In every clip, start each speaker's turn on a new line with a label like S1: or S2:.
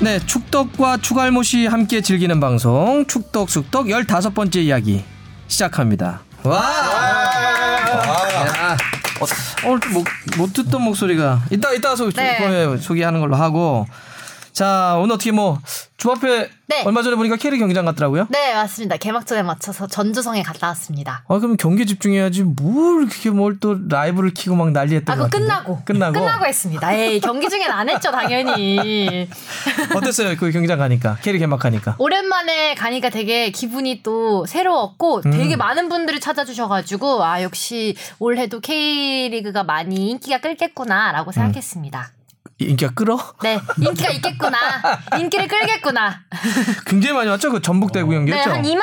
S1: 네, 축덕과 축알못이 함께 즐기는 방송 축덕 숙덕 15번째 이야기 시작합니다. 와! 야, 어, 오늘 좀 못, 못 듣던 목소리가 이따 이따 소,
S2: 네.
S1: 네. 소개하는 걸로 하고 자, 오늘 어떻게 뭐 주 앞에
S2: 네.
S1: 얼마 전에 보니까 캐리 경기장 갔더라고요.
S2: 네, 맞습니다. 개막전에 맞춰서 전주성에 갔다 왔습니다.
S1: 아 그럼 경기 집중해야지 뭘 그렇게 뭘 또 라이브를 키고 막 난리했던
S2: 아,
S1: 것
S2: 그거
S1: 같은데.
S2: 끝나고.
S1: 끝나고
S2: 했습니다. 예, 에이, 경기 중엔 안 했죠, 당연히.
S1: 어땠어요 그 경기장 가니까 캐리 개막하니까
S2: 오랜만에 가니까 되게 기분이 또 새로웠고 되게 많은 분들이 찾아주셔가지고 아 역시 올해도 K리그가 많이 인기가 끌겠구나라고 생각했습니다.
S1: 인기가 끌어
S2: 네 인기가 있겠구나 인기를 끌겠구나.
S1: 굉장히 많이 왔죠 그 전북 대구 경기였죠
S2: 어. 네한 2만 명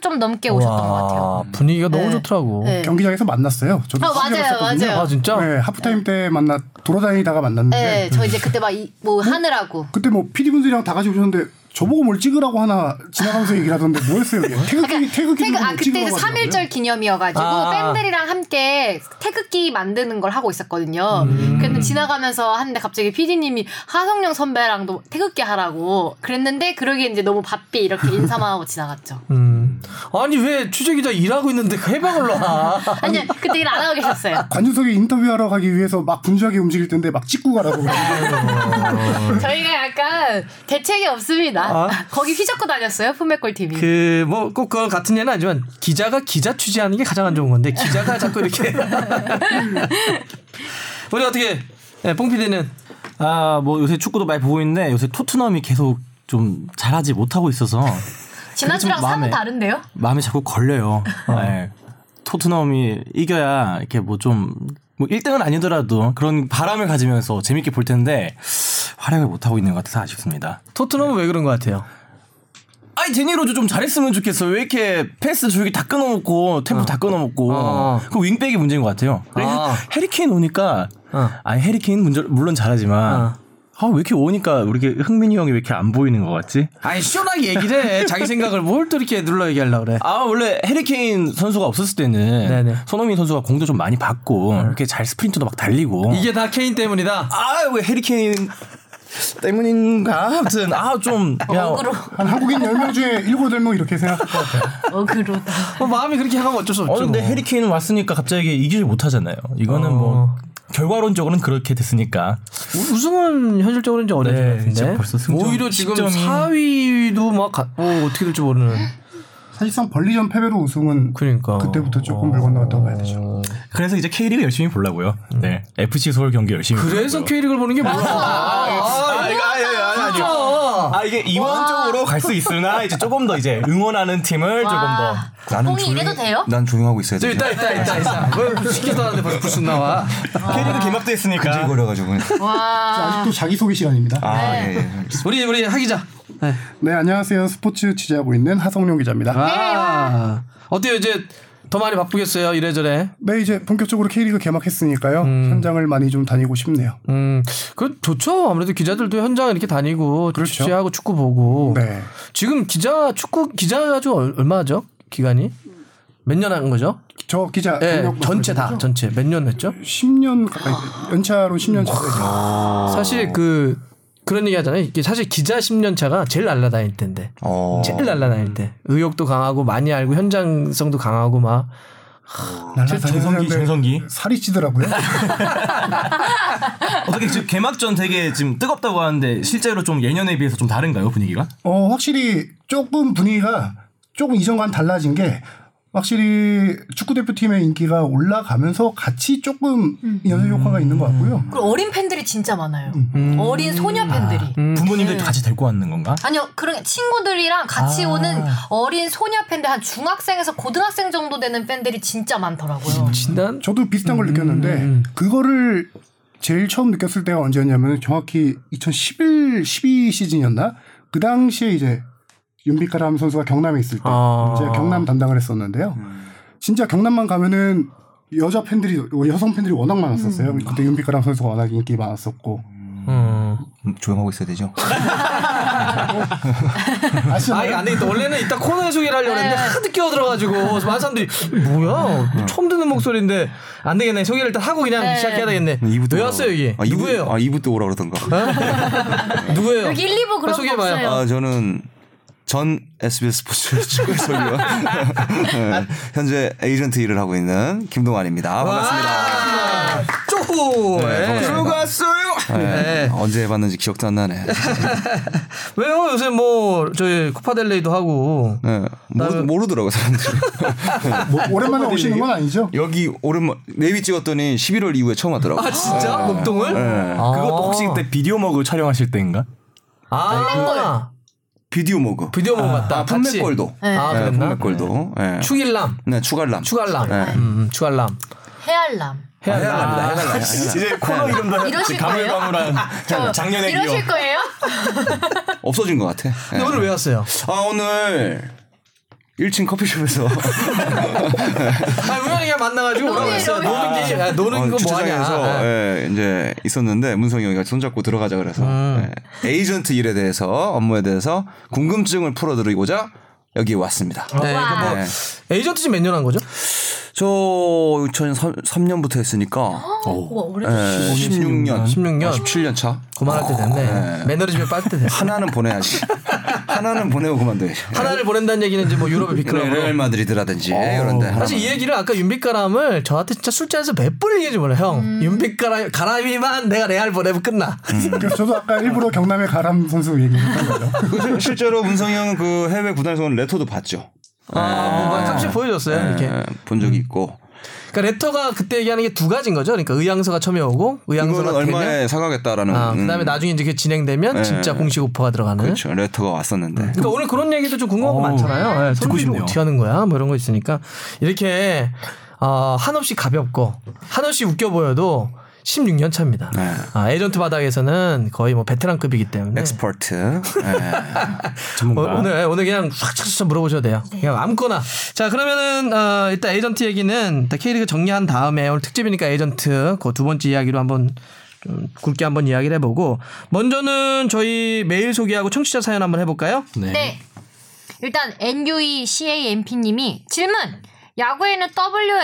S2: 좀 넘게 오셨던
S1: 와,
S2: 것 같아요.
S1: 분위기가 너무
S2: 네.
S1: 좋더라고.
S2: 네.
S3: 경기장에서 만났어요. 저도
S2: 아,
S3: 시청에
S2: 맞아요,
S3: 갔었거든요.
S2: 맞아요.
S1: 아 진짜?
S3: 네, 하프타임 때 만나 돌아다니다가 만났는데
S2: 네, 저 이제 그때 막 뭐 하느라고
S3: 그때 뭐 PD 분들이랑 다 같이 오셨는데 저보고 뭘 찍으라고 하나 지나가면서 얘기를 하던데 뭐였어요? 이게? 태극기 태극기
S2: 태극, 아
S3: 뭐
S2: 그때 이제
S3: 찍으라고
S2: 3일절 기념이어가지고
S1: 아.
S2: 팬들이랑 함께 태극기 만드는 걸 하고 있었거든요.
S4: 음.
S2: 그랬는데 지나가면서 하는데 갑자기 PD님이 하성룡 선배랑도 태극기 하라고 그랬는데 그러기 이제 너무 바삐 이렇게 인사만 하고 지나갔죠.
S1: 음. 아니 왜 취재기자 일하고 있는데 그 해방을 놔?
S2: 아니 그때 일 안 하고 계셨어요.
S3: 관중석에 인터뷰하러 가기 위해서 막 분주하게 움직일 텐데 막 찍고 가라고
S4: 어.
S2: 저희가 약간 대책이 없습니다.
S1: 아.
S2: 거기 휘젓고 다녔어요 품맥골 팀이.
S1: 그 뭐 꼭 그건 같은 예는 아니지만 기자가 기자 취재하는 게 가장 안 좋은 건데 기자가 자꾸 이렇게 우리 어떻게 네, 뽕피디는
S4: 아, 뭐 요새 축구도 많이 보고 있는데 요새 토트넘이 계속 좀 잘하지 못하고 있어서
S2: 지난주랑
S4: 그게 좀
S2: 사뭇
S4: 마음에-
S2: 다른데요?
S4: 마음이 자꾸 걸려요.
S1: 어.
S4: 예. 토트넘이 이겨야 이렇게 뭐 좀 뭐 1등은 아니더라도 그런 바람을 가지면서 재밌게 볼 텐데 활약을 못 하고 있는 것 같아서 아쉽습니다.
S1: 토트넘은 왜 그런 것 같아요?
S4: 아니 데니로즈 좀 잘했으면 좋겠어. 왜 이렇게 패스 저기 다 끊어먹고 템포 다 끊어먹고
S1: 어.
S4: 그 윙백이 문제인 것 같아요.
S1: 아.
S4: 해리케인 오니까
S1: 어.
S4: 아니 해리케인 문제 물론 잘하지만
S1: 어.
S4: 아 왜 이렇게 오니까 우리 이렇게 흥민이 형이 왜 이렇게 안 보이는 것 같지?
S1: 아니 시원하게 얘기를 해 자기 생각을 뭘 또 이렇게 눌러 얘기하려고 그래
S4: 아 원래 해리케인 선수가 없었을 때는
S1: 네네.
S4: 손흥민 선수가 공도 좀 많이 받고 이렇게 잘 스프린트도 막 달리고
S1: 이게 다 케인 때문이다
S4: 아 왜 해리케인 때문인가 아무튼 아좀
S2: 어그로
S3: 한 한국인 10명 중에 7, 8명 이렇게 생각할 것 같아요.
S2: 어그로.
S1: 뭐 마음이 그렇게 하면 어쩔 수
S4: 어
S1: 없죠
S4: 근데
S1: 뭐.
S4: 해리케인 왔으니까 갑자기 이기질 못하잖아요. 이거는 뭐 결과론적으로는 그렇게 됐으니까
S1: 우- 우승은 현실적으로는 좀 어려운
S4: 네,
S1: 것 같은데
S4: 진짜 벌써 승점
S1: 오히려 지금
S4: 10점이.
S1: 4위도 막 가- 어, 어떻게 될지 모르는
S3: 사실상 벌리전 패배로 우승은
S1: 그러니까
S3: 그때부터 조금 물 건너갔다고 봐야 되죠.
S4: 그래서 이제 K리그 열심히 보려고요.
S5: 음.
S4: 네, FC 서울 경기 열심히.
S1: 그래서
S3: 아.
S4: 보려고요.
S1: K리그를 보는 게 뭐야
S4: 아, 이거 아니, 아니, 아니, 아니.
S1: 진짜
S4: 아 이게 이원적으로 갈 수 있으나 이제 조금 더 이제 응원하는 팀을
S2: 와.
S4: 조금 더
S2: 뽕이 이래도 돼요?
S6: 난 조용하고 있어야
S1: 저
S6: 돼.
S1: 있다 있다 있다 있다 왜 시키도 않는데 벌써 불쑥 나와
S4: K리그 개막도 했으니까
S6: 찔거려가지고.
S1: 네.
S6: 그냥.
S2: 와.
S3: 아직도 자기소개 시간입니다.
S6: 아, 예, 예.
S1: 우리 우리 하기자 네.
S3: 네, 안녕하세요. 스포츠 취재하고 있는 하성룡 기자입니다.
S1: 아 어때요 이제 더 많이 바쁘겠어요 이래저래
S3: 네, 이제 본격적으로 K리그 개막했으니까요. 현장을 많이 좀 다니고 싶네요.
S1: 음, 그 좋죠. 아무래도 기자들도 현장 이렇게 다니고
S4: 그렇죠.
S1: 취재하고 축구 보고.
S3: 네.
S1: 지금 기자 축구 기자 아주 얼- 얼마죠? 기간이 몇 년 한 거죠?
S3: 저 기자
S1: 예,
S3: 경력
S1: 전체 다 아. 전체 몇 년 했죠?
S3: 10년 가까이 연차로 10년 차죠.
S6: 아.
S1: 사실 그 그런 얘기 하잖아요. 이게 사실 기자 10년 차가 제일 날라다닐 때인데.
S6: 어.
S1: 제일 날라다닐 때. 의욕도 강하고 많이 알고 현장성도 강하고 막
S4: 정성기 정성기
S3: 살이 찌더라고요.
S4: 어떻게 지금 개막전 되게 지금 뜨겁다고 하는데 실제로 좀 예년에 비해서 좀 다른가요 분위기가?
S3: 어, 확실히 조금 분위기가 조금 이전과는 달라진 게 확실히 축구 대표팀의 인기가 올라가면서 같이 조금
S1: 음.
S3: 연쇄 효과가 있는 것 같고요.
S2: 그리고 어린 팬들이 진짜 많아요.
S4: 음.
S2: 어린 소녀 팬들이.
S4: 아.
S5: 음. 네.
S4: 부모님들도 같이 데리고 왔는 건가?
S2: 아니요, 그런 친구들이랑
S1: 아.
S2: 같이 오는 어린 소녀 팬들 한 중학생에서 고등학생 정도 되는 팬들이 진짜 많더라고요.
S1: 음, 진단
S3: 저도 비슷한 걸 느꼈는데 그거를 제일 처음 느꼈을 때가 언제였냐면 정확히 2011, 12 시즌이었나? 그 당시에 이제 윤빛가람 선수가 경남에 있을 때
S1: 아.
S3: 제가 경남 담당을 했었는데요. 진짜 경남만 가면은 여자 팬들이 여성 팬들이 워낙 많았었어요. 그때 윤빛가람 선수가 워낙 인기 많았었고
S1: 음.
S6: 음, 조용하고 있어야 되죠.
S1: 아, 이게
S3: 아시나요?
S1: 안 되겠다. 원래는 이따 코너에 소개를 하려고 했는데
S7: 네.
S1: 하도 끼어들어가지고 많은 사람들이
S6: 네.
S1: 뭐야? 처음 듣는 목소리인데 안 되겠네. 소개를 일단 하고 그냥
S7: 네.
S1: 시작해야 되겠네.
S6: 이부도
S1: 왜 왔어요, 여기?
S6: 아, 2부, 네.
S1: 누구예요? 네?
S6: 아 2부 때 오라 그러던가.
S1: 누구예요?
S7: 여기 1, 2부 그런 거
S1: 소개해봐요.
S7: 없어요.
S6: 아 저는 전 SBS 스포츠 중에서요. 네, 현재 에이전트 일을 하고 있는 김동환입니다. 반갑습니다.
S1: 아, 쪼호.
S6: 네,
S1: 예.
S6: 반갑습니다.
S1: 들어갔어요.
S6: 네,
S1: 네.
S6: 언제 해봤는지 기억도 안 나네.
S1: 왜요? 요새 뭐 저희 코파델레이도 하고
S6: 네, 모르, 모르더라고 사람들이.
S3: 뭐, 오랜만에 오시는 건 아니죠?
S6: 여기 오랜만 내비 찍었더니 11월 이후에 처음 왔더라고.
S1: 아 진짜 목동을?
S6: 네.
S4: 그것도 혹시 그때 비디오 먹을 촬영하실 때인가?
S1: 아
S6: 비디오 모그.
S1: 비디오 보고 갔다.
S6: 아,
S1: 같이.
S6: 판매골도.
S7: 네.
S1: 아
S6: 네,
S1: 그랬나?
S6: 판매골도. 네.
S1: 추일람,
S6: 네, 추갈람.
S1: 추갈람,
S6: 네.
S1: 음, 음, 추갈람.
S4: 아.
S7: 헤알람.
S1: 아, 해야
S6: 네, 해갈람.
S4: 이제
S1: 아,
S4: 코너 이름도
S7: 이러실 거예요?
S4: 그 가물가물한 작년에
S7: 이러실 거예요?
S6: 없어진 것 같아. 네.
S1: 오늘 왜 왔어요?
S6: 아 오늘 1층 커피숍에서
S1: 아 우연히 만나가지고 뭐라고
S7: 노는
S1: 했어요.
S7: 게
S1: 노는 게 아, 노는
S6: 어,
S1: 거
S6: 주차장에서
S1: 뭐하냐? 아, 네.
S6: 예, 이제 있었는데 문성이 형이가 손잡고 들어가자 그래서
S1: 음.
S6: 예, 에이전트 일에 대해서 업무에 대해서 궁금증을 풀어드리고자 여기 왔습니다.
S1: 네,
S7: 와.
S1: 그뭐
S6: 네.
S1: 에이전트 지금 몇 년 한 거죠?
S6: 저 2003년부터 했으니까 네,
S7: 우와, 오래
S6: 16년,
S1: 16년.
S6: 17년 차.
S1: 그만할 때 됐네. 매너리즘에 빠질 때 됐어.
S6: 하나는 보내야지. 하나는 보내고 그만둬야지.
S1: 하나를 보낸다는 얘기는 이제 뭐 유럽의
S6: 레알
S1: 비클럽으로.
S6: 마드리드라든지 어. 이런데
S1: 사실 이 얘기를 아까 윤빛가람을 저한테 진짜 술자리에서 몇 번 얘기해지 몰라 형 윤빛가람 가람이만 내가 레알 보내면 끝나
S6: 음.
S3: 그래서 저도 아까 일부러 경남의 가람 선수 얘기했던 거죠.
S6: 그 실제로 문성이 형은 그 해외 구단에서 온 레터도 봤죠.
S1: 아, 삼십 보여줬어요 이렇게
S6: 예, 본 적이 있고.
S1: 그러니까 레터가 그때 얘기하는 게 두 가지인 거죠 그러니까 의향서가 처음에 오고 의향서가
S6: 이거는
S1: 되면
S6: 얼마에 사가겠다라는.
S1: 아,
S6: 음, 네.
S1: 그다음에 나중에 이제 그 진행되면 진짜 공식 오퍼가 들어가는
S6: 그렇죠. 레터가 왔었는데.
S1: 그러니까 오늘 그런 얘기도 좀 궁금한 거
S4: 어,
S1: 많잖아요. 예,
S4: 듣고
S1: 선비를
S4: 싶네요.
S1: 어떻게 하는 거야? 뭐 이런 거 있으니까 이렇게 어, 한없이 가볍고 한없이 웃겨 보여도 16년 차입니다.
S6: 네.
S1: 아, 에이전트 바닥에서는 거의 뭐 베테랑급이기 때문에
S6: 엑스퍼트. 예.
S1: 어,
S4: 전문가.
S1: 오늘 오늘 그냥 싹착착 물어보셔도 돼요. 그냥 아무거나. 자 그러면은 어, 일단 에이전트 얘기는 일단 K리그 정리한 다음에 오늘 특집이니까 에이전트 그 두 번째 이야기로 한번 좀 굵게 한번 이야기를 해보고 먼저는 저희 메일 소개하고 청취자 사연 한번 해볼까요?
S7: 네. 일단 E NUECAMP님이 질문. 야구에는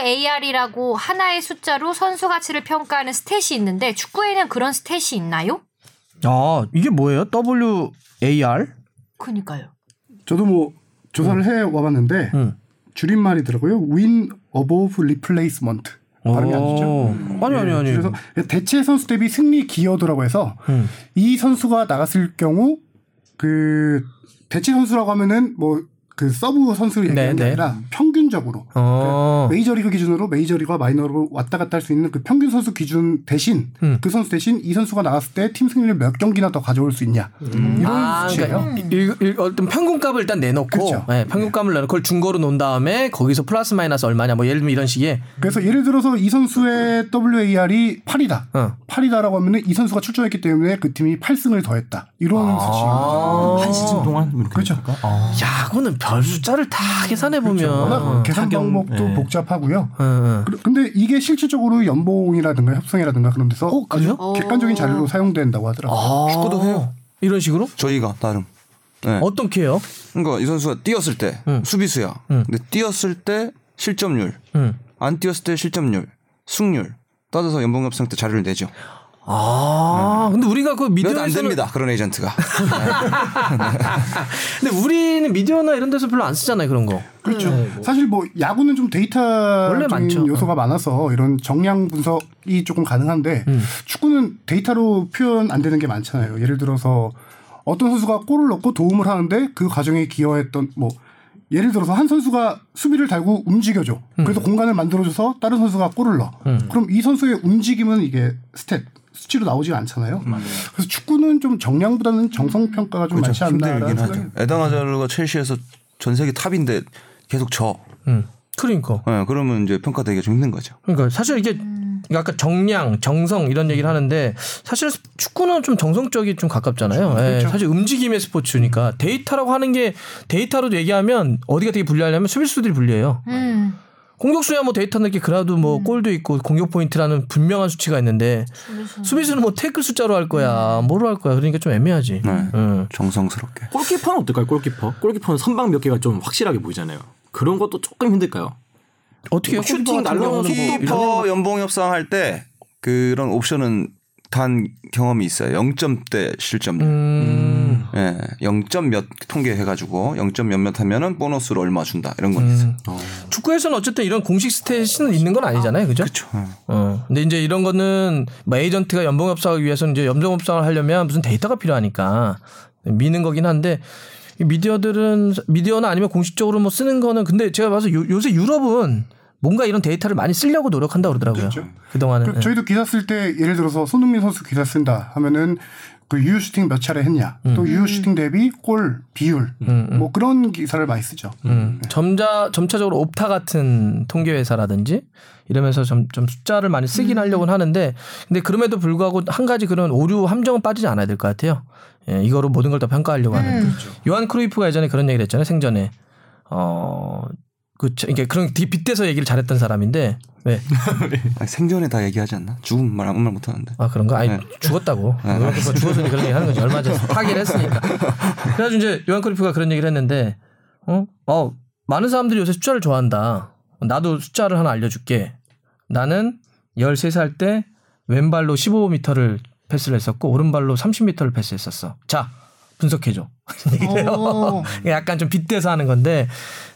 S7: WAR이라고 하나의 숫자로 선수 가치를 평가하는 스탯이 있는데 축구에는 그런 스탯이 있나요?
S1: 아 이게 뭐예요? WAR?
S7: 그니까요.
S3: 저도 뭐
S1: 어.
S3: 조사를 해 와봤는데
S1: 음.
S3: 줄임말이더라고요. Win above replacement. 발음이 안 좋죠? 네,
S1: 오. 아니 어. 아니 아니.
S3: 그래서 대체 선수 대비 승리 기여도라고 해서
S1: 음.
S3: 이 선수가 나갔을 경우 그 대체 선수라고 하면은 뭐 그 서브 선수 얘기하는
S1: 네,
S3: 게
S1: 네.
S3: 아니라 평균적으로
S1: 어.
S3: 메이저리그 기준으로 메이저리그와 마이너로 왔다 갔다 할 수 있는 그 평균 선수 기준 대신
S1: 음.
S3: 그 선수 대신 이 선수가 나갔을 때 팀 승리를 몇 경기나 더 가져올 수 있냐 네. 이런
S1: 아,
S3: 수치예요.
S1: 그러니까 일, 일, 어떤 평균값을 일단 내놓고,
S3: 그렇죠.
S1: 예, 평균값을 내놓고 그걸 중거로 놓은 다음에 거기서 플러스 마이너스 얼마냐, 뭐 예를 들면 이런 식의,
S3: 그래서 예를 들어서 이 선수의 WAR이 8이다.
S1: 어.
S3: 8이다라고 하면은 이 선수가 출전했기 때문에 그 팀이 8승을 더했다. 이런 수치인 거죠.
S4: 한 시즌 동안 이렇게
S3: 그렇죠.
S4: 될까? 아.
S1: 아. 야구는 별 숫자를 다 계산해 보면,
S3: 워낙 계산
S4: 타격,
S3: 방법도
S4: 예.
S3: 복잡하고요.
S1: 어, 어.
S3: 그- 근데 이게 실질적으로 연봉이라든가 협상이라든가 어, 그런 데서 아주
S1: 그래요?
S3: 객관적인 자료로 사용된다고
S1: 아,
S3: 하더라고요.
S1: 축구도 해요. 이런 식으로
S6: 저희가 나름. 네.
S1: 어떻게 해요?
S6: 그러니까 이 선수가 뛰었을 때 수비수야. 근데 뛰었을 때 실점률,
S1: 음.
S6: 안 뛰었을 때 실점률, 승률 따져서 연봉 협상 때 자료를 내죠.
S1: 아, 근데 우리가 그
S6: 몇 안
S1: 미디어에서는 그렇죠.
S6: 됩니다. 그런 에이전트가.
S1: 근데 우리는 미디어나 이런 데서 별로 안 쓰잖아요 그런 거.
S3: 그렇죠. 사실 뭐 야구는 좀
S1: 네, 원래 많죠. 네.
S3: 데이터적인 요소가 많아서 이런 정량 분석이 조금 가능한데
S1: 음.
S3: 축구는 데이터로 표현 안 되는 게 많잖아요. 예를 들어서 어떤 선수가 골을 넣고 도움을 하는데 그 과정에 기여했던 뭐 예를 들어서 한 선수가 수비를 달고 움직여줘.
S1: 음.
S3: 그래서 공간을 만들어줘서 다른 선수가 골을 넣어. 그럼 이 선수의 움직임은 이게 스탯 수치로 나오지 않잖아요. 그래서 축구는 좀 정량보다는 정성 평가가 좀
S1: 그렇죠.
S3: 많지 않나라는
S6: 그렇죠. 힘들긴
S3: 생각이
S6: 하죠. 에당하자르가 첼시에서 전 세계 탑인데 계속 져.
S1: 음. 그러니까.
S6: 네, 그러면 이제 평가되기가 좀 힘든 거죠.
S1: 그러니까 사실 이게 아까 정량, 정성 이런 얘기를 하는데 사실 축구는 좀 정성적이 좀 가깝잖아요. 예, 사실 움직임의 스포츠니까 데이터라고 하는 게 데이터로 얘기하면 어디가 되게 불리하냐면 수비수들이 불리해요.
S7: 음.
S1: 공격수야 뭐 데이터 넣기 그라도
S5: 음.
S1: 뭐 골도 있고 공격 포인트라는 분명한 수치가 있는데
S7: 음.
S5: 음.
S1: 수비수는 뭐 태클 숫자로 할 거야 뭐로 할 거야 그러니까 좀 애매하지. 예.
S6: 네.
S1: 응.
S6: 정성스럽게.
S5: 골키퍼는 어떨까요? 골키퍼. 골키퍼는 선방 몇 개가 좀 확실하게 보이잖아요. 그런 것도 조금 힘들까요?
S1: 어떻게 해요?
S5: 슈팅
S1: 골키퍼 같은
S5: 날라오는
S1: 경우는 뭐 이런-
S6: 키퍼 연봉 협상할 때 그런 옵션은 단 경험이 있어요. 0점대 실점.
S1: 음.
S6: 예, 0점 몇 통계해가지고 0점 몇몇 하면은 보너스로 얼마 준다 이런
S1: 음.
S6: 건 있어요.
S1: 축구에서는 어쨌든 이런 공식 스탯은 있는 건 아니잖아요, 그죠?
S6: 그렇죠. 예.
S1: 어. 근데 이제 이런 거는 뭐 에이전트가 연봉 협상을 위해서 이제 연봉 협상을 하려면 무슨 데이터가 필요하니까 미는 거긴 한데 이 미디어들은 미디어나 아니면 공식적으로 뭐 쓰는 거는 근데 제가 봐서 요, 요새 유럽은 뭔가 이런 데이터를 많이 쓰려고 노력한다 그러더라고요.
S3: 그렇죠.
S1: 그동안은
S3: 그 저희도 기사 쓸 때 예를 들어서 손흥민 선수 기사 쓴다 하면은 그 유효 슈팅 몇 차례 했냐
S1: 음.
S3: 또 유효 슈팅 대비 골 비율 뭐 그런 기사를 많이 쓰죠.
S1: 음, 점자 점차적으로 옵타 같은 통계 회사라든지 이러면서 점점 숫자를 많이 쓰긴 하려고는 하는데 근데 그럼에도 불구하고 한 가지 그런 오류 함정은 빠지지 않아야 될 것 같아요. 예, 이거로 모든 걸 다 평가하려고
S2: 음.
S1: 하는. 요한 크루이프가 예전에 그런 얘기를 했잖아요. 생전에 어, 어그 이게 그런 뒤- 빗대서 얘기를 잘했던 사람인데 왜?
S6: 예. 아니, 생전에 다 얘기하지 않나? 죽음 말 아무 말 못하는데.
S1: 아 그런가? 아니
S6: 네.
S1: 죽었다고. 요한 크루이프가 죽어서 이제 그런 얘기 하는 거지. 얼마 전에 파기를 했으니까. 그래가지고 이제 요한 크루이프가 그런 얘기를 했는데 어? 어 많은 사람들이 요새 숫자를 좋아한다. 나도 숫자를 하나 알려줄게. 나는 13살 때 왼발로 15m를 패스를 했었고 오른발로 30m를 패스했었어. 자 분석해줘.
S7: 음. 오.
S1: 음. 예, 약간 좀 빗대서 하는 건데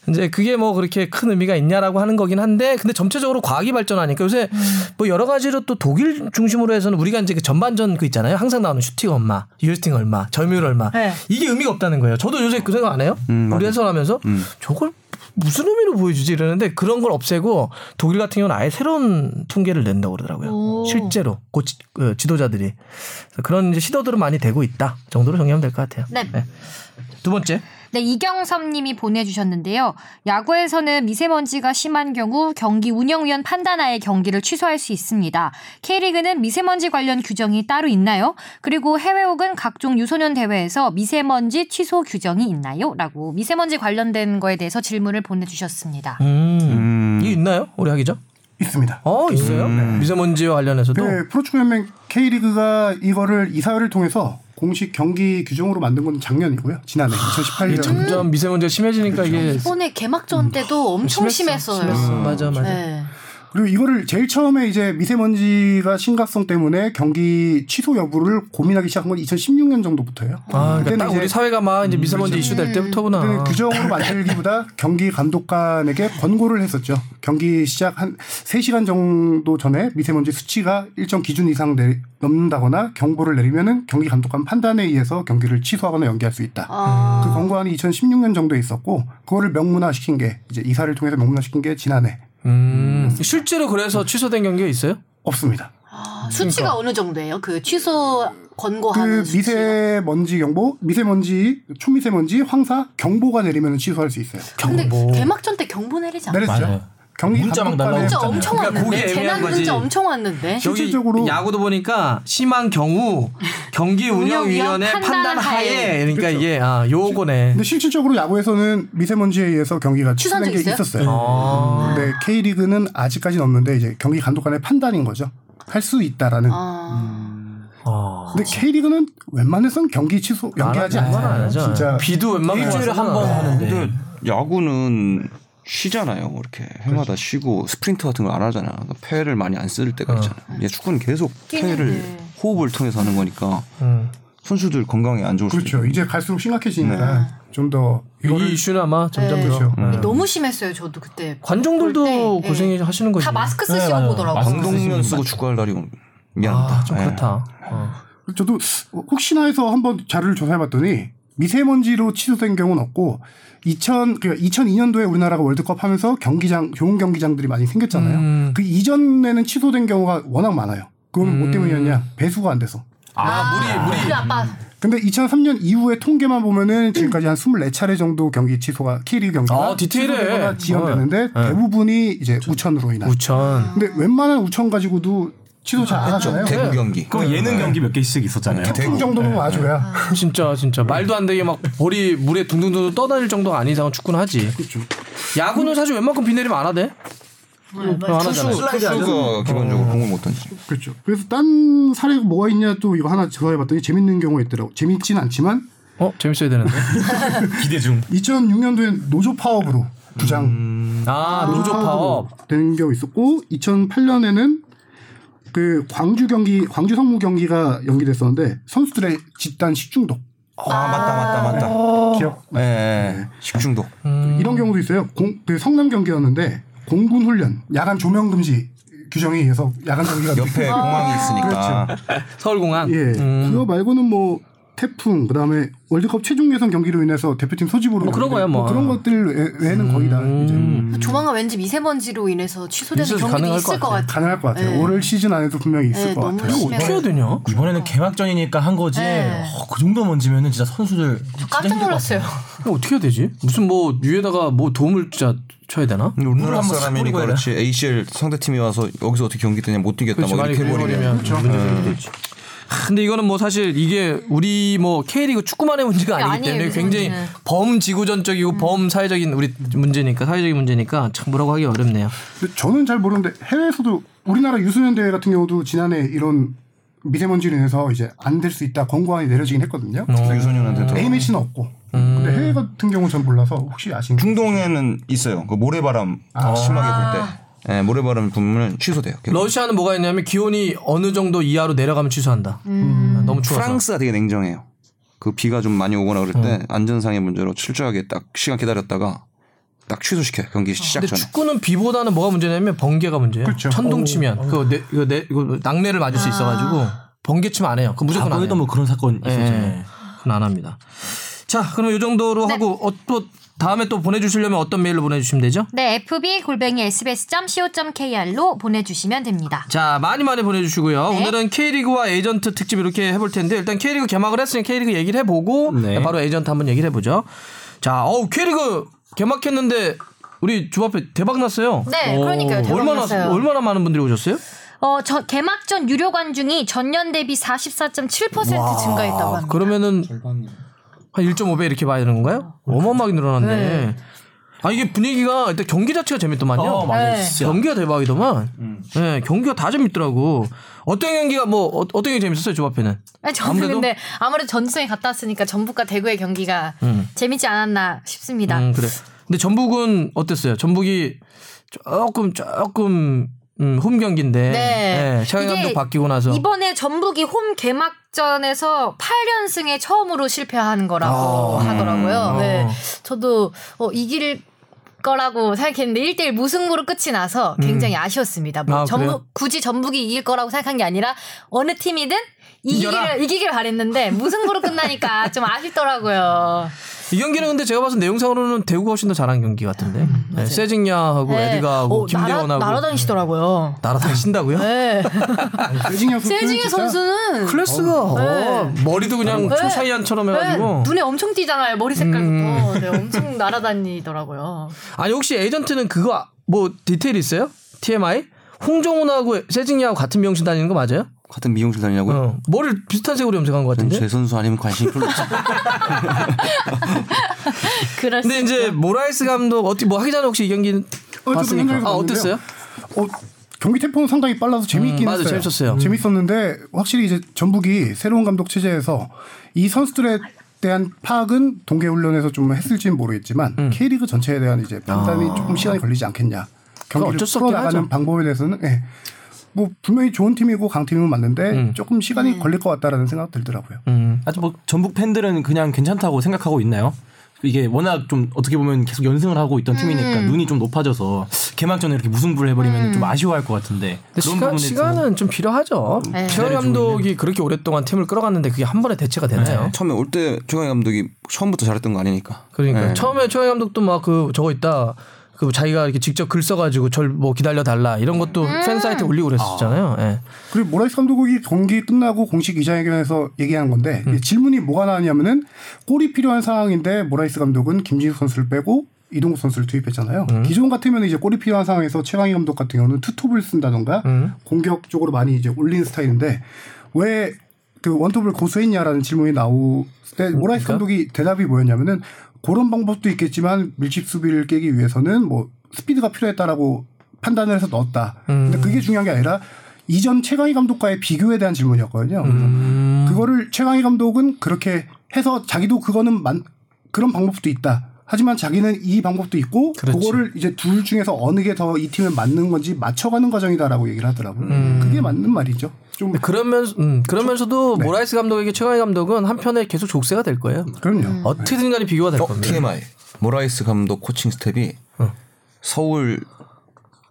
S1: 이제 그게 뭐 그렇게 큰 의미가 있냐라고 하는 거긴 한데 근데 점차적으로 과학이 발전하니까 요새
S7: 음.
S1: 뭐 여러 가지로 또 독일 중심으로 해서는 우리가 이제 그 전반전 그 있잖아요 항상 나오는 슈팅 얼마, 유스팅 얼마, 점유율 얼마
S7: 네.
S1: 이게 의미가 없다는 거예요. 저도 요새 그 생각 안 해요.
S6: 음,
S1: 우리
S6: 맞아요.
S1: 해설하면서
S6: 음.
S1: 저걸 무슨 의미로 보여주지 이러는데 그런 걸 없애고 독일 같은 경우는 아예 새로운 통계를 낸다고 그러더라고요.
S7: 오.
S1: 실제로 고 지, 그 지도자들이 그래서 그런 이제 시도들은 많이 되고 있다 정도로 정리하면 될 것 같아요.
S7: 네.
S1: 두 번째.
S2: 네, 이경섭님이 보내주셨는데요. 야구에서는 미세먼지가 심한 경우 경기 운영위원 판단하에 경기를 취소할 수 있습니다. K리그는 미세먼지 관련 규정이 따로 있나요? 그리고 해외 혹은 각종 유소년 대회에서 미세먼지 취소 규정이 있나요? 라고 미세먼지 관련된 거에 대해서 질문을 보내주셨습니다.
S1: 음.
S6: 음.
S1: 이게 있나요? 우리 하기죠?
S3: 있습니다.
S1: 어 있어요. 미세먼지와 관련해서도.
S3: 네, 프로축구연맹 K리그가 이거를 이사회를 통해서 공식 경기 규정으로 만든 건 작년이고요.
S1: 아,
S3: 지난해 2018년. 음.
S1: 점점 미세먼지가 심해지니까 이게
S3: 그렇죠.
S7: 이번에 개막전 때도 엄청
S1: 심했어.
S7: 심했어요.
S1: 심했어. 맞아 맞아.
S7: 네.
S3: 그리고 이거를 제일 처음에 이제 미세먼지가 심각성 때문에 경기 취소 여부를 고민하기 시작한 건 2016년 정도부터예요.
S1: 아, 그러니까
S3: 그때는
S1: 딱
S3: 이제 음,
S1: 우리 사회가 막 이제 미세먼지 이슈 될
S5: 어.
S3: 그때는
S1: 때부터구나.
S3: 규정으로 만들기보다 경기 감독관에게 권고를 했었죠. 경기 시작 한 3시간 정도 전에 미세먼지 수치가 일정 기준 이상 내- 넘는다거나 경고를 내리면은 경기 감독관 판단에 의해서 경기를 취소하거나 연기할 수 있다.
S7: 아,
S3: 그 권고안이 2016년 정도에 있었고 그거를 명문화시킨 게 이제 이사를 통해서 명문화시킨 게 지난해
S1: 음. 실제로 그래서 취소된 경기가 있어요?
S3: 없습니다.
S7: 아, 수치가 어느 정도예요? 그 취소 권고하는
S3: 그
S7: 아, 수치.
S3: 미세먼지 경보, 미세먼지, 초미세먼지, 황사 경보가 내리면 취소할 수 있어요.
S7: 근데
S1: 경보.
S7: 개막전 때 경보 내리지 않아요?
S4: 네.
S3: 내렸죠. 경기
S5: 문자 막
S3: 감독관의
S7: 문자
S5: 날라오고.
S7: 엄청
S1: 그러니까
S7: 왔는데
S1: 그게 애매한
S7: 재난
S1: 거지.
S7: 문자 엄청 왔는데
S3: 실질적으로-
S1: 야구도 보니까 심한 경우 경기 운영위원회
S7: 운영위원
S1: 판단
S7: 판단
S1: 하에
S7: 하에.
S1: 그러니까
S3: 그렇죠.
S1: 이게 아 요거네.
S3: 근데 실질적으로 야구에서는 미세먼지에 의해서 경기가
S7: 취소한
S3: 취소된 게
S7: 적 있어요?
S3: 있었어요.
S1: 아.
S3: 근데 K리그는 아직까지는 없는데 이제 경기 감독관의 판단인 거죠. 할 수 있다라는.
S1: 음.
S7: 아, 그렇죠.
S1: 아.
S3: 근데 K리그는 웬만해선 경기 취소 연기하지
S1: 안 하죠.
S3: 않아요.
S1: 안 하죠. 네.
S3: 진짜
S1: 비도 웬만큼
S4: 일주일에 한 번
S1: 왔으면.
S4: 하는데
S6: 근데 야구는 쉬잖아요. 이렇게 해마다
S1: 그렇죠.
S6: 쉬고 스프린트 같은 걸 안 하잖아. 그러니까 폐를 많이 안 쓸
S1: 어.
S6: 때가 있잖아. 요 예, 축구는 계속 폐를
S7: 뛰는데.
S6: 호흡을 통해서 하는 거니까
S1: 음.
S6: 선수들 건강에 안 좋을 수도
S3: 그렇죠.
S6: 있고.
S3: 이제 갈수록 심각해지니까 좀 더
S1: 이
S3: 이거를
S1: 이슈는 아마 점점
S7: 네.
S1: 더
S3: 그렇죠.
S1: 음.
S7: 너무 심했어요. 저도 그때
S1: 관중들도
S7: 볼 때.
S1: 고생이
S7: 예.
S1: 하시는 거지.
S7: 다 마스크 쓰시고
S5: 네, 맞아요.
S7: 보더라고요.
S5: 마스크
S6: 방독면 쓰고 축구할 날이 오는. 미안하다.
S1: 아, 좀
S5: 네.
S6: 예.
S1: 그렇다. 어.
S3: 저도 혹시나 해서 한번 자료를 조사해봤더니 미세먼지로 취소된 경우는 없고 2000 그러니까 2002년도에 우리나라가 월드컵 하면서 경기장 좋은 경기장들이 많이
S5: 네.
S3: 생겼잖아요.
S1: 음.
S3: 그 이전에는 취소된 경우가 워낙 많아요. 그건 뭐 때문이었냐? 배수가 안 돼서.
S7: 아, 물이 물이 아빠
S1: 음.
S3: 근데 2003년 이후의 통계만 보면은 지금까지 한 24차례 정도 경기 취소가 K리그 경기가
S1: 아, 디테일해. 어,
S3: 취소되거나 지연되는데 대부분이 이제 우천으로 인한.
S1: 우천.
S3: 근데 웬만한 우천 가지고도 취소 잘 안 하잖아요.
S6: 대구 경기.
S5: 그럼 예능 경기 몇 개씩 있었잖아요.
S3: 태풍 정도는 와줘야.
S1: 아. 진짜 진짜 말도 안 되게 막 볼이
S5: 그렇죠.
S7: 네,
S1: 물에 둥둥둥 떠다닐 정도가 아닌 이상은 축구는 하지. 야구는 사실 웬만큼 비 내리면 안 하대. 투수,
S6: 투수가 아, 기본적으로 공을 못 던지.
S3: 그렇죠. 그래서 딴 사례가 뭐가 있냐 또 이거 하나 조사해봤더니 재밌는 경우가 있더라고. 재밌진 않지만
S1: 어 재밌어야 되는데.
S4: 기대 중.
S3: 2006년도엔 노조 파업으로
S1: 음.
S3: 부장
S5: 음.
S1: 아 노조 파업.
S3: 된 경우 있었고 2008년에는 그 광주 경기 광주 성무 경기가 연기됐었는데 선수들의 집단 식중독
S6: 아 맞다 맞다 맞다.
S3: 기억
S6: 예, 예. 식중독.
S1: 음.
S3: 이런 경우도 있어요. 공, 그 성남 경기였는데 공군 훈련 야간 조명 금지 규정에 의해서 야간
S1: 음.
S3: 경기가
S6: 옆에 공항이 있으니까.
S1: 서울공항. 음.
S3: 예 그거 말고는 뭐 태풍 그다음에 월드컵 최종 예선 경기로 인해서 대표팀 소집으로
S1: 뭐 그런 거야, 뭐. 음.
S3: 그런 것들 외- 외에는 거의 다 이제
S7: 조만간 왠지 미세먼지로 인해서 취소되는
S1: 미세먼지
S7: 경기도
S1: 가능할
S7: 있을
S1: 것
S7: 것 같아요.
S3: 가능할 것 같아요. 올 시즌 안에도 분명히 있을
S7: 네,
S3: 것
S7: 너무
S3: 같아요.
S7: 심해.
S1: 어떻게 해야 되냐?
S4: 이번에는 개막전이니까 한 거지.
S7: 네.
S4: 어, 그 정도 먼지면은 진짜 선수들 진짜
S7: 깜짝
S4: 힘들 것
S7: 놀랐어요.
S1: 이거 어떻게 해야 되지? 무슨 뭐 위에다가 뭐 도움을 진짜 쳐야 되나?
S6: 우리나라
S4: 한번
S6: 사람이니까
S4: 뿌리고
S6: 그렇지. ACL 상대팀이 와서 여기서 어떻게 경기 뛰냐 못 뛰겠다
S1: 그렇지
S6: 막
S1: 뭐 많이
S6: 이렇게 해버리면. 그렇죠. 네.
S1: 해버리면 문제 생길 수 있지. 하, 근데 이거는 뭐 사실 이게 우리 뭐 K리그 축구만의 문제가 아니기
S7: 아니에요,
S1: 때문에
S7: 이
S1: 굉장히
S7: 문제는. 음.
S1: 범지구전적이고 범사회적인 우리 문제니까 사회적인 문제니까 참 뭐라고 하기 어렵네요.
S6: 음.
S3: 근데 저는 잘 모르는데 해외에서도 우리나라 유소년 대회 같은 경우도 지난해 이런 미세먼지로 인해서 이제 안 될 수 있다 권고안이 내려지긴 했거든요.
S6: 유소년한테 더.
S3: A 매치는 없고. 근데 해외 같은 경우 전 몰라서 혹시 아신가요?
S6: 중동에는 있어요. 그 모래바람 심하게 불 때. 예, 모래바람 불면 취소돼요. 경기.
S1: 러시아는 뭐가 있냐면 기온이 어느 정도 이하로 내려가면 취소한다.
S7: 음.
S1: 아, 너무 추워서.
S6: 프랑스가 되게 냉정해요. 그 비가 좀 많이 오거나 그럴 때
S1: 음.
S6: 안전상의 문제로 출전하게 딱 시간 기다렸다가 딱 취소시켜 요 경기 시작
S1: 아, 근데
S6: 전에.
S1: 축구는 비보다는 뭐가 문제냐면 번개가 문제예요.
S3: 그렇죠.
S1: 천둥 치면 그거 내 이거 내 이거 낙뢰를 맞을
S7: 아.
S1: 수 있어가지고 번개 치면 안 해요. 그 무조건
S6: 아,
S1: 안 해요.
S4: 과거에도 뭐 그런 사건
S1: 예,
S4: 있었잖아요.
S1: 예. 그건 안 합니다. 자, 그럼 이 정도로
S2: 네.
S1: 하고 어, 또 다음에 또 보내주시려면 어떤 메일로 보내주시면 되죠?
S2: 네, fb 골뱅이 sbs.co.kr로 보내주시면 됩니다.
S1: 자, 많이 많이 보내주시고요.
S2: 네.
S1: 오늘은 K리그와 에이전트 특집 이렇게 해볼 텐데 일단 K리그 개막을 했으니 K리그 얘기를 해보고
S4: 네.
S1: 바로 에이전트 한번 얘기를 해보죠. 자, 어우 K리그 개막했는데 우리 주 앞에 대박 났어요.
S2: 네, 그러니까요. 대박
S1: 얼마나
S7: 났어요.
S1: 얼마나 많은 분들이 오셨어요?
S2: 어, 저 개막전 유료 관중이 전년 대비 44.7% 증가했다고 합니다.
S1: 그러면은 한 1.5배 이렇게 봐야 되는 건가요? 어마어마하게 늘어났네.
S7: 네.
S1: 아 이게 분위기가 일단 경기 자체가 재밌더만요.
S4: 어, 맞아요.
S7: 네.
S4: 진짜. 음.
S1: 경기가 대박이더만. 네, 경기가 다 재밌더라고. 어떤 경기가 뭐 어, 떤 경기 재밌었어요? 조 앞에는.
S2: 아니, 저는
S1: 아무래도?
S2: 근데 아무래도 전주성에 갔다 왔으니까 전북과 대구의 경기가 재밌지 않았나 싶습니다.
S1: 음, 그래. 근데 전북은 어땠어요? 전북이 조금 조금 음, 홈 경기인데.
S2: 네.
S1: 네, 차강
S2: 이게
S1: 감독 바뀌고 나서
S2: 이번에 전북이 홈 개막전에서 8연승에 처음으로 실패한 거라고
S1: 아, 음. 어.
S2: 하더라고요. 네. 저도 어, 이길 거라고 생각했는데 1대1 무승부로 끝이 나서 굉장히 아쉬웠습니다. 뭐
S1: 음. 아,
S2: 전북
S1: 그래요?
S2: 굳이 전북이 이길 거라고 생각한 게 아니라 어느 팀이든
S1: 이겨라.
S2: 이기기를, 이기길 바랬는데 무승부로 끝나니까 좀 아쉽더라고요.
S1: 이 경기는 근데 제가 봐서 내용상으로는 대구가 훨씬 더 잘한 경기 같은데. 네, 세징야하고
S2: 음, 네.
S1: 에디가하고
S2: 어,
S1: 김대원하고 음.
S2: 날아, 날아다니시더라고요.
S1: 날아다니신다고요?
S2: 네.
S3: 세징야
S2: 세징의 선수는
S1: 음, 클래스가 어, 머리도 그냥
S2: 네.
S1: 초사이안처럼 해가지고 음.
S2: 네, 눈에 엄청 띄잖아요. 머리 색깔부터 네, 엄청 날아다니더라고요.
S1: 아니 혹시 에이전트는 그거 아- 뭐 디테일 있어요? TMI? 홍정훈하고 세징야하고 같은 미용실 다니는 거 맞아요?
S6: 같은 미용실 다니냐고요? 음,
S1: 어, 머리를 비슷한 색으로 염색한 것 같은데.
S6: 제 선수 아니면 관심이 별로 없어.
S2: 그럴
S1: 근데 이제 모라이스 감독 어떻게 뭐 하기 전에 혹시 이 경기는
S3: 어, 저도
S1: 봤습니까?
S3: 현장에서
S1: 아
S3: 봤는데요.
S1: 어땠어요?
S3: 어, 경기 태풍은 상당히 빨라서 재미있긴
S1: 음, 맞아요.
S3: 했어요.
S1: 재밌었어요.
S3: 재밌었는데 확실히 이제 전북이 새로운 감독 체제에서 이 선수들에 대한 파악은 동계 훈련에서 좀 했을지는 모르겠지만
S1: 음.
S3: K리그 전체에 대한 이제 판단이 조금 시간이 걸리지 않겠냐.
S1: 아.
S3: 경기를
S1: 어쩔 수
S3: 풀어
S1: 없긴
S3: 나가는
S1: 하죠.
S3: 방법에 대해서는 예. 뭐 분명히 좋은 팀이고 강팀이면 맞는데
S1: 음.
S3: 조금 시간이 걸릴 것 같다라는 생각 들더라고요.
S4: 아주 뭐 전북 팬들은 그냥 괜찮다고 생각하고 있나요? 이게 워낙 좀 어떻게 보면 계속 연승을 하고 있던 팀이니까 눈이 좀 높아져서 개막전에 이렇게 무승부를 해버리면 좀 아쉬워할 것 같은데
S1: 근데 시간, 시간은 좀 필요하죠. 최강 감독이 그렇게 오랫동안 팀을 끌어갔는데 그게 한 번에 대체가 되나요?
S6: 처음에 올 때 최강희 감독이 처음부터 잘했던 거 아니니까.
S1: 그러니까
S6: 네.
S1: 처음에 최강 감독도 막 그 저거 있다. 그 자기가 이렇게 직접 글 써가지고 절 뭐 기다려 달라 이런 것도 팬 사이트 올리고 그랬었잖아요. 예.
S3: 그리고 모라이스 감독이 경기 끝나고 공식 기자회견에서 얘기한 건데 이제 질문이 뭐가 나왔냐면은 골이 필요한 상황인데 모라이스 감독은 김진수 선수를 빼고 이동국 선수를 투입했잖아요. 기존 같으면 이제 골이 필요한 상황에서 최강희 감독 같은 경우는 투톱을 쓴다던가 공격 쪽으로 많이 이제 올리는 스타일인데 왜 그 원톱을 고수했냐라는 질문이 나올 때 모라이스 감독이 대답이 뭐였냐면은 그런 방법도 있겠지만 밀집 수비를 깨기 위해서는 뭐 스피드가 필요했다라고 판단을 해서 넣었다. 근데 그게 중요한 게 아니라 이전 최강희 감독과의 비교에 대한 질문이었거든요. 그래서 그거를 최강희 감독은 그렇게 해서 자기도 그거는 만- 그런 방법도 있다. 하지만 자기는 이 방법도 있고 그거를 이제 둘 중에서 어느 게 더 이 팀에 맞는 건지 맞춰가는 과정이다라고 얘기를 하더라고요. 그게 맞는 말이죠. 좀
S1: 근데 그러면서 음, 그러면서도 모라이스 감독에게 최강희 감독은 한편에 계속 족쇄가 될 거예요.
S3: 그럼요.
S7: 음.
S1: 어떻게든 간에 비교가 될
S6: 어,
S1: 겁니다.
S6: TMI. 모라이스 감독 코칭 스텝이
S1: 어.
S6: 서울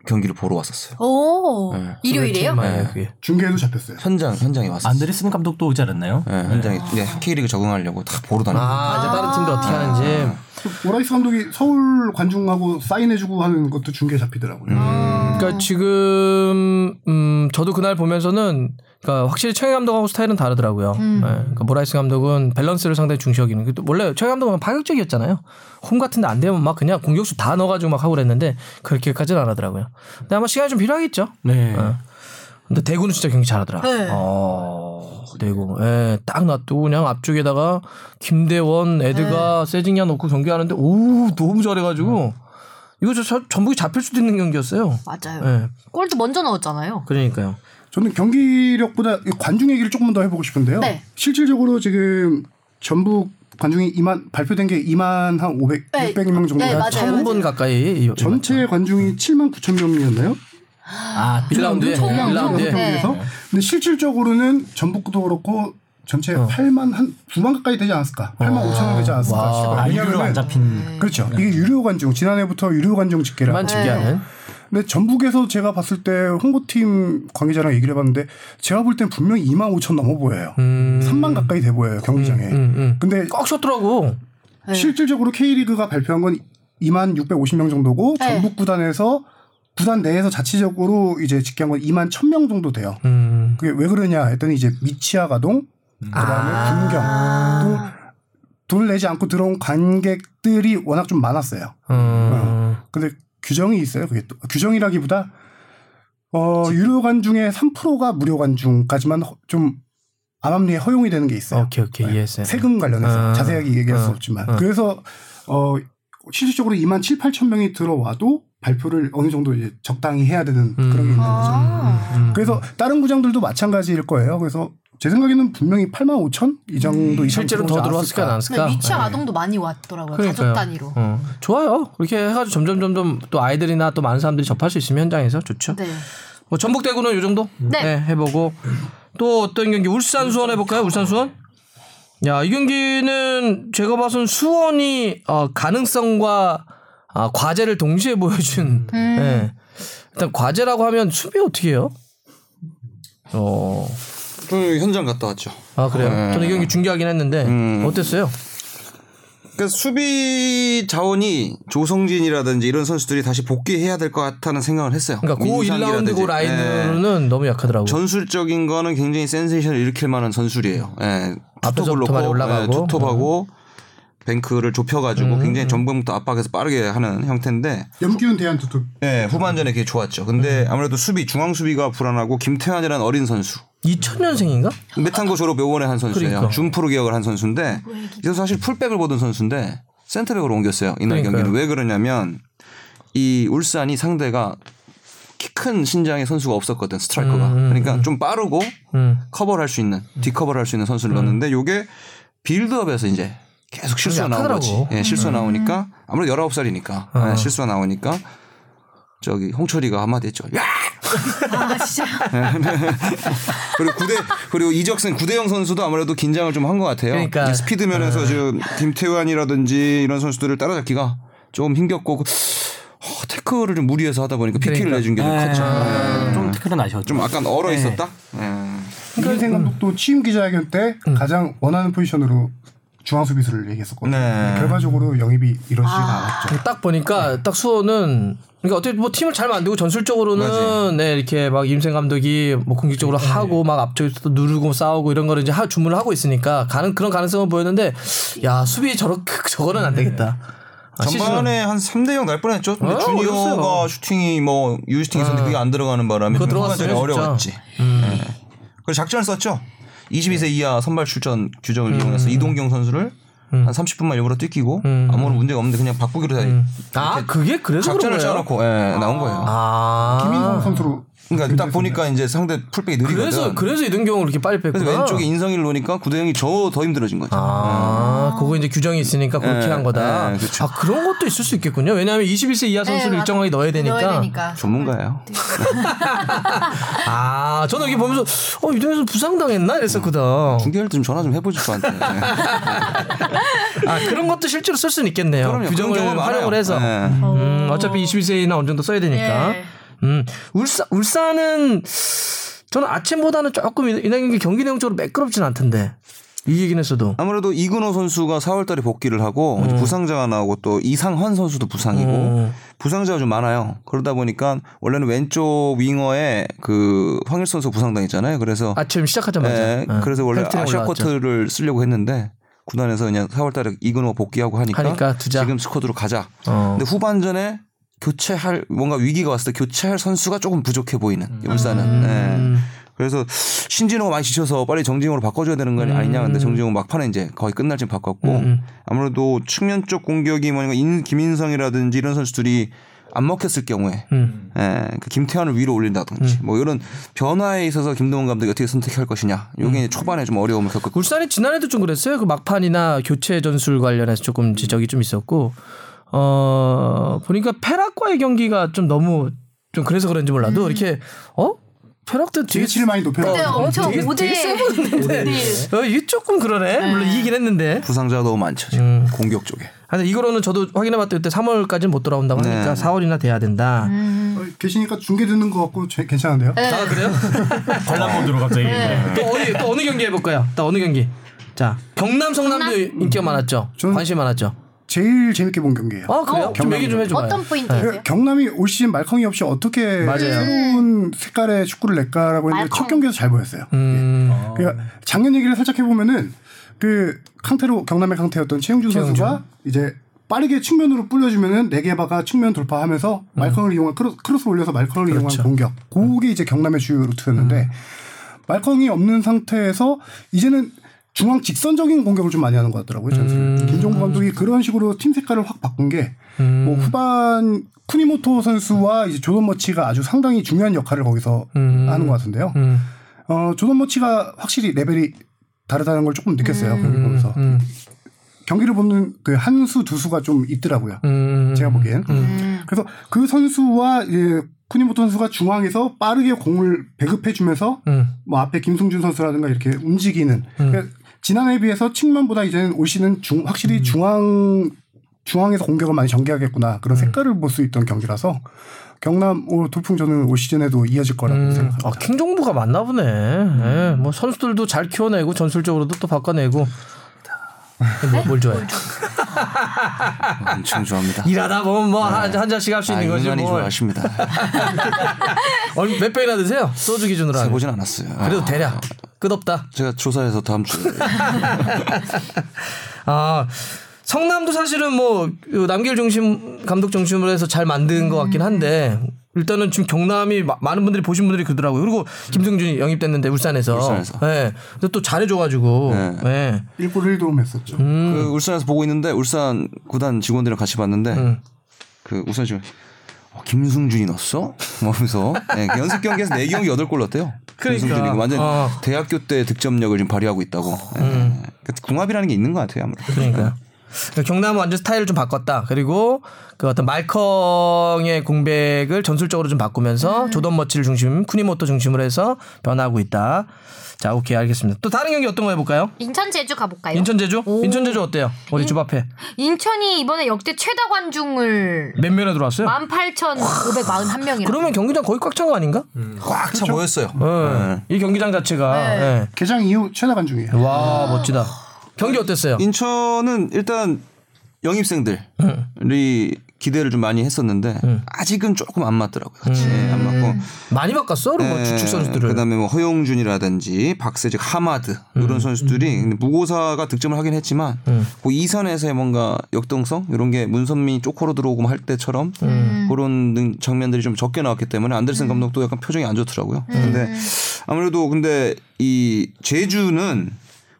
S6: 경기를 보러 왔었어요.
S7: 오
S1: 네,
S7: 일요일에요?
S1: TMI 예요, 그게. 아.
S3: 중계에도 잡혔어요.
S6: 현장 현장에 왔어요.
S4: 안드레슨 감독도 오지 않았나요?
S6: 예, 현장에 이제 K리그 적응하려고 다 보러 다니고.
S1: 아, 이제 다른 팀들 어떻게 하는지.
S3: 오라이스 감독이 서울 관중하고 사인해주고 하는 것도 중계에 잡히더라고요. 아.
S1: 그러니까 지금 음, 저도 그날 보면서는 그러니까 확실히 최강 감독하고 스타일은 다르더라고요. 예, 그러니까 모라이스 감독은 밸런스를 상당히 중시하기 는또 원래 최강 감독은 파격적이었잖아요. 홈 같은데 안 되면 막 그냥 공격수 다 넣어가지고 막 하고 그랬는데 그렇게까지는 안 하더라고요. 근데 아마 시간이 좀 필요하겠죠.
S4: 네.
S1: 어. 근데 대구는 진짜 경기 잘하더라.
S7: 네.
S1: 어, 대구. 예, 딱 놔두고 그냥 앞쪽에다가 김대원, 에드가, 세징야 놓고 경기하는데 오 너무 잘해가지고 이거 저 저- 전북이 잡힐 수도 있는 경기였어요.
S2: 맞아요.
S1: 예,
S2: 골도 먼저 넣었잖아요.
S1: 그러니까요.
S3: 저는 경기력보다 이 관중 얘기를 조금 더 해보고 싶은데요.
S7: 네.
S3: 실질적으로 지금 전북 관중이 2만 발표된 게 2만 한 500,
S7: 네.
S3: 600명 정도.
S7: 네, 맞아요.
S1: 천 분 가까이 음, 이-
S3: 전체
S4: 음.
S3: 관중이 7만 9천 명이었나요?
S4: 아,
S1: 일라운드에 네.
S3: 일
S1: 일라운드
S3: 라드
S1: 에 음,
S3: 경기에서. 근데 실질적으로는 전북도 그렇고 전체
S4: 어.
S3: 8만 한 9만 가까이 되지 않았을까? 8만 5천 명 되지 않았을까? 싶어요.
S4: 아, 어. 유료로 안 잡힌. 네.
S3: 그렇죠. 이게 유료 관중 지난해부터 유료 관중 집계라.
S1: 만 집계하는.
S3: 근데 전북에서 제가 봤을 때 홍보팀 관계자랑 얘기를 해봤는데 제가 볼 땐 분명히 2만 5천 넘어 보여요.
S1: 음.
S3: 3만 가까이 돼 보여요 경기장에. 근데
S1: 꽉 쳤더라고. 음,
S3: 실질적으로 K리그가 발표한 건 2만 650명 정도고
S7: 네.
S3: 전북 구단에서 구단 내에서 자체적으로 이제 집계한 건 2만 1,000명 정도 돼요.
S1: 음.
S3: 그게 왜 그러냐 했더니 이제 미치아가동 그다음에 분경
S1: 아,
S7: 아.
S3: 또 돈을 내지 않고 들어온 관객들이 워낙 좀 많았어요.
S1: 음.
S3: 근데 규정이 있어요. 그게 또 규정이라기보다 어 유료 관중의 3%가 무료 관중까지만 허- 좀 암암리에 허용이 되는 게 있어요.
S1: 오케이 오케이
S3: 네.
S1: 이해했어요.
S3: 세금 관련해서
S1: 아.
S3: 자세하게 얘기할
S1: 아.
S3: 수 없지만 그래서 어 실질적으로 2만 7, 8천 명이 들어와도 발표를 어느 정도 이제 적당히 해야
S1: 음.
S3: 되는 그런 게 있는 거죠.
S7: 아.
S3: 그래서 다른 구장들도 마찬가지일 거예요. 그래서 제 생각에는 분명히 8만 5천 이 정도 이상
S1: 음. 실제로 더 들어왔을까 안
S7: 근데
S1: 왔을까?
S2: 네,
S7: 네, 미취학 아동도 많이 왔더라고요.
S1: 그렇죠. 네.
S7: 가족
S1: 그러니까요.
S7: 단위로.
S1: 어, 좋아요. 그렇게 해가지고 점점 점점 또 아이들이나 또 많은 사람들이 접할 수 있으면 현장에서 좋죠.
S7: 네.
S1: 뭐 전북 대구는 요 정도
S7: 네.
S1: 해보고 또 어떤 경기 울산 수원 해볼까요? 울산 수원. 야, 이 경기는 제가 봐선 수원이 어, 가능성과 아, 과제를 동시에 보여준. 예. 일단 과제라고 하면 수비 어떻게 해요? 어,
S6: 저는 그 현장 갔다 왔죠.
S1: 아 그래요.
S6: 네.
S1: 저는 이 경기 중계하긴 했는데
S6: 음.
S1: 어땠어요?
S6: 그러니까 수비 자원이 조성진이라든지 이런 선수들이 다시 복귀해야 될 것 같다는 생각을 했어요.
S1: 그러니까 고
S6: 민상기라든지.
S1: 1라운드 고
S6: 예.
S1: 라인으로는 너무 약하더라고.
S6: 전술적인 거는 굉장히 센세이션을 일으킬 만한 선수들이에요. 예.
S1: 앞에서부터
S6: 투톱을
S1: 많이
S6: 놓고,
S1: 올라가고. 음.
S6: 예, 투톱하고 뱅크를 좁혀가지고 굉장히 전범부터 압박해서 빠르게 하는 형태인데
S3: 염기훈 대한 투톱
S6: 예, 후반전에 그게 좋았죠. 근데
S1: 음.
S6: 아무래도 수비 중앙 수비가 불안하고 김태환이라는 어린 선수
S1: 2000년생인가?
S6: 메탄고 졸업 요번에 한 선수예요.
S1: 그러니까.
S6: 준프로 기억을 한 선수인데 이 선수 사실 풀백을 보던 선수인데 센터백으로 옮겼어요. 이날
S1: 그러니까요.
S6: 경기는 왜 그러냐면 이 울산이 상대가 키 큰 신장의 선수가 없었거든 스트라이커가.
S1: 음,
S6: 그러니까 좀 빠르고 커버를 할 수 있는 뒤커버를 할 수 있는
S1: 음.
S6: 선수를 넣었는데 요게 빌드업에서 이제 계속 실수가 나온 거지.
S1: 약하더라고. 음.
S6: 예, 실수가 나오니까 아무래도 19살이니까 예, 실수가 나오니까 저기 홍철이가 한마디 했죠. 야!
S7: 아 진짜.
S6: 그리고 구대 그리고 이적생 구대영 선수도 아무래도 긴장을 좀 한 것 같아요.
S1: 그러니까.
S6: 이제 스피드 면에서 지금 김태환이라든지 이런 선수들을 따라잡기가 조금 힘겹고 그- 어, 태클을 좀 무리해서 하다 보니까
S1: 그러니까.
S6: PT를 내준 게 좀
S1: 네.
S6: 컸죠.
S1: 아.
S6: 예.
S4: 네. 그렇죠. 좀 태클은 아쉬웠죠.
S6: 좀 약간 얼어
S4: 네.
S6: 있었다. 예.
S1: 그러니까
S3: 이인생
S1: 음.
S3: 감독도 취임 기자회견 때 가장 원하는 포지션으로 중앙 수비수를 얘기했었거든요.
S6: 네.
S3: 결과적으로 영입이 이루어지지가 않았죠.
S1: 딱 보니까 딱 수원은 그러니까 어떻게 뭐 팀을 잘 만들고 전술적으로는 네, 이렇게 막 임생 감독이 뭐 공격적으로 하고 막 앞쪽에서 또 누르고 뭐 싸우고 이런 거를 이제 하, 주문을 하고 있으니까 가는 그런 가능성은 보였는데 야 수비 저렇게 저거는 안 되겠다. 아, 시즌은
S6: 전반에 한 3대 0 날 뻔했죠. 근데
S1: 어,
S6: 주니어가
S1: 어려웠어요.
S6: 슈팅이 뭐 유슈팅 있었는데 그게 안 들어가는 바람에
S1: 그거
S6: 좀
S1: 들어갔어요,
S6: 후반전이
S1: 진짜. 음.
S6: 어려웠지. 예. 그래서 작전을 썼죠. 22세
S1: 네.
S6: 이하 선발 출전 규정을
S1: 음.
S6: 이용해서 이동경 선수를 한 30분만 일부러 뛰기고 아무런 문제가 없는데 그냥 바꾸기로 다
S1: 음. 아 그게 그래서 그런 거예요.
S6: 작전을 짜놓고 예, 나온 거예요.
S1: 아
S3: 빠른 선수로
S6: 그러니까 딱 보니까 이제 상대 풀백이 느리거든.
S1: 그래서 그래서 이등 경우 이렇게 빨리 뺐구나.
S6: 그래서 왼쪽에 인성일 놓으니까 구대영이 저 더 힘들어진 거죠.
S1: 아, 그거 이제 규정이 있으니까 그렇게
S6: 예,
S1: 한 거다.
S6: 예, 음. 그렇죠. 네,
S1: 아, 그런 것도 있을 수 있겠군요. 왜냐하면 21세 이하 선수를 일정하게 넣어야 되니까.
S2: 네, 넣어야 되니까.
S6: 전문가예요.
S1: 어. 아, 저는 이게 보면서, 어, 이동에서 부상당했나? 이랬었거든.
S6: 음. 중계할 때 좀 전화 좀 해보죠 저한테. 네.
S1: 아, 그런 것도 실제로 쓸 수는 있겠네요.
S6: 그럼요.
S1: 규정을
S6: 그런 경우 많아요.
S1: 활용을 해서.
S6: 네.
S1: 음, 어차피 21세이나 어느 정도 써야 되니까.
S2: 예.
S1: 음, 울산, 울산은 저는 아침보다는 조금 이낙연이 경기 내용적으로 매끄럽진 않던데. 이 얘기는 했어도.
S6: 아무래도 이근호 선수가 4월달에 복귀를 하고 이제 부상자가 나오고 또 이상환 선수도 부상이고
S1: 음.
S6: 부상자가 좀 많아요. 그러다 보니까 원래는 왼쪽 윙어에 그 황일 선수 부상당했잖아요. 그래서
S1: 아침 시작하자마자.
S6: 예,
S1: 예.
S6: 그래서 원래
S1: 헬프트링
S6: 아시아
S1: 올라왔죠.
S6: 코트를 쓰려고 했는데 구단에서 그냥 4월달에 이근호 복귀하고 하니까,
S1: 하니까 두자.
S6: 지금 스쿼드로 가자.
S1: 어.
S6: 근데 후반전에 교체할 뭔가 위기가 왔을 때 교체할 선수가 조금 부족해 보이는 울산은.
S1: 음.
S6: 예. 그래서 신진호가 많이 지쳐서 빨리 정징호로 바꿔줘야 되는 거 아니냐.
S1: 음.
S6: 근데 정징호 막판에 이제 거의 끝날 쯤 바꿨고 아무래도 측면 쪽 공격이 뭐니까 인- 김인성이라든지 이런 선수들이 안 먹혔을 경우에
S1: 음.
S6: 예, 그 김태환을 위로 올린다든지 뭐 이런 변화에 있어서 김동원 감독이 어떻게 선택할 것이냐 요게 이제 초반에 좀 어려움을
S1: 음.
S6: 겪었고
S1: 울산이 지난해도 좀 그랬어요. 그 막판이나 교체 전술 관련해서 조금 지적이 좀 있었고, 어, 보니까 페락과의 경기가 좀 너무 좀 그래서 그런지 몰라도 이렇게, 어? 페락도 되게
S3: 제일 많이 높여.
S2: 그때 엄청
S1: 아, 되게-
S2: 5대
S1: 되게 세 보였는데. 어, 이게 조금 그러네. 물론 이기긴 했는데.
S6: 부상자가 너무 많죠
S1: 음.
S6: 지금 공격 쪽에
S1: 근데 이거로는 저도 확인해봤더니 이때 3월까지는 못 돌아온다고 하니까
S6: 네.
S1: 4월이나 돼야 된다.
S3: 어, 계시니까 중계 듣는 것 같고 제- 괜찮은데요?
S1: 아 그래요?
S5: 관람 모드로 갑자기.
S1: 또 어디 또 어느 경기 해볼까요? 또 어느 경기? 자 경남 성남도 인기가 많았죠.
S3: 저는-
S1: 관심 많았죠.
S3: 제일 재밌게 본 경기예요.
S7: 어,
S1: 아 그래요? 좀 얘기 좀 해줘봐요. 네.
S7: 어떤 포인트세요?
S3: 그 경남이 올 시즌 말컹이 없이 어떻게 새로운 색깔의 축구를 낼까라고 했는데
S7: 말컹.
S3: 첫 경기에서 잘 보였어요.
S1: 음,
S3: 그러니까 작년 얘기를 살짝 해보면은 그 강태로 경남의 강태였던 최용준 선수가 이제 빠르게 측면으로 뿌려주면은 네게바가 측면 돌파하면서 말컹을 이용한 크로, 크로스 올려서 말컹을 이용한 공격. 그게 이제 경남의 주요 루트였는데 말컹이 없는 상태에서 이제는 중앙 직선적인 공격을 좀 많이 하는 것 같더라고요. 전술. 김종국 감독이 그런 식으로 팀 색깔을 확 바꾼 게, 뭐 후반 쿠니모토 선수와 이제 조던 머치가 아주 상당히 중요한 역할을 거기서 하는 것 같은데요.
S1: 음.
S3: 어, 조던 머치가 확실히 레벨이 다르다는 걸 조금 느꼈어요. 경기 보면서.
S1: 음.
S3: 경기를 보는 그 한 수, 두 수가 좀 있더라고요.
S1: 음.
S3: 제가 보기엔. 그래서 그 선수와 예, 쿠니모토 선수가 중앙에서 빠르게 공을 배급해주면서
S1: 음.
S3: 뭐 앞에 김승준 선수라든가 이렇게 움직이는. 그러니까 지난해에 비해서 측면보다 이제는 올 시는 중, 확실히
S1: 음.
S3: 중앙 중앙에서 공격을 많이 전개하겠구나
S1: 음.
S3: 그런 색깔을 볼 수 있던 경기라서 경남 올 돌풍 저는 올 시즌에도 이어질 거라고 생각합니다.
S1: 아, 킹종부가 맞나 보네. 예, 뭐 선수들도 잘 키워내고 전술적으로도 또 바꿔내고. 뭐, 뭘 좋아해?
S6: 엄청 좋아합니다.
S1: 일하다 보면 뭐한 한 잔씩 할 수
S6: 아,
S1: 있는 거지
S6: 유난히
S1: 뭐.
S6: 좋아하십니다.
S1: 얼- 몇 병이나 드세요? 소주 기준으로 하면.
S6: 해보진 않았어요.
S1: 그래도
S6: 아,
S1: 대략 끝없다.
S6: 제가 조사해서 다음 주에
S1: 아 성남도 사실은 뭐그 남길 중심 감독 중심으로 해서 잘 만든 것 같긴 한데 일단은 지금 경남이 마- 많은 분들이 보신 분들이 그러더라고요. 그리고 김승준이 영입됐는데 울산에서.
S6: 울산에서.
S1: 예. 근데 또 잘해줘가지고.
S6: 네.
S1: 예.
S3: 1골 1도움 했었죠.
S1: 음.
S6: 그 울산에서 보고 있는데 울산 구단 직원들이랑 같이 봤는데
S1: 음.
S6: 그 울산 지금 어, 김승준이 넣었어? 뭐 하면서 네, 그 연습 경기에서 4경기 8골 넣었대요.
S1: 그러니까.
S6: 김승준이 완전
S1: 어. 음.
S6: 대학교 때 득점력을 지금 발휘하고 있다고. 네. 그 궁합이라는 게 있는 것 같아요. 아무래도.
S1: 그러니까. 경남은 완전 스타일을 좀 바꿨다. 그리고 그 어떤 말컹의 공백을 전술적으로 좀 바꾸면서 조던 머치를 중심, 쿠니모토 중심으로 해서 변화하고 있다. 자, 오케이, 알겠습니다. 또 다른 경기 어떤 거 해볼까요?
S2: 인천 제주 가볼까요?
S1: 인천 제주? 인천 제주 어때요? 어디 집 앞에
S2: 인천이 이번에 역대 최다 관중을
S1: 몇 면에 들어왔어요?
S2: 아, 18,541명이라.
S1: 음. 그러면 경기장 거의 꽉 찬 거 아닌가?
S6: 음. 꽉
S1: 그렇죠.
S6: 차 보였어요.
S1: 예. 이 경기장 자체가 예.
S3: 개장 이후 최다 관중이에요.
S1: 와 멋지다. 경기 어땠어요?
S6: 인천은 일단 영입생들이
S1: 음.
S6: 기대를 좀 많이 했었는데 아직은 조금 안 맞더라고요. 같이
S1: 음.
S6: 예, 안 맞고
S1: 많이 바꿨어? 그런 거
S6: 예,
S1: 뭐 주축 선수들을.
S6: 그다음에 뭐 허용준이라든지 박세직, 하마드 이런
S1: 음.
S6: 선수들이 근데 무고사가 득점을 하긴 했지만 그 이선에서의 뭔가 역동성 이런 게 문선미 쪼코로 들어오고 할 때처럼
S1: 음.
S6: 그런 능- 장면들이 좀 적게 나왔기 때문에 안데르슨 감독도 약간 표정이 안 좋더라고요. 근데 아무래도 근데 이 제주는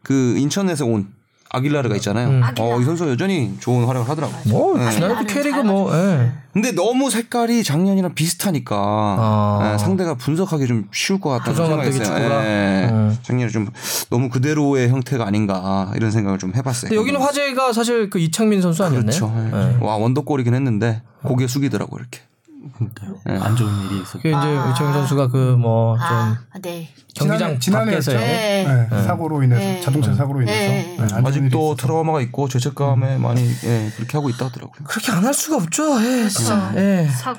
S6: 그 인천에서 온 아길라르가 있잖아요.
S1: 음.
S6: 어, 이 선수가 여전히 좋은 활약을 하더라고.
S1: 뭐
S6: 네.
S1: 나도 캐리그 뭐 예.
S6: 근데 너무 색깔이 작년이랑 비슷하니까
S1: 아.
S6: 예, 상대가 분석하기 좀 쉬울 것 같다는
S1: 구성은
S6: 생각이
S1: 되게
S6: 있어요.
S1: 축구라.
S6: 예.
S1: 음.
S6: 작년에 좀 너무 그대로의 형태가 아닌가 이런 생각을 좀 해봤어요.
S1: 근데 여기는 화제가 사실 그 이창민 선수 아니었나요?
S6: 그렇죠. 예.
S1: 예.
S6: 와 원더골이긴 했는데 고개 숙이더라고 이렇게.
S4: 안 좋은 일이 있었.
S1: 그게 이제 이창민 선수가 그 뭐 좀
S7: 아, 네.
S1: 경기장
S3: 지난해-
S1: 밖에서
S3: 지난해였죠.
S7: 네.
S3: 네, 사고로 인해서 자동차 사고로 인해서
S7: 네.
S3: 네, 안 좋은 일이
S6: 아직도
S3: 있었어요.
S6: 트라우마가 있고 죄책감에
S1: 음.
S6: 많이 예, 그렇게 하고 있다 하더라고요.
S1: 그렇게 안 할 수가 없죠. 예, 진짜.
S7: 그렇죠.
S1: 예.
S2: 사-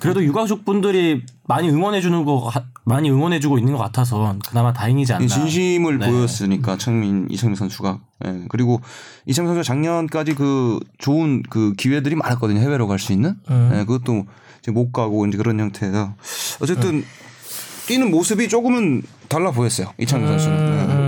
S4: 그래도 유가족 분들이 많이 응원해 주는 거 가- 많이 응원해 주고 있는 것 같아서 그나마 다행이지 않나.
S6: 이 음, 진심을
S4: 네.
S6: 보였으니까 창민 이창민 선수가 예. 그리고 이창민 선수가 작년까지 그 좋은 그 기회들이 많았거든요 해외로 갈 수 있는 예, 그것도 이제 못 가고 이제 그런 형태에서 어쨌든 뛰는 모습이 조금은 달라 보였어요 이창민 선수는
S1: 음.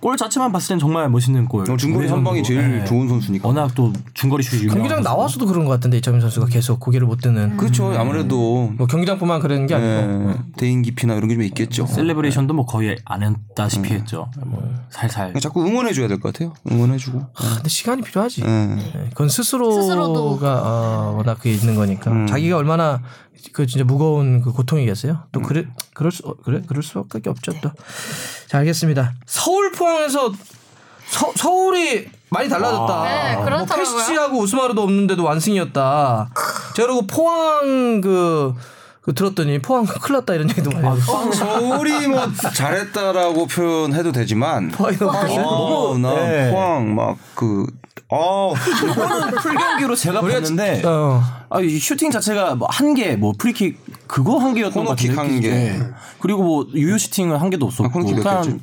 S4: 골 자체만 봤을 땐 정말 멋있는 골.
S6: 예. 어, 중거리 선방이 제일
S4: 네.
S6: 좋은 선수니까
S4: 워낙 또 중거리 슛이 유명.
S1: 경기장 나와서도 그런 것 같은데 이창민 선수가 계속 고개를 못 드는.
S7: 음.
S6: 그렇죠 아무래도
S1: 뭐 경기장뿐만 그런 게
S6: 예,
S1: 아니고.
S6: 대인 기피나 이런 게 좀 있겠죠
S4: 셀레브레이션도 뭐 거의 안 했다시피 했죠. 뭐 살살.
S6: 그러니까 자꾸 응원해 줘야 될 것 같아요 응원해 주고
S1: 아, 근데 시간이 필요하지.
S7: 음.
S6: 예.
S1: 예, 그건 스스로가
S7: 스스로도.
S1: 어, 워낙 그게 있는 거니까
S6: 음.
S1: 자기가 얼마나 그 진짜 무거운 그 고통이겠어요.
S6: 음.
S1: 또 그래 그럴 수 어, 그래 그럴 수밖에 없죠
S7: 네.
S1: 또. 자 알겠습니다. 서울 포항에서 서, 서울이 많이 달라졌다.
S7: 네, 그렇더라고요.
S1: 뭐 캐시하고 우스마르도 없는데도 완승이었다. 제가 그러고 포항 그, 그 들었더니 포항 큰일 났다 이런 얘기도 많이 했어요.
S6: 서울이 뭐 잘했다라고 표현해도 되지만
S1: 어.
S4: 너무-
S6: 나
S4: 네.
S6: 포항 그, 막그아
S4: 풀경기로 제가 봤는데
S1: 어.
S4: 아, 이 슈팅 자체가 뭐 한 개, 뭐 프리킥 그거 한 개였던 것 같은데
S6: 코너킥 한 개.
S4: 네. 그리고 뭐 유효 슈팅은 한 개도 없었고,
S6: 아, 코너킥 몇
S4: 약간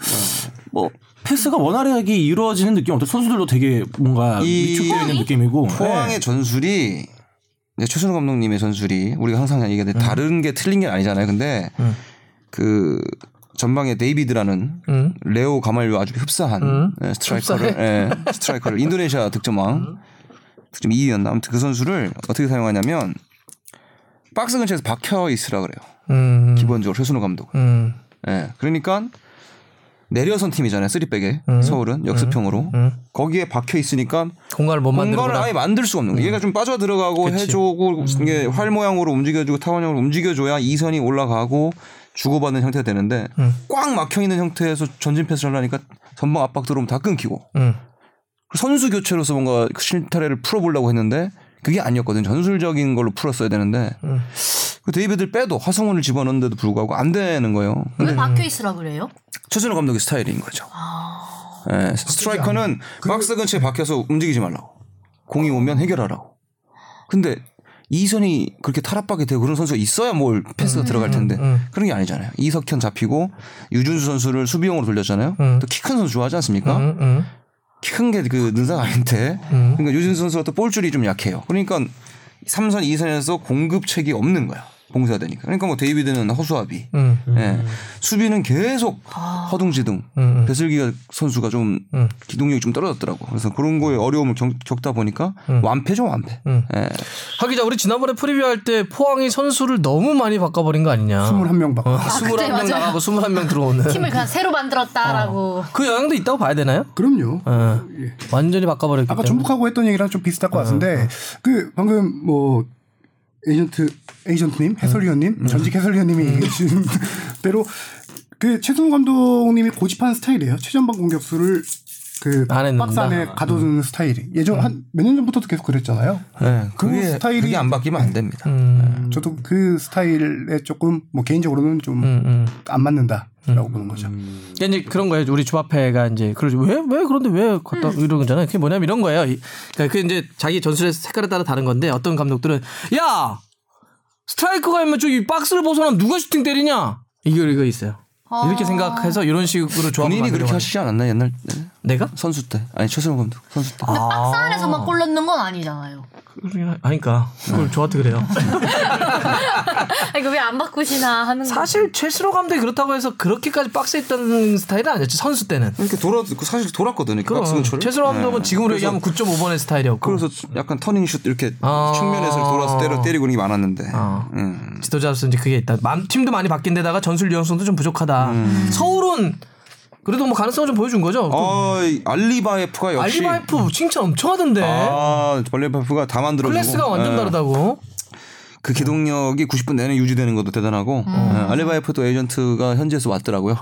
S4: 뭐 패스가 원활하게 이루어지는 느낌 어때? 선수들도 되게 뭔가
S6: 이
S4: 위축되어 있는 느낌이고.
S6: 포항의 전술이 이제 최순우 감독님의 전술이 우리가 항상 얘기하는 데 다른 게 틀린 게 아니잖아요. 근데 그 전방에 데이비드라는
S1: 음.
S6: 레오 가말류 아주 흡사한
S1: 음.
S6: 예, 스트라이커를 예, 스트라이커를 인도네시아 득점왕 득점 2위였나 아무튼 그 선수를 어떻게 사용하냐면 박스 근처에서 박혀 있으라 그래요.
S1: 음.
S6: 기본적으로 최순우 감독.
S1: 음.
S6: 예. 그러니까 내려선 팀이잖아요. 쓰리백에
S1: 음.
S6: 서울은 역습형으로 거기에 박혀 있으니까
S1: 공간을 음. 못 만들고
S6: 공간을 아예 만들 수가 없는 거예요. 얘가 좀 빠져 들어가고
S1: 그치. 음.
S6: 해주고 이게 활 모양으로 움직여주고 타원형으로 움직여줘야 이 선이 올라가고 주고받는 형태가 되는데
S1: 음.
S6: 꽉 막혀 있는 형태에서 전진 패스를 하려니까 전방 압박 들어오면 다 끊기고
S1: 음.
S6: 선수 교체로서 뭔가 그 실타래를 풀어보려고 했는데 그게 아니었거든. 요 전술적인 걸로 풀었어야 되는데
S1: 음.
S6: 그 데이비드를 빼도 화성훈을 집어넣는데도 불구하고 안 되는 거예요.
S7: 왜 박혀 있으라 그래요?
S6: 최순호 감독의 스타일인 거죠. 예, 스트라이커는 박스 근처에 박혀서 움직이지 말라고. 공이 오면 해결하라고. 근데 이선이 그렇게 탈압박이 되고 그런 선수가 있어야 뭘 패스가 들어갈 텐데 그런 게 아니잖아요. 이석현 잡히고 유준수 선수를 수비용으로 돌렸잖아요. 또 키 큰 선수 좋아하지 않습니까?
S1: 음. 음.
S6: 키 큰 게 그 능사가 아닌데 그러니까 유준수 선수가 또 볼줄이 좀 약해요. 그러니까 3선, 2선에서 공급책이 없는 거야. 봉쇄되니까. 그러니까 뭐 데이비드는 허수아비.
S1: 음. 아.
S6: 예. 수비는 계속 허둥지둥.
S1: 음.
S6: 배슬기가 선수가 좀 기동력이 좀 떨어졌더라고. 그래서 그런 거에 어려움을 겪, 겪다 보니까
S1: 음.
S6: 완패죠, 완패. 예.
S1: 하기자 우리 지난번에 프리뷰할 때 포항이 선수를 너무 많이 바꿔버린 거 아니냐.
S3: 21명 밖에.
S1: 어, 21명 나가고 21명 들어오는.
S7: 팀을 그냥 새로 만들었다라고.
S1: 그 영향도 있다고 봐야 되나요?
S3: 그럼요.
S1: 어. 완전히 바꿔버렸기
S3: 아까
S1: 때문에.
S3: 전북하고 했던 얘기랑 좀 비슷할
S1: 어,
S3: 것 같은데 그 방금 뭐 에이전트
S1: 음.
S3: 에이전트님 해설위원님 전직 해설위원님이 얘기해 주신 대로 그 최승우 감독님이 고집한 스타일이에요 최전방 공격수를 그
S1: 안에 넣는다? 음.
S3: 박스 안에 가둬두는 스타일이 예전 한 몇 년 전부터도 계속 그랬잖아요
S6: 예,
S3: 그
S6: 그게,
S3: 스타일이-
S6: 그게 안 바뀌면 안 됩니다.
S1: 음.
S6: 예.
S3: 저도 그 스타일에 조금 뭐 개인적으로는 좀
S1: 음,
S3: 안 맞는다라고 보는 거죠
S1: 그러니까 이제 그런 거예요. 우리 주합회가 이제 그러지 왜 왜 그런데 왜 갖다
S6: 음.
S1: 이런 거잖아요. 그게 뭐냐면 이런 거예요. 이- 그러니까 그게 이제 자기 전술의 색깔에 따라 다른 건데 어떤 감독들은 야 스트라이크가 있면 저기 박스를 벗어나면 누가 슈팅 때리냐 이거 이거 있어요. 이렇게 생각해서 이런 식으로 조합을
S6: 아. 본인이
S1: 만들어
S6: 그렇게
S1: 가지고.
S6: 하시지 않았나 옛날 때?
S1: 내가?
S6: 선수 때 아니 최승호 감독 선수 때
S7: 근데
S1: 아.
S7: 박스 안에서만 골 넣는 건 아니잖아요.
S1: 그러긴 하- 하니까
S6: 네.
S1: 그걸 저한테 그래요.
S7: 아, 이거 왜 안 바꾸시나 하는 거.
S1: 사실 최수로 감독이 그렇다고 해서 그렇게까지 박스에 있던 스타일은 아니었지 선수 때는.
S6: 이렇게 돌아 사실 돌았거든요. 그
S1: 그럼
S6: 박스 근처를.
S1: 최수로 감독은
S6: 예.
S1: 지금으로
S6: 그래서-
S1: 얘기하면 9.5번의 스타일이었고.
S6: 그래서 약간 터닝 슛 이렇게
S1: 아.
S6: 측면에서 돌아서 때려 때리고 이런 게 많았는데.
S1: 아.
S6: 음. 음.
S1: 지도자로서 이제 그게 있다. 맘- 팀도 많이 바뀐 데다가 전술 유연성도 좀 부족하다. 서울은 그래도 뭐 가능성을 좀 보여준 거죠.
S6: 아, 이 알리바이프가
S1: 그
S6: 역시
S1: 알리바이프 칭찬 엄청 하던데.
S6: 아, 알리바이프가 다 만들어 주고 네. 예.
S1: 클래스가 완전 다르다고.
S6: 그 기동력이 90분 내내 유지되는 것도 대단하고
S1: 음.
S6: 예, 알리바이프도 에이전트가 현지에서 왔더라고요.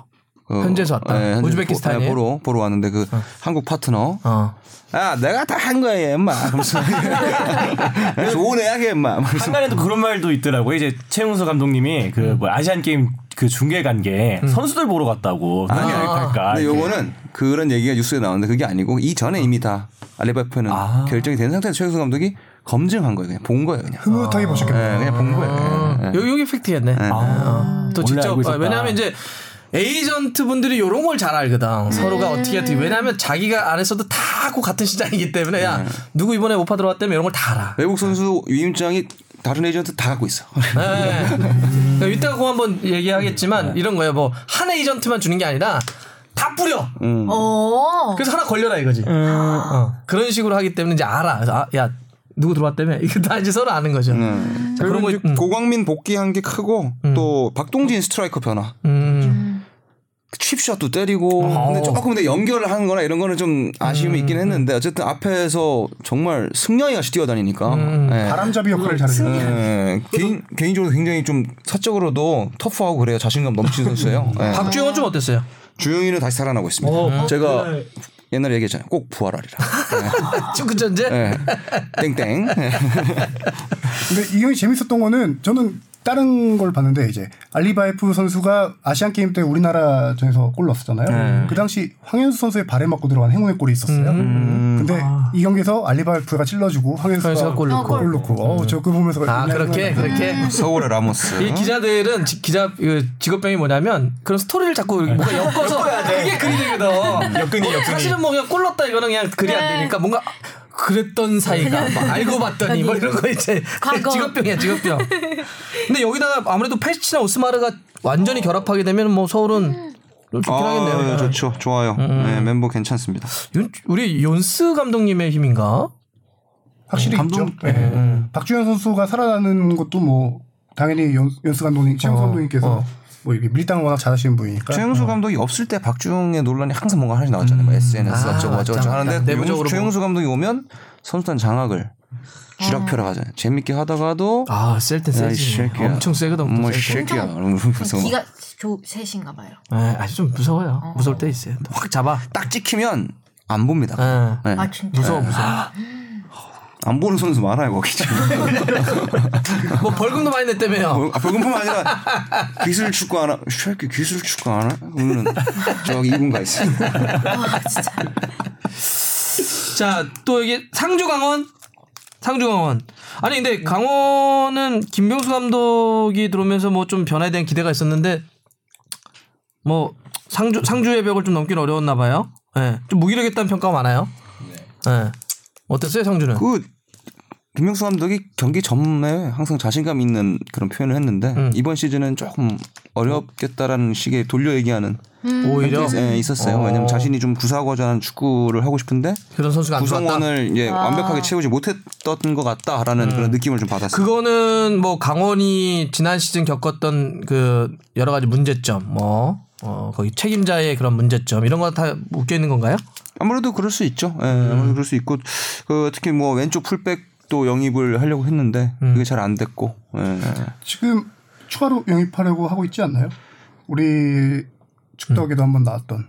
S6: 어,
S1: 현지에서 왔다.
S6: 예, 현지에서
S1: 우즈베키스탄이에요?
S6: 보, 러 보러 왔는데 그 한국 파트너
S1: 어.
S6: 아 내가 다 한 거야 엄마. 좋은 애야
S1: 아.
S6: 엄마.
S4: 한간에도 그런 말도 있더라고요. 이제 최용수 감독님이 그
S6: 음.
S4: 뭐 아시안 게임 그 중계 간게 선수들 보러 갔다고. 아니 그러니까
S6: 아니,
S4: 할까.
S6: 근데 요거는 그런 얘기가 뉴스에 나오는데 그게 아니고 이전에 이미 다 알리바이프는
S1: 아.
S6: 결정이 된 상태에서 최영수 감독이 검증한 거예요. 그냥 본 거예요. 그냥.
S3: 흐뭇하게 보셨겠네요.
S6: 예, 그냥 본
S1: 아.
S6: 거예요. 예, 예.
S1: 요, 요게 팩트였네.
S4: 아,
S1: 어. 또
S4: 원래
S1: 직접
S4: 알고 있었다.
S1: 아, 왜냐하면 이제 에이전트 분들이 요런 걸 잘 알거든. 서로가 어떻게 어떻게 왜냐하면 자기가 안에서도 다 하고 같은 시장이기 때문에
S4: 네.
S1: 야 누구 이번에 오파 들어왔다면 이런 걸 다 알아.
S6: 외국 선수 유임장이 다른 에이전트 다 갖고 있어.
S1: 네. 그러니까 이따가 그 한번
S4: 네.
S1: 얘기하겠지만 이런 거예요. 뭐 한 에이전트만 주는 게 아니라 다 뿌려.
S4: 음.
S7: 어.
S1: 그래서 하나 걸려라 이거지. 어. 그런 식으로 하기 때문에 이제 알아. 그래서 아, 야 누구 들어왔다며 이거 다 이제 서로 아는 거죠.
S4: 네.
S1: 자, 그런
S6: 그리고
S1: 거
S6: 이제
S1: 음.
S6: 고광민 복귀한 게 크고 또 박동진 스트라이커 변화.
S1: 음. 어.
S6: 칩샷도 때리고 근데 조금 근데 연결을 하는 거나 이런 거는 좀
S1: 음.
S6: 아쉬움이 있긴 했는데 어쨌든 앞에서 정말 승냥이 같이 뛰어다니니까
S1: 음.
S6: 예.
S3: 바람잡이 역할을 잘해요.
S6: 예, 개인, 개인적으로 굉장히 좀 사적으로도 터프하고 그래요. 자신감 넘치는 선수예요. 예.
S1: 박주영은 좀 어땠어요?
S6: 주영이는 다시 살아나고 있습니다.
S1: 어,
S6: 제가 옛날에 얘기했잖아요. 꼭 부활하리라.
S1: 축구전제?
S4: 네.
S6: 예. 땡땡. 예.
S3: 근데 이 형이 재밌었던 거는 저는 다른 걸 봤는데 이제 알리바이프 선수가 아시안 게임 때 우리나라전에서 골 넣었잖아요. 그 당시 황현수 선수의 발에 맞고 들어간 행운의 골이 있었어요.
S1: 음.
S3: 근데 이 경기에서 알리바이프가 찔러주고
S1: 황현수가
S3: 황현수가
S1: 골 넣고.
S3: 골 넣고. 어우 저그 보면서
S1: 아
S3: 옛날
S1: 그렇게
S3: 생각났는데.
S1: 그렇게
S6: 서울의 라모스.
S1: 이 기자들은 지- 기자 그 직업병이 뭐냐면 그런 스토리를 자꾸 뭔가 네. 엮어서 그게 글이 되거든.
S4: 역근이, 역근이.
S1: 사실은 뭐 그냥 꼴 넣었다 이거는 그냥 글이
S7: 네.
S1: 안 되니까 뭔가 그랬던 사이가 막 알고 봤더니 뭐 이런 거 이제
S7: 과거.
S1: 직업병이야 직업병. 근데 여기다가 아무래도 페시치나 오스마르가 완전히 결합하게 되면 뭐 서울은 좀 좋긴 하겠네요. 음.
S6: 아, 좋죠. 좋아요. 예, 멤버 괜찮습니다.
S1: 윤- 우리 윤스 감독님의 힘인가?
S3: 확실히
S6: 음,
S3: 있죠. 예. 박주현 선수가 살아나는 것도 뭐 당연히 연, 연수 감독님, 최영 감독님께서 뭐 이렇게 밀당 워낙 잘하시는
S1: 그러니까?
S3: 분이니까.
S1: 음.
S6: 어, 최영수 감독이 없을 때 박주영의 논란이 항상 뭔가 하나씩 나왔잖아요. 뭐 SNS
S1: 아,
S6: 어쩌고
S1: 맞다,
S6: 저쩌고 저쩌고 하는데
S1: 맞다. 내부적으로 뭐.
S6: 내부적으로 최영수 감독이 오면 선수단 장악을 주력표라고 하잖아요. 재밌게 하다가도
S1: 아, 셀때
S6: 야이
S1: 세지.
S6: 새끼야.
S1: 엄청 세거든.
S6: 뭐
S1: 엄청 셀 때.
S6: 새끼야. 그래서 뭐 막
S7: 아, 기가 조, 셋인가 봐요.
S1: 예, 아주 좀 무서워요. 무서울 때 있어요. 확 잡아.
S6: 딱 찍히면 안 봅니다.
S1: 예.
S6: 네.
S7: 아 진짜.
S1: 무서워 무서워.
S6: 안 보는 선수 많아요 거기 지금.
S1: 뭐 벌금도 많이 냈다며요.
S6: 벌- 아, 벌금뿐만 아니라 기술 축구 하나. 새끼 기술 축구 하나. 그러면 저기 이군 가 있어.
S7: 아,
S1: 자, 또 여기 상주 강원. 상주 강원. 아니 근데 강원은 김병수 감독이 들어오면서 뭐 좀 변화에 대한 기대가 있었는데 뭐 상주 상주의 벽을 좀 넘긴 어려웠나 봐요. 예. 좀 무기력했다는 평가가 많아요. 예. 어땠어요, 상주는?
S6: 네. 그 김명수 감독이 경기 전에 항상 자신감 있는 그런 표현을 했는데 이번 시즌은 조금 어렵겠다라는 식의 돌려 얘기하는
S1: 오히려
S6: 예, 있었어요. 왜냐면 자신이 좀 구사하고자 하는 축구를 하고 싶은데
S1: 그런 선수가 안 좋았다.
S6: 구성원을 예, 완벽하게 채우지 못했던 것 같다라는 그런 느낌을 좀 받았어요.
S1: 그거는 뭐 강원이 지난 시즌 겪었던 그 여러 가지 문제점 뭐 어, 거기 책임자의 그런 문제점 이런 거 다 묶여 있는 건가요?
S6: 아무래도 그럴 수 있죠. 예, 아무래도 그럴 수 있고 그 특히 뭐 왼쪽 풀백도 영입을 하려고 했는데 그게 잘 안 됐고. 예.
S3: 지금 추가로 영입하려고 하고 있지 않나요? 우리 축덕에도 한번 나왔던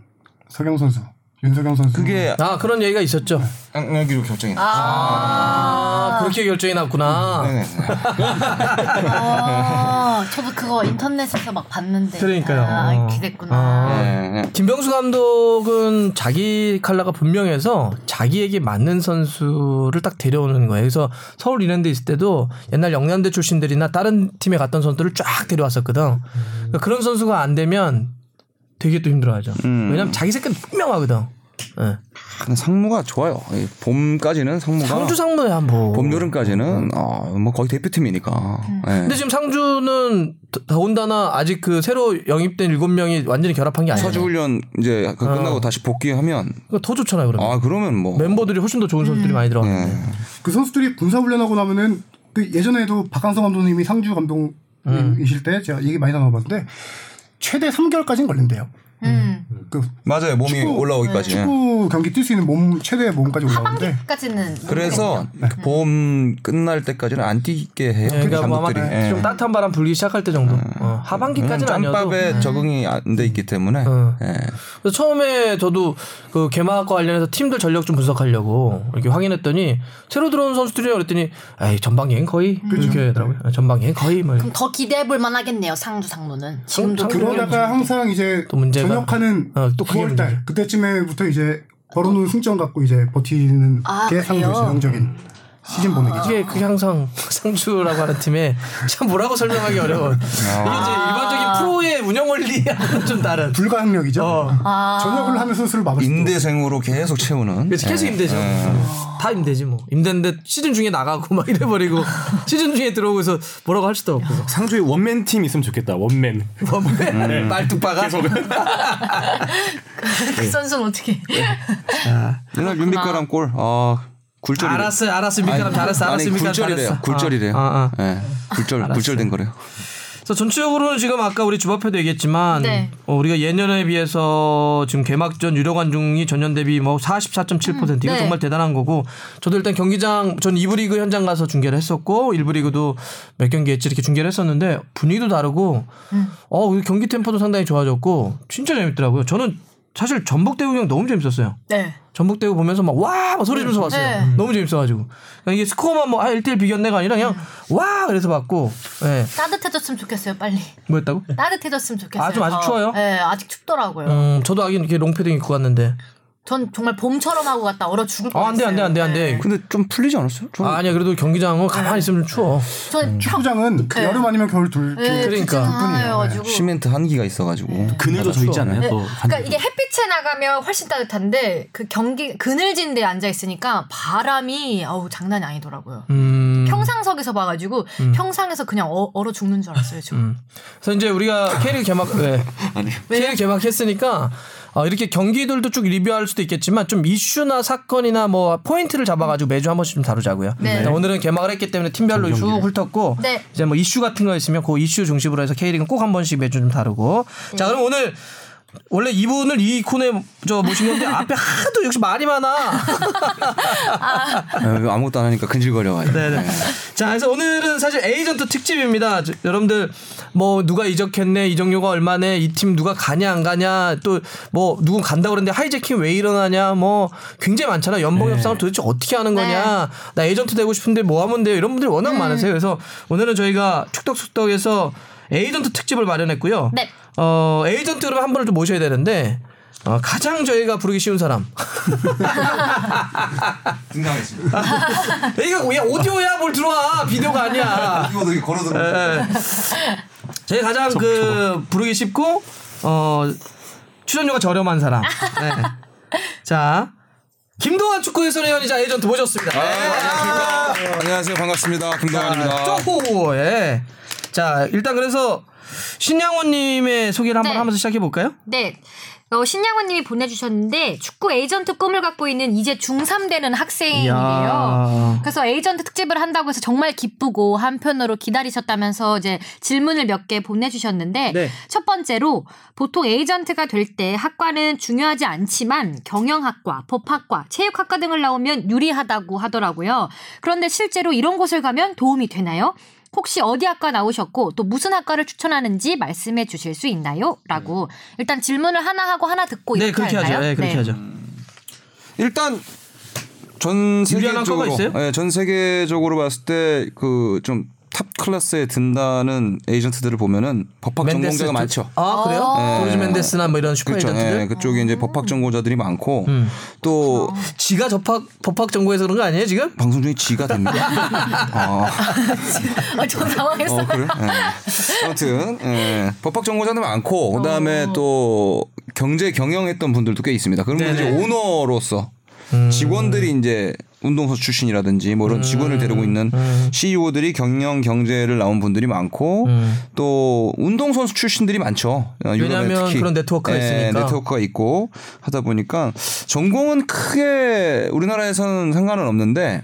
S3: 서경 선수, 윤서경 선수.
S6: 그게
S1: 아 그런 얘기가 있었죠.
S6: 안기로 결정이 났죠.
S1: 아 그렇게 결정이 났구나.
S6: 네,
S7: 아, 저도 그거 인터넷에서 막 봤는데.
S1: 그러니까요. 어.
S7: 아, 이렇게 됐구나.
S6: 네. 네, 네.
S1: 김병수 감독은 자기 칼라가 분명해서 자기에게 맞는 선수를 딱 데려오는 거예요. 그래서 서울 이랜드 있을 때도 옛날 영남대 출신들이나 다른 팀에 갔던 선수들을 쫙 데려왔었거든. 그러니까 그런 선수가 안 되면 되게 또 힘들어하죠.
S6: 음.
S1: 왜냐면 자기 색깔 분명하거든. 예.
S6: 근데 상무가 좋아요. 이 봄까지는 상무가
S1: 상주 상무야 뭐.
S6: 봄 여름까지는 어, 뭐 거의 대표팀이니까. 예.
S1: 음. 근데 지금 상주는 더- 더군다나 아직 그 새로 영입된 일곱 명이 완전히 결합한 게 아니에요.
S6: 서주훈련 이제 그
S1: 아.
S6: 끝나고 다시 복귀하면
S1: 그러니까 더 좋잖아요, 그러면.
S6: 아 그러면 뭐
S1: 멤버들이 훨씬 더 좋은 선수들이 많이
S6: 예.
S1: 들어왔는데. 예,
S3: 그 선수들이 군사 훈련하고 나면은 그 예전에도 박항서 감독님이
S6: 음.
S3: 상주 감독님이실 때 제가 얘기 많이 나눠봤는데 최대 3개월까지는 걸린대요.
S7: 음.
S3: 그
S6: 맞아요. 몸이
S3: 축구-
S1: 네,
S6: 올라오기까지. 예.
S3: 축구 경기 뛸 수 있는 몸 최대 몸까지 올라오는데
S7: 하반기까지는
S6: 그래서
S1: 네.
S6: 그봄 끝날 때까지는 안 뛰게 해요.
S1: 그러니까 뭐 아마
S6: 감독들이. 예.
S1: 좀 따뜻한 바람 불기 시작할 때 정도. 어, 하반기까지는
S6: 왜냐면
S1: 아니어도. 음.
S6: 짬밥에 적응이 안 돼 있기 때문에
S1: 어.
S6: 예.
S1: 그래서 처음에 저도 그 개막과 관련해서 팀들 전력 좀 분석하려고 이렇게 확인했더니 새로 들어온 선수들이라 그랬더니 에이 전방기엔 거의 이렇게 하더라고요. 아, 전방기엔 거의 뭐
S6: 어,
S7: 그럼 더 기대해 볼 만하겠네요. 상주 상무는 지금도
S1: 상주-
S3: 그러다가 항상 이제
S1: 또 문제가-
S3: 전역하는
S1: 어, 또 그게
S3: 9월달 그때쯤에부터 이제 벌어놓은 승점 갖고 이제 버티는
S7: 아,
S3: 게 상대
S7: 그래요? 아.
S3: 전형적인 시즌 보내기죠.
S1: 이게 그게 항상 상주라고 하는 팀에 참 뭐라고 설명하기 어려워.
S6: 아.
S1: 이게 이제 일반적인 프로의 운영 원리하고는 좀 다른.
S3: 불가항력이죠.
S1: 어.
S7: 아.
S3: 전역을 하는 선수를 막을 수
S6: 인대생으로 계속 채우는.
S1: 그래서 계속
S6: 예.
S1: 임대죠.
S6: 예.
S1: 다 임대지 뭐. 임대인데 시즌 중에 나가고 막 이래버리고 시즌 중에 들어오고서 뭐라고 할 수도 없고.
S5: 상주에 원맨 팀 있으면 좋겠다. 원맨.
S6: 네.
S1: 원맨 네. 말뚝박아.
S7: 그 선수는 어떻게?
S6: 옛날 윤미카람 골. 아 굴절이.
S1: 알았어요, 알았어요. 미카람 잘했어, 알았어요. 미카람
S6: 굴절이래요.
S1: 잘했어.
S6: 굴절이래요.
S1: 아, 아.
S6: 예. 굴절 굴절된 거래요.
S1: 그래서 전체적으로는 지금 아까 우리 주바페도 얘기했지만
S7: 네.
S1: 어, 우리가 예년에 비해서 지금 개막전 유료 관중이 전년 대비 뭐 44.7% 이거
S7: 네.
S1: 정말 대단한 거고 저도 일단 경기장 전 2부 리그 현장 가서 중계를 했었고 1부 리그도 몇 경기 했지 이렇게 중계를 했었는데 분위기도 다르고
S7: 음.
S1: 어 우리 경기 템포도 상당히 좋아졌고 진짜 재밌더라고요. 저는 사실 전북대구 경 너무 재밌었어요.
S7: 네.
S1: 전북대구 보면서 막 와! 막 소리 지면서 봤어요. 음.
S7: 네.
S1: 너무 재밌어가지고. 그러니까 이게 스코어만 뭐, 아, 1대1 비겼네가 아니라 그냥
S7: 음.
S1: 와! 그래서 봤고, 예.
S7: 따뜻해졌으면 좋겠어요. 빨리.
S1: 뭐였다고?
S7: 따뜻해졌으면 좋겠어요.
S1: 아, 좀 아직
S7: 더.
S1: 추워요?
S7: 네, 아직 춥더라고요.
S1: 음, 저도 아긴 이렇게 롱패딩 입고 갔는데.
S7: 전 정말 봄처럼 하고 갔다 얼어 죽을
S1: 아,
S7: 뻔했어요.
S1: 안 돼, 안 돼, 안 돼, 안 돼.
S2: 네.
S6: 근데 좀 풀리지 않았어요? 저는
S1: 아, 아니야. 그래도 경기장은 가만히 있으면 좀 추워.
S2: 네.
S1: 음.
S7: 저는 촥
S3: 축구장은 그
S7: 네.
S3: 여름 아니면 겨울 둘
S7: 네,
S3: 중에
S1: 그러니까.
S7: 가지고
S6: 시멘트 한기가 있어가지고.
S5: 그늘도 져 있지
S4: 네.
S5: 않나요? 또
S2: 그러니까 이게 햇빛에 나가면 훨씬 따뜻한데 그 경기 그늘진 데 앉아 있으니까 바람이 어우 장난이 아니더라고요.
S1: 음.
S2: 평상석에서 봐가지고 평상에서 그냥 어- 얼어 죽는 줄 알았어요. 저.
S1: 음. 그래서 이제 우리가 K리그 개막, 네. K리그 개막했으니까, 어, 이렇게 경기들도 쭉 리뷰할 수도 있겠지만, 좀 이슈나 사건이나 뭐, 포인트를 잡아가지고 매주 한 번씩 좀 다루자고요.
S2: 네.
S1: 일단 오늘은 개막을 했기 때문에 팀별로 쭉 훑었고,
S2: 네.
S1: 이제 뭐 이슈 같은 거 있으면 그 이슈 중심으로 해서 K리그는 꼭 한 번씩 매주 좀 다루고.
S2: 네.
S1: 자, 그럼 오늘 원래 이분을 이 코너에 저 모신 건데 앞에 하도 역시 말이 많아.
S6: 아, 아무것도 안 하니까 근질거려가지고.
S1: 네네. 자, 그래서 오늘은 사실 에이전트 특집입니다. 저- 여러분들 뭐 누가 이적했네, 이적료가 얼마네, 이 팀 누가 가냐 안 가냐, 또 뭐 누군 간다 그러는데 하이제킹 왜 일어나냐, 뭐 굉장히 많잖아. 연봉 협상을 도대체 어떻게 하는 거냐, 나 에이전트 되고 싶은데 뭐 하면 돼요? 이런 분들이 워낙 많으세요. 그래서 오늘은 저희가 축덕숙덕에서 에이전트 특집을 마련했고요.
S7: 네.
S1: 어, 에이전트 그러면 한 분을 좀 모셔야 되는데. 어, 가장 저희가 부르기 쉬운 사람.
S6: 등장했습니다.
S1: 이거 야, 그러니까 오디오야 뭘 들어와 비디오가 아니야.
S6: 이거도 걸어 들어.
S1: 예. 저희 가장 그 부르기 쉽고 어 출연료가 저렴한 사람. 예. 자 김동환 축구 해설위원이자 에이전트
S6: 아,
S1: 모셨습니다. 네.
S6: 안녕하세요. 안녕하세요. 반갑습니다. 김동환입니다.
S1: 아, 쪼호 예. 자 일단 그래서 신양원님의 소개를 한번
S2: 네.
S1: 하면서 시작해 볼까요?
S2: 네. 어, 신양원님이 보내주셨는데 축구 에이전트 꿈을 갖고 있는 이제 중3 되는 학생이에요.
S1: 이야.
S2: 그래서 에이전트 특집을 한다고 해서 정말 기쁘고 한편으로 기다리셨다면서 이제 질문을 몇 개 보내주셨는데
S1: 네.
S2: 첫 번째로 보통 에이전트가 될 때 학과는 중요하지 않지만 경영학과, 법학과, 체육학과 등을 나오면 유리하다고 하더라고요. 그런데 실제로 이런 곳을 가면 도움이 되나요? 혹시 어디 학과 나오셨고 또 무슨 학과를 추천하는지 말씀해 주실 수 있나요? 라고 일단 질문을 하나 하고 하나 듣고
S1: 음. 네
S2: 이렇게
S1: 그렇게
S2: 할까요?
S1: 하죠. 예 그렇게
S2: 네.
S1: 하죠.
S6: 뭐 일단 전
S1: 유리한 학과가
S6: 세계적으로
S1: 있어요?
S6: 예, 전 세계적으로 봤을 때 그 좀 탑 클래스에 든다는 에이전트들을 보면은 법학
S1: 트-
S6: 전공자가 많죠.
S1: 아
S2: 어.
S1: 그래요?
S6: 예.
S1: 도르즈 멘데스나 뭐 이런 슈퍼
S6: 그렇죠.
S1: 에이전트들. 음.
S6: 예, 그쪽에 이제 법학 전공자들이 많고 또
S1: 지가 접학 법학 전공해서 그런 거 아니에요 지금?
S6: 방송 중에 지가 됩니다. 어,
S7: 아, 전 당황했어요.
S6: 어, 그래? 예. 아무튼 예, 법학 전공자들 많고 그다음에
S1: 어.
S6: 또 경제 경영했던 분들도 꽤 있습니다. 그러면 이제 오너로서
S1: 음.
S6: 직원들이 이제 운동선수 출신이라든지 뭐 이런 직원을 데리고 있는
S1: 음.
S6: CEO들이 경영 경제를 나온 분들이 많고 또 운동선수 출신들이 많죠. 어, 유럽에
S1: 음. 왜냐하면
S6: 특히.
S1: 그런 네트워크가
S6: 예,
S1: 있으니까.
S6: 네트워크가 있고 하다 보니까 전공은 크게 우리나라에서는 상관은 없는데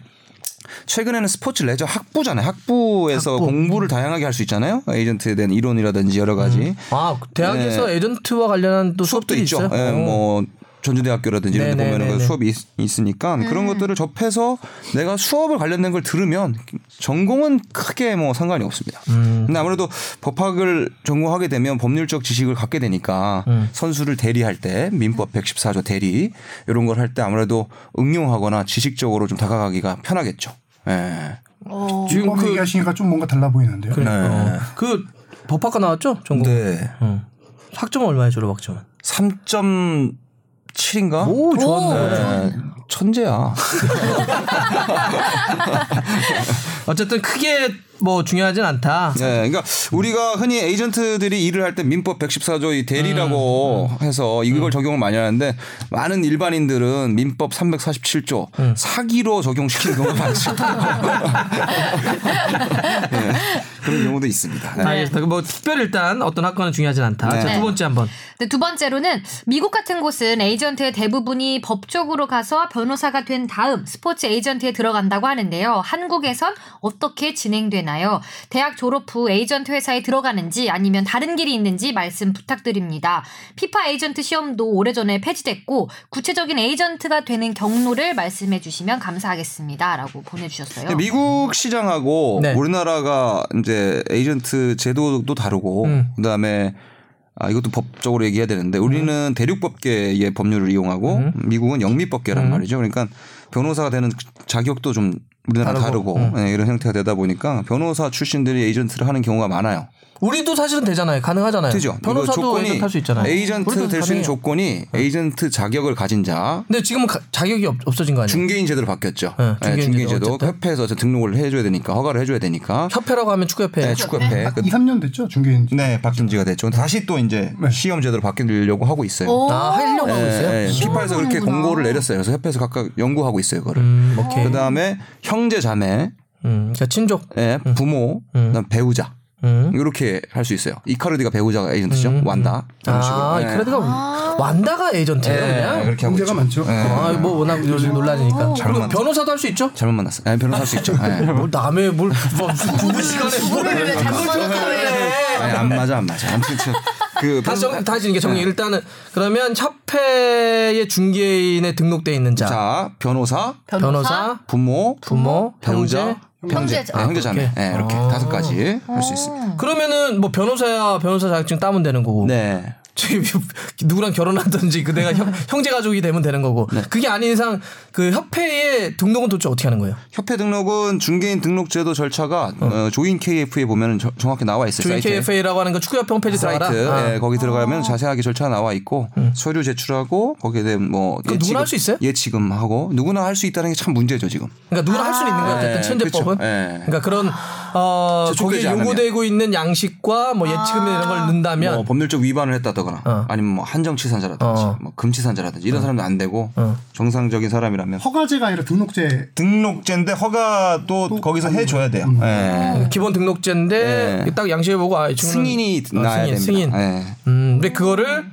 S6: 최근에는 스포츠 레저 학부잖아요. 학부에서 공부를 다양하게 할 수 있잖아요. 에이전트에 대한 이론이라든지 여러 가지.
S1: 아 대학에서 에이전트와 관련한 또
S6: 수업도
S1: 수업도
S6: 있죠.
S1: 있어요.
S6: 예,
S1: 어.
S6: 뭐 전주대학교라든지 이런 데
S1: 네네,
S6: 보면은 그
S1: 네네.
S6: 수업이 있, 으니까 그런 것들을 접해서 내가 수업을 관련된 걸 들으면 전공은 크게 뭐 상관이 없습니다.
S1: 음.
S6: 근데 아무래도 법학을 전공하게 되면 법률적 지식을 갖게 되니까
S1: 음.
S6: 선수를 대리할 때 민법 114조 대리 이런 걸 할 때 아무래도 응용하거나 지식적으로 좀 다가가기가 편하겠죠. 예.
S1: 어.
S3: 지금
S6: 그
S1: 그
S3: 얘기하시니까 좀 뭔가 달라 보이는데요.
S1: 그러니까. 그 법학과 나왔죠? 전공.
S6: 네.
S1: 학점 얼마예요, 졸업 학점은?
S6: 3.7인가?
S1: 오, 좋았네.
S6: 네. 천재야.
S1: 어쨌든 크게 뭐 중요하진 않다.
S6: 네, 그러니까 우리가 흔히 에이전트들이 일을 할 때 민법 114조 이 대리라고 해서 이걸 적용을 많이 하는데 많은 일반인들은 민법 347조 사기로 적용시키는 경우가 많습니다. 네, 그런 경우도 있습니다. 네.
S1: 알겠습니다. 뭐 특별히 일단 어떤 학과는 중요하진 않다.
S6: 네.
S1: 자, 두 번째 한번.
S2: 네, 두 번째로는 미국 같은 곳은 에이전트의 대부분이 법적으로 가서 변호사가 된 다음 스포츠 에이전트에 들어간다고 하는데요. 한국에선 어떻게 진행되나요? 대학 졸업 후 에이전트 회사에 들어가는지 아니면 다른 길이 있는지 말씀 부탁드립니다. 피파 에이전트 시험도 오래전에 폐지됐고 구체적인 에이전트가 되는 경로를 말씀해 주시면 감사하겠습니다라고 보내주셨어요.
S6: 네, 미국 시장하고
S1: 네.
S6: 우리나라가 이제 에이전트 제도도 다르고
S1: 음.
S6: 그다음에 아 이것도 법적으로 얘기해야 되는데 우리는
S1: 음.
S6: 대륙법계의 법률을 이용하고 미국은
S1: 음.
S6: 영미법계란 말이죠. 그러니까 변호사가 되는 자격도 좀 우리나라 다르고,
S1: 음.
S6: 예, 이런 형태가 되다 보니까 변호사 출신들이 에이전트를 하는 경우가 많아요.
S1: 우리도 사실은 되잖아요. 가능하잖아요.
S6: 되죠.
S1: 네. 변호사도
S6: 이거
S1: 에이전트 할 수 있잖아요.
S6: 에이전트
S1: 우리도 네.
S6: 될 수 있는
S1: 가능해요.
S6: 조건이 에이전트 자격을 가진 자,
S1: 근데 지금은 가- 자격이 없, 어진거 아니에요?
S6: 중개인 제도로 바뀌었죠.
S1: 네,
S6: 예,
S1: 중개인
S6: 중개인
S1: 제도
S6: 제도
S1: 어쨌든.
S6: 협회에서 등록을 해줘야 되니까 허가를 해줘야 되니까
S1: 협회라고 하면 축구협회. 아,
S6: 네, 축구협회
S3: 이 2, 3년 됐죠 중개인.
S6: 네, 바뀐 지가 됐죠. 근데 다시 또 이제 시험 제도로 바뀌려고 하고 있어요.
S1: 아, 하려고 하고 있어요?
S6: 예, 예. 피파에서 그렇게
S2: 하는구나.
S6: 공고를 내렸어요. 그래서 협회에서 각각 연구하고 있어요, 그거를.
S1: 음, 오케이.
S6: 그 다음에 형제 자매,
S1: 음, 그러니까 친족.
S6: 예, 부모, 그다음 배우자.
S1: 음.
S6: 이렇게 할 수 있어요. 이카르디가 배우자가 에이전트죠. 완다. 이런
S1: 아,
S6: 식으로.
S1: 이
S6: 예.
S1: 크레드가 완다가 에이전트예요,
S6: 예,
S1: 그냥.
S6: 그렇게 하고
S3: 문제가
S6: 있죠.
S3: 많죠.
S1: 아, 뭐 워낙 요즘 논란이니까.
S6: 네. 잘못
S1: 그리고
S6: 만났어.
S1: 변호사도 할 수 있죠?
S6: 잘못 만났어. 요 변호사 할 수 있죠. 예.
S1: 뭘 남의 뭘 뭐, 무슨 부부 시간에
S7: 부부를
S2: 네,
S7: 왜 잘못 만났다고
S6: 아니, 네, 안 맞아, 안 맞아. 아무튼 저- 그
S1: 다시 정, 다시 이게 정리. 일단은 그러면 협회의 중개인에 등록돼 있는 자,
S6: 자, 변호사,
S1: 변호사,
S6: 부모,
S1: 부모,
S6: 배우자,
S1: 형제. 아,
S6: 형제,
S7: 형제.
S6: 예, 형제 자매.
S1: 오케이.
S6: 예, 이렇게 다섯 가지 할 수 있습니다.
S1: 그러면은 뭐 변호사야 변호사 자격증 따면 되는 거고.
S6: 네.
S1: 저기 누구랑 결혼하든지 그 내가 형, 형제 가족이 되면 되는 거고.
S6: 네.
S1: 그게 아닌 이상 그 협회의 등록은 도대체 어떻게 하는 거예요?
S6: 협회 등록은 중개인 등록 제도 절차가 어, 조인 KF에 보면 정확히 나와 있어요.
S1: 조인
S6: 사이트에.
S1: KFA라고 하는 그 축구협회 홈페이지 들어가라.
S6: 사이트
S1: 아.
S6: 예, 거기 들어가면 자세하게 절차 가 나와 있고 서류 제출하고 거기에 대한 뭐
S1: 그럼 누구나 할수 있어요?
S6: 예치금하고 누구나 할 수 있다는 게 참 문제죠 지금.
S1: 그러니까 누구나 할 수는 있는 거야 어쨌든
S6: 예,
S1: 천재법은.
S6: 그쵸. 예.
S1: 그러니까 그런 어 거기에
S6: 저촉되지 않으면.
S1: 요구되고 있는 양식과 뭐 예치금 이런 걸 넣는다면
S6: 뭐 법률적 위반을 했다거나
S1: 어.
S6: 아니면 뭐 한정치산자라든지
S1: 어.
S6: 뭐 금치산자라든지 이런 사람도 안 되고
S1: 어.
S6: 정상적인 사람이라면
S3: 허가제가 아니라 등록제.
S6: 등록제인데 허가도 거기서 해줘야 돼요. 예.
S1: 기본 등록제인데
S6: 예.
S1: 딱 양식해보고 음. 아이 친구는-
S6: 승인이
S1: 어,
S6: 나야
S1: 승인,
S6: 됩니다.
S1: 승인.
S6: 예.
S1: 음, 근데 그거를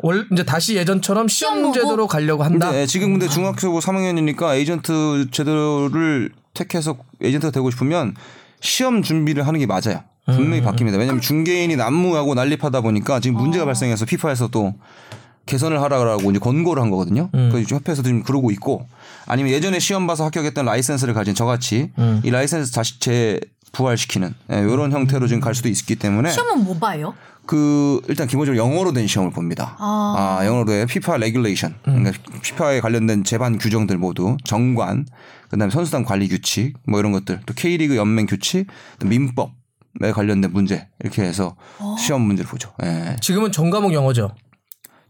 S1: 월 이제 다시 예전처럼 시험 제도로 가려고 한다.
S6: 근데 네, 지금 근데 중학교 3학년이니까 에이전트 제도를 택해서 에이전트가 되고 싶으면 시험 준비를 하는 게 맞아요. 분명히 바뀝니다. 왜냐하면 중개인이 난무하고 난립하다 보니까 지금 문제가 발생해서 피파에서 또 개선을 하라고 이제 권고를 한 거거든요. 그래서 지금 협회에서 지금 그러고 있고 아니면 예전에 시험 봐서 합격했던 라이센스를 가진 저같이 이 라이센스 다시 재부활시키는 예, 이런 형태로 지금 갈 수도 있기 때문에
S2: 시험은 뭐 봐요?
S6: 그 일단 기본적으로 영어로 된 시험을 봅니다. 아, 영어로 된 피파 레귤레이션.
S1: 음.
S6: 그러니까 피파에 관련된 제반 규정들 모두 정관, 그다음에 선수단 관리 규칙 뭐 이런 것들, 또 K리그 연맹 규칙, 또 민법에 관련된 문제 이렇게 해서 시험 문제를 보죠. 예.
S1: 지금은 전 과목 영어죠.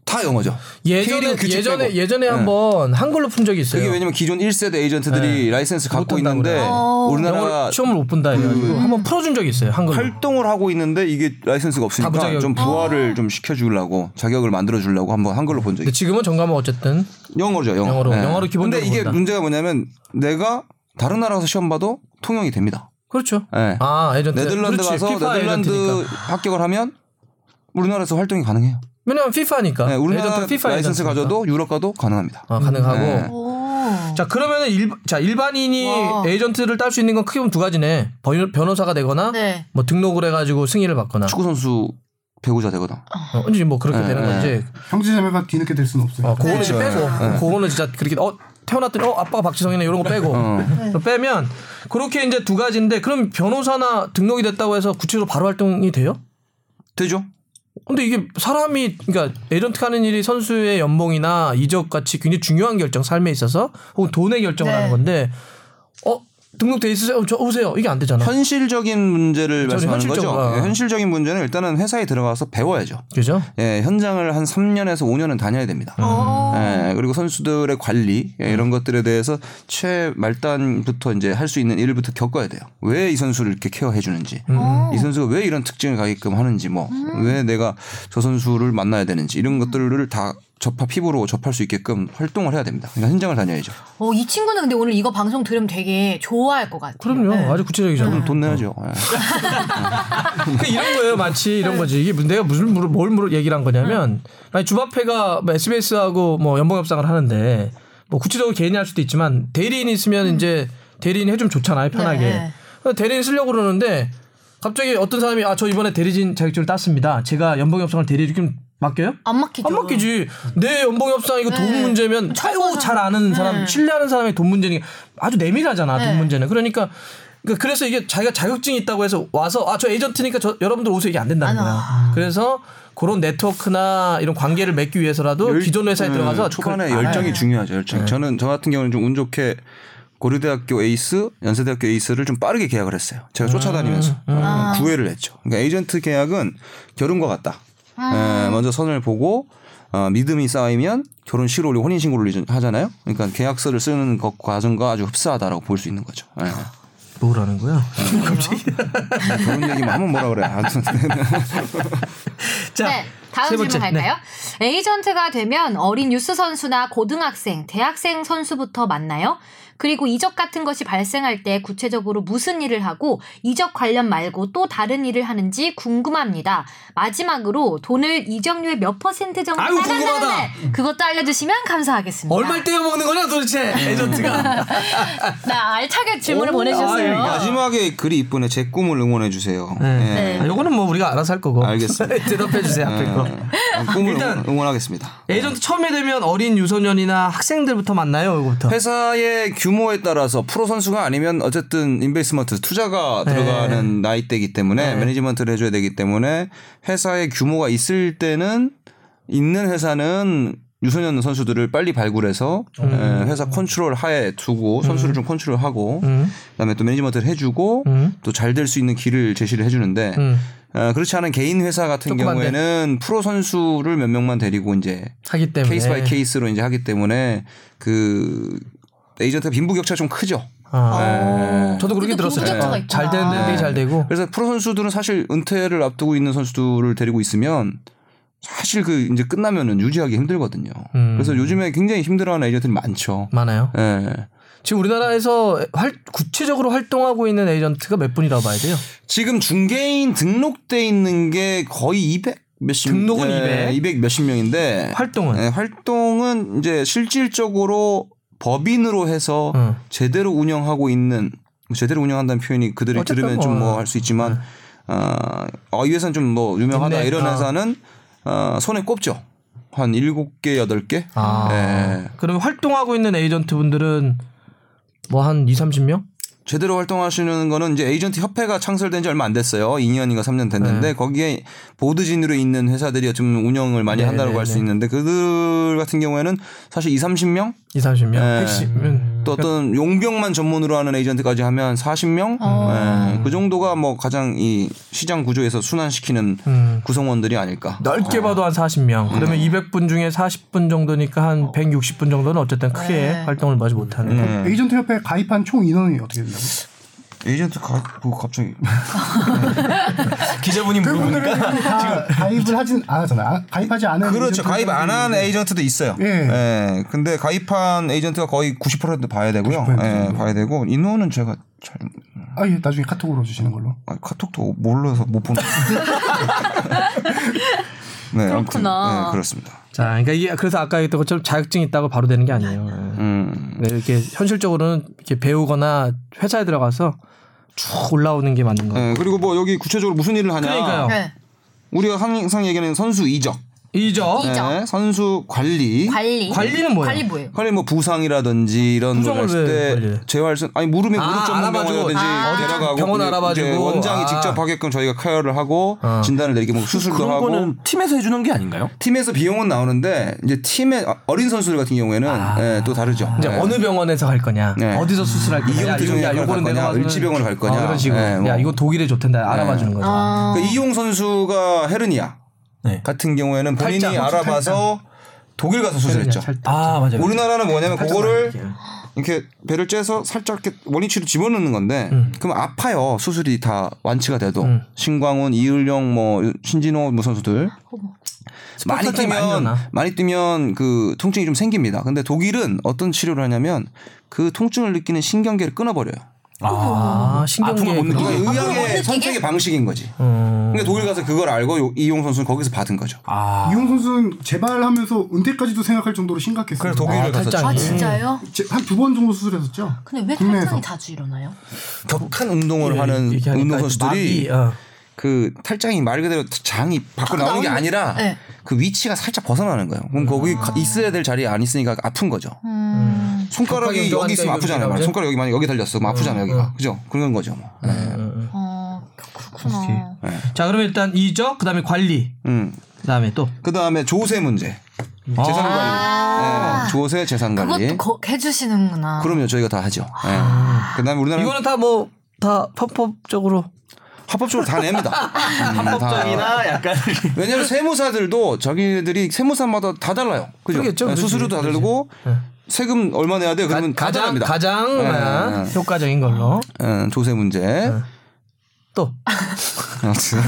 S6: 다 영어죠.
S1: 예전에
S6: K리그 규칙
S1: 예전에
S6: 빼고.
S1: 예전에
S6: 예.
S1: 한번 한글로 푼 적이 있어요.
S6: 그게 왜냐면 기존 1세대 에이전트들이 라이센스
S1: 한다고
S6: 갖고 있는데
S1: 네. 그래요.
S6: 우리나라
S1: 영어를 그러니까 시험을 못 본다 해가지고
S6: 그
S1: 한번 풀어준 적이 있어요. 한글로.
S6: 활동을 하고 있는데 이게 라이센스가
S1: 다
S6: 없으니까
S1: 무자격.
S6: 좀 부활을 좀 시켜주려고 자격을 만들어주려고 한번 한글로 본 적이
S1: 근데 지금은 전 과목 어쨌든
S6: 영어죠, 영어.
S1: 영어로, 영어로 기본적으로
S6: 근데 이게
S1: 본다.
S6: 문제가 뭐냐면 내가 다른 나라 가서 시험 봐도 통용이 됩니다.
S1: 그렇죠.
S6: 예.
S1: 아 예전에
S6: 네덜란드
S1: 그렇지.
S6: 가서
S1: 피파
S6: 네덜란드
S1: 예전트니까.
S6: 합격을 하면 우리나라에서 활동이 가능해요.
S1: 왜냐면 피파니까.
S6: 예, 우리나라
S1: 예전트 아, FIFA
S6: 라이센스
S1: 예전트니까.
S6: 가져도 유럽 가도 가능합니다.
S1: 아, 가능하고
S6: 예.
S1: 자 그러면은 일, 자 일반인이
S7: 와.
S1: 에이전트를 딸 수 있는 건 크게 보면 두 가지네. 번- 변호사가 되거나
S7: 네.
S1: 뭐 등록을 해가지고 승인을 받거나.
S6: 축구 선수 배우자 되거든.
S1: 어, 언제 뭐 그렇게
S6: 네,
S1: 되는
S6: 네.
S1: 건지.
S3: 형제자매가 뒤늦게 될 수는 없어요.
S1: 어, 그거는 이제
S6: 그렇죠.
S1: 빼고.
S6: 네.
S1: 그거는 진짜 그렇게 어 태어났더니 어 아빠가 박지성이네 이런 거 빼고.
S6: 어.
S1: 그럼 빼면 그렇게 이제 두 가지인데 그럼 변호사나 등록이 됐다고 해서 구체적으로 바로 활동이 돼요?
S6: 되죠?
S1: 근데 이게 사람이 그러니까 에이전트 하는 일이 선수의 연봉이나 이적 같이 굉장히 중요한 결정 삶에 있어서 혹은 돈의 결정을
S7: 네.
S1: 하는 건데 어 등록돼 있으세요? 어, 저 오세요 이게 안 되잖아.
S6: 현실적인
S1: 저는
S6: 문제를 말씀하는
S1: 현실적으로. 아.
S6: 거죠. 예, 현실적인 문제는 일단은 회사에 들어가서 배워야죠.
S1: 그죠?
S6: 예, 현장을 한 3년에서 5년은 다녀야 됩니다.
S1: 아.
S6: 예, 그리고 선수들의 관리 예, 이런 것들에 대해서 최말단부터 이제 할 수 있는 일부터 겪어야 돼요. 왜 이 선수를 이렇게 케어해 주는지, 이 선수가 왜 이런 특징을 가게끔 하는지, 뭐 왜 내가 저 선수를 만나야 되는지 이런 것들을 다 접합 피부로 접할 수 있게끔 활동을 해야 됩니다. 그러니까 현장을 다녀야죠.
S7: 어, 이 친구는 근데 오늘 이거 방송 들으면 되게 좋아할 것 같아요.
S1: 그럼요.
S7: 네.
S1: 아주 구체적이잖아.
S6: 돈 내야죠. 예.
S1: 그 이런 거예요. 마치 이런 거지. 이게 내가 무슨 물어- 뭘 물어 얘기를 한 거냐면 만약 주바페가 뭐 SBS하고 뭐 연봉 협상을 하는데 뭐 구체적으로 개인이 할 수도 있지만 대리인이 있으면 이제 대리인이 해주면 좋잖아요. 편하게.
S7: 네.
S1: 그래서 대리인 쓰려고 그러는데 갑자기 어떤 사람이 아 저 이번에 대리진 자격증을 땄습니다. 제가 연봉 협상을 대리해 주면 맡겨요?
S7: 안 막히죠.
S1: 안 맡기지.
S2: 음.
S1: 내 연봉 협상 이거 돈
S7: 네.
S1: 문제면 아이고 잘 아는
S2: 네.
S1: 사람, 신뢰하는 사람의 돈 문제니 아주 내밀하잖아
S7: 네.
S1: 돈 문제는. 그러니까 그러니까 그래서 이게 자기가 자격증이 있다고 해서 와서 아 저 에이전트니까 저 여러분들 오세요 이게 안 된다는 거야.
S6: 아.
S1: 그래서 그런 네트워크나 이런 관계를 맺기 위해서라도
S6: 열-
S1: 기존 회사에 네.
S6: 네,
S1: 들어가서
S6: 초반에
S1: 그걸 아.
S6: 열정이 중요하죠. 열정. 저는 저 같은 경우는 좀 운 좋게 고려대학교 에이스, 연세대학교 에이스를 좀 빠르게 계약을 했어요. 제가 쫓아다니면서
S1: 음,
S6: 어, 구애를 했죠. 그러니까 에이전트 계약은 결혼과 같다. 예, 먼저 선을 보고 어, 믿음이 쌓이면 결혼식을 올리고 혼인신고를 올리- 하잖아요. 그러니까 계약서를 쓰는 것 과정과 아주 흡사하다라고 볼 수 있는 거죠. 예.
S1: 뭐라는 거야?
S6: 결혼 얘기만 하면 뭐라 그래. 아무튼
S1: 자,
S2: 네.
S1: 세
S2: 다음 질문
S1: 번째. 네.
S2: 갈까요? 에이전트가 되면 어린 유스 선수나 고등학생, 대학생 선수부터 만나요? 그리고 이적 같은 것이 발생할 때 구체적으로 무슨 일을 하고 이적 관련 말고 또 다른 일을 하는지 궁금합니다. 마지막으로 돈을 이적료의 몇 퍼센트 정도
S1: 아유,
S2: 따간다는데 네. 그것도 알려주시면 감사하겠습니다.
S1: 얼마 떼어먹는 거냐 도대체
S6: 음.
S1: 에이전트가
S2: 나 알차게 질문을
S1: 오,
S2: 보내주셨어요.
S6: 마지막에 글이 이쁘네. 제 꿈을 응원해 주세요. 예.
S1: 네. 아, 요거는 뭐 우리가 알아서 할 거고
S6: 알겠습니다.
S1: 대답해 주세요 앞에 거
S6: 예. 꿈을
S1: 네. 일단-
S6: 응원- 응원하겠습니다.
S1: 에이전트 처음에 되면 어린 유소년이나 학생들부터 만나요 이거부터
S6: 회사의 규모에 따라서 프로 선수가 아니면 어쨌든 인베스먼트 투자가
S1: 네.
S6: 들어가는 나이대이기 때문에 매니지먼트를 해줘야 되기 때문에 회사의 규모가 있을 때는 있는 회사는 유소년 선수들을 빨리 발굴해서
S1: 음.
S6: 예, 회사 컨트롤 하에 두고 선수를 좀 컨트롤하고 그다음에 또 매니지먼트를 해주고 또 잘 될 수 있는 길을 제시를 해주는데
S1: 음.
S6: 어, 그렇지 않은 개인 회사 같은
S1: 조그만데.
S6: 경우에는 프로 선수를 몇 명만 데리고 이제
S1: 하기 때문에
S6: 케이스 바이 케이스로 이제 하기 때문에 그 에이전트 빈부격차 좀 크죠.
S1: 아.
S6: 예.
S1: 저도 그렇게
S7: 그게
S1: 들었어요.
S7: 빈부격차가
S1: 어, 잘
S7: 있구나.
S1: 되는 데 되게
S6: 네.
S1: 잘 되고.
S6: 그래서 프로 선수들은 사실 은퇴를 앞두고 있는 선수들을 데리고 있으면 사실 그 이제 끝나면은 유지하기 힘들거든요.
S1: 음.
S6: 그래서 요즘에 굉장히 힘들어하는 에이전트들이 많죠.
S1: 많아요.
S6: 예.
S1: 지금 우리나라에서 활- 구체적으로 활동하고 있는 에이전트가 몇 분이라고 봐야 돼요?
S6: 지금 중개인 등록돼 있는 게 거의 200 몇십
S1: 등록은 200.
S6: 200 몇십 명인데
S1: 활동은
S6: 예, 활동은 이제 실질적으로 법인으로 해서
S1: 응.
S6: 제대로 운영하고 있는 제대로 운영한다는 표현이 그들이
S1: 어쨌든
S6: 들으면 좀 뭐
S1: 뭐.
S6: 할 수 있지만 어, 어, 이 회사는 좀 뭐 유명하다
S1: 인맥,
S6: 이런
S1: 아.
S6: 회사는 어, 손에 꼽죠 한 일곱 개 여덟 개
S1: 아.
S6: 예.
S1: 그럼 활동하고 있는 에이전트 분들은 뭐 한 2, 30명?
S6: 제대로 활동하시는 거는 이제 에이전트 협회가 창설된 지 얼마 안 됐어요 2년인가 3년
S1: 네.
S6: 됐는데 거기에 보드진으로 있는 회사들이 좀 운영을 많이
S1: 네,
S6: 한다고
S1: 네,
S6: 할 수
S1: 네.
S6: 있는데 그들 같은 경우에는 사실 2, 30명
S1: 2, 30명.
S6: 예.
S7: 음.
S1: 핵심은
S6: 또 어떤 용병만 전문으로 하는 에이전트까지 하면 40명
S2: 어.
S6: 예, 그 정도가 뭐 가장 이 시장 구조에서 순환시키는
S1: 음.
S6: 구성원들이 아닐까.
S1: 넓게 봐도 한
S6: 음.
S1: 40명. 그러면 200분 중에 40분 정도니까
S7: 어.
S1: 한 160분 정도는 어쨌든 크게
S7: 네.
S1: 활동을 마지 못하는.
S6: 음.
S3: 에이전트 협회 가입한 총 인원이 어떻게 된다고?
S6: 에이전트 가, 뭐 갑자기
S4: 기자분이 물어보니까
S3: 다 가입을 하진 않았잖아요. 아, 가입하지 않은
S6: 그러니까 그렇죠
S3: 에이전트
S6: 가입 안 한 에이전트도 있어요.
S3: 예.
S6: 예, 근데 가입한 에이전트가 거의 90%도 봐야 되고요. 예, 봐야 되고 인원은 제가 잘
S3: 아, 예, 나중에 카톡으로 주시는 걸로.
S6: 아, 카톡도 몰라서 못 보는. 네, 아무튼,
S2: 그렇구나.
S6: 네, 그렇습니다.
S1: 자, 그러니까 이게 그래서 아까 얘기했던 것처럼 자격증이 있다고 바로 되는 게 아니에요. 예.
S6: 음.
S1: 네, 이렇게 현실적으로는 이렇게 배우거나 회사에 들어가서 쭉 올라오는 게 맞는 거예요.
S6: 예, 그리고 뭐 여기 구체적으로 무슨 일을 하냐.
S1: 그러니까요.
S2: 네.
S6: 우리가 항상 얘기하는 선수 네. 이적,
S1: 이죠.
S2: 이- 이적.
S6: 예, 선수 관리,
S2: 관리.
S1: 관리는 뭐예요?
S2: 관리 뭐예요?
S6: 관리 뭐 부상이라든지 이런 걸
S1: 부상을
S6: 했을
S1: 왜
S6: 때
S1: 관리해?
S6: 재활선 아니 무릎이
S1: 아,
S6: 무릎 전문
S1: 알아봐주고.
S6: 병원이라든지
S2: 아.
S6: 데려가고
S1: 병원
S6: 이제
S1: 알아봐주고.
S6: 원장이
S1: 아.
S6: 직접 하게끔 저희가 케어를 하고
S1: 어.
S6: 진단을 내리게 뭐 수술도
S4: 그런
S6: 하고
S4: 거는 팀에서 해주는 게 아닌가요?
S6: 팀에서 비용은 나오는데 이제 팀의 어린 선수들 같은 경우에는
S1: 아.
S6: 예, 또 다르죠.
S1: 이제
S6: 예.
S1: 어느 병원에서 갈 거냐,
S6: 네.
S1: 어디서 수술할 거냐, 야,
S6: 이용
S1: 이거-
S6: 병원에
S1: 야,
S6: 갈
S1: 요거는
S6: 거냐,
S1: 내가 어,
S6: 을지병원에 갈 거냐.
S1: 그런 식으로.
S6: 네, 뭐.
S1: 야, 이거 독일에 좋댄다. 알아봐 주는 거죠.
S6: 그러니까 이용 선수가 헤르니아
S4: 네.
S6: 같은 경우에는 본인이
S1: 팔짱, 혹시
S6: 알아봐서 독일 가서 수술했죠.
S4: 아 맞아요.
S6: 우리나라는 뭐냐면
S1: 팔짱
S6: 그거를
S1: 아니에요.
S6: 네. 이렇게 배를 째서 살짝 이렇게 원위치로 집어넣는 건데 그럼 아파요 수술이 다 완치가 돼도 신광훈, 이을령, 뭐 신진호 뭐 선수들 많이
S1: 스포츠 많이
S6: 뛰면
S1: 일어나.
S6: 많이 뛰면 그 통증이 좀 생깁니다. 근데 독일은 어떤 치료를 하냐면 그 통증을 느끼는 신경계를 끊어버려요. 음,
S1: 아, 신경계
S4: 아픔을 못
S1: 그런-
S6: 이게
S4: 느끼게.
S6: 의학의 선택의 방식인 거지.
S1: 음.
S6: 근데 독일 가서 그걸 알고 요- 이용 선수는 거기서 받은 거죠.
S4: 아
S3: 이용 선수는 재발하면서 은퇴까지도 생각할 정도로 심각했어요.
S6: 그래서 독일을
S1: 탈장.
S6: 가서
S1: 아,
S2: 아
S1: 예.
S2: 진짜요?
S3: 한 두 번 정도 수술했었죠.
S2: 근데 왜
S3: 국내에서.
S2: 탈장이 자주 일어나요?
S6: 격한 운동을 하는
S1: 음, 이렇게 하니까
S6: 운동 선수들이
S1: 막이, 어.
S6: 그 탈장이 말 그대로 장이 밖으로 나오는 게 아니라
S2: 네. 아.
S6: 그 위치가 살짝 벗어나는 거예요. 그럼 거기 가- 있어야 될 자리에 안 있으니까 아픈 거죠.
S2: 음.
S6: 손가락이
S1: 격하게
S6: 여기
S1: 운동하니까
S6: 있으면 아프잖아요.
S1: 이거
S6: 손가락 여기 만약 여기 달렸어, 그럼 아프잖아요.
S1: 음,
S6: 여기가
S1: 음.
S6: 그죠? 그런 거죠. 뭐. 네.
S2: 어 그렇구나.
S1: 음. 자, 그러면 일단 이적, 그다음에 관리,
S6: 음.
S1: 그다음에 또
S6: 그다음에 조세 문제, 음. 재산 관리, 네. 조세 재산 관리.
S2: 아. 그것도 거, 아. 해주시는구나.
S6: 그럼요, 저희가 다 하죠. 네. 그다음에 우리나라
S1: 이거는 다 뭐 다 편법적으로
S6: 합법적으로 다 냅니다. 합법적이나
S4: 아, 약간
S6: 왜냐면 세무사들도 자기들이 세무사마다 다 달라요. 그죠?
S1: 그러겠죠,
S6: 네,
S1: 그렇지,
S6: 수수료도 다
S1: 그렇지.
S6: 다르고
S1: 네.
S6: 세금 얼마 내야 돼? 그러면 다
S1: 가장
S6: 다릅니다.
S1: 가장
S6: 네,
S1: 아,
S6: 네, 네.
S1: 효과적인 걸로
S6: 예, 조세 문제.
S1: 네. 또
S6: 아무튼.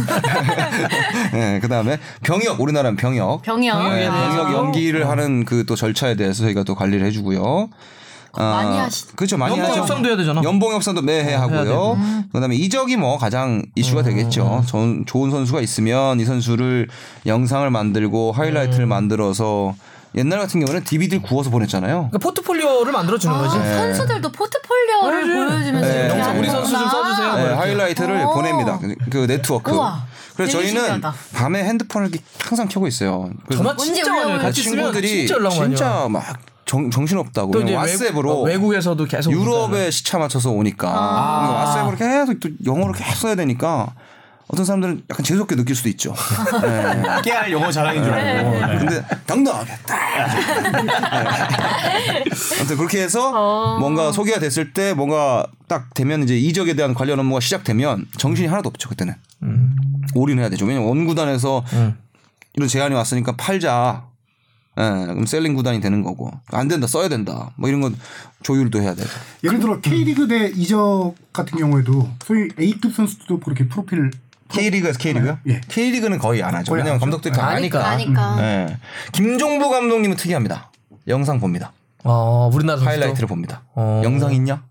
S6: 예, 그다음에 병역 우리나라는 병역.
S2: 병역.
S6: 예,
S1: 네.
S2: 아.
S6: 병역 연기를 하는 그 또 절차에 대해서 저희가 또 관리를 해 주고요.
S2: 아, 많이 하시-
S6: 그렇죠. 많이
S1: 연봉
S6: 하죠.
S1: 협상도 해야 되잖아.
S6: 연봉 협상도 매해 하고요. 그다음에 이적이 뭐 가장
S1: 음.
S6: 이슈가 되겠죠. 좋은, 좋은 선수가 있으면 이 선수를 영상을 만들고 하이라이트를
S1: 음.
S6: 만들어서 옛날 같은 경우는 DVD를 구워서 보냈잖아요.
S1: 그러니까 포트폴리오를 만들어 주는 거지.
S2: 아, 선수들도 포트폴리오를 보여주면서
S6: 네.
S2: 이렇게
S6: 영상
S2: 하는
S6: 우리
S1: 선수 좀
S2: 거구나.
S1: 써주세요.
S6: 네,
S1: 이렇게.
S6: 하이라이트를
S2: 오.
S6: 보냅니다. 그- 그 네트워크.
S2: 어. 우와,
S6: 그래서
S2: 되게
S6: 저희는
S2: 신기하다.
S6: 밤에 핸드폰을 이렇게 항상 켜고 있어요. 그래서
S1: 전화
S2: 언제
S1: 진짜 많이
S2: 올라오는지.
S1: 같이 쓰면 진짜 연락 많이 와.
S6: 진짜 막 정, 정신없다고
S1: 또 이제
S6: 그냥 왓츠앱으로
S1: 외국, 외국에서도 계속
S6: 유럽에 시차 맞춰서 오니까 왓츠앱으로 계속 또 영어로 계속 써야 되니까 어떤 사람들은 약간 재수없게 느낄 수도 있죠. 네.
S4: 깨알 영어 자랑인 줄 알고. 네.
S6: 근데 당당하게 딱. 아무튼 그렇게 해서 뭔가 소개가 됐을 때 뭔가 딱 되면 이제 이적에 대한 관련 업무가 시작되면 정신이 하나도 없죠 그때는 올인해야 되죠 왜냐면 원구단에서 이런 제안이 왔으니까 팔자 예, 그럼 셀링 구단이 되는 거고 안 된다 써야 된다 뭐 이런 건 조율도 해야 되고
S3: 예를 들어 K리그 대 이적 같은 경우에도 소위 A급 선수도 그렇게 프로필
S1: 아,
S6: K리그에서 K리그요?
S3: 예.
S6: K리그는 거의 안 하죠
S3: 거의
S6: 왜냐면
S3: 안 하죠.
S6: 감독들이 다 아니까,
S2: 아니까.
S6: 예. 김종부 감독님은 특이합니다 영상 봅니다
S1: 어, 우리나라 선수도.
S6: 하이라이트를 봅니다
S1: 어.
S6: 영상 있냐?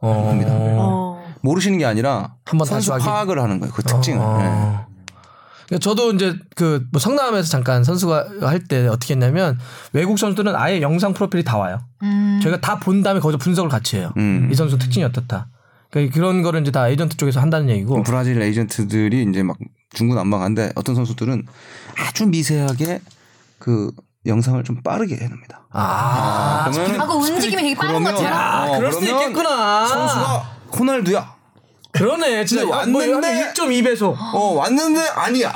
S1: 어.
S6: 봅니다. 예.
S2: 어.
S6: 모르시는 게 아니라
S1: 한번
S6: 선수
S1: 다시 확인.
S6: 파악을 하는 거예요. 그 특징을. 예.
S1: 어. 그러니까 저도 이제 그뭐 성남에서 잠깐 선수가 할 때 어떻게 했냐면 외국 선수들은 아예 영상 프로필이 다 와요.
S2: 음.
S1: 저희가 다 본 다음에 거기서 분석을 같이 해요.
S6: 음.
S1: 이 선수 특징이 어떻다. 그러니까 그런 거를 이제 다 에이전트 쪽에서 한다는 얘기고.
S6: 브라질 에이전트들이 이제 막 중구난방한데 어떤 선수들은 아주 미세하게 그 영상을 좀 빠르게 해냅니다.
S1: 아,
S6: 그러면
S2: 아, 그 움직임이 되게 빠른 것처럼.
S6: 어,
S1: 그럴 수도
S6: 그러면
S1: 있겠구나.
S6: 선수가 호날두야.
S1: 그러네. 진짜
S6: 근데
S1: 야, 뭐
S6: 왔는데-
S1: 한 1.2배속.
S6: 어 왔는데 아니야.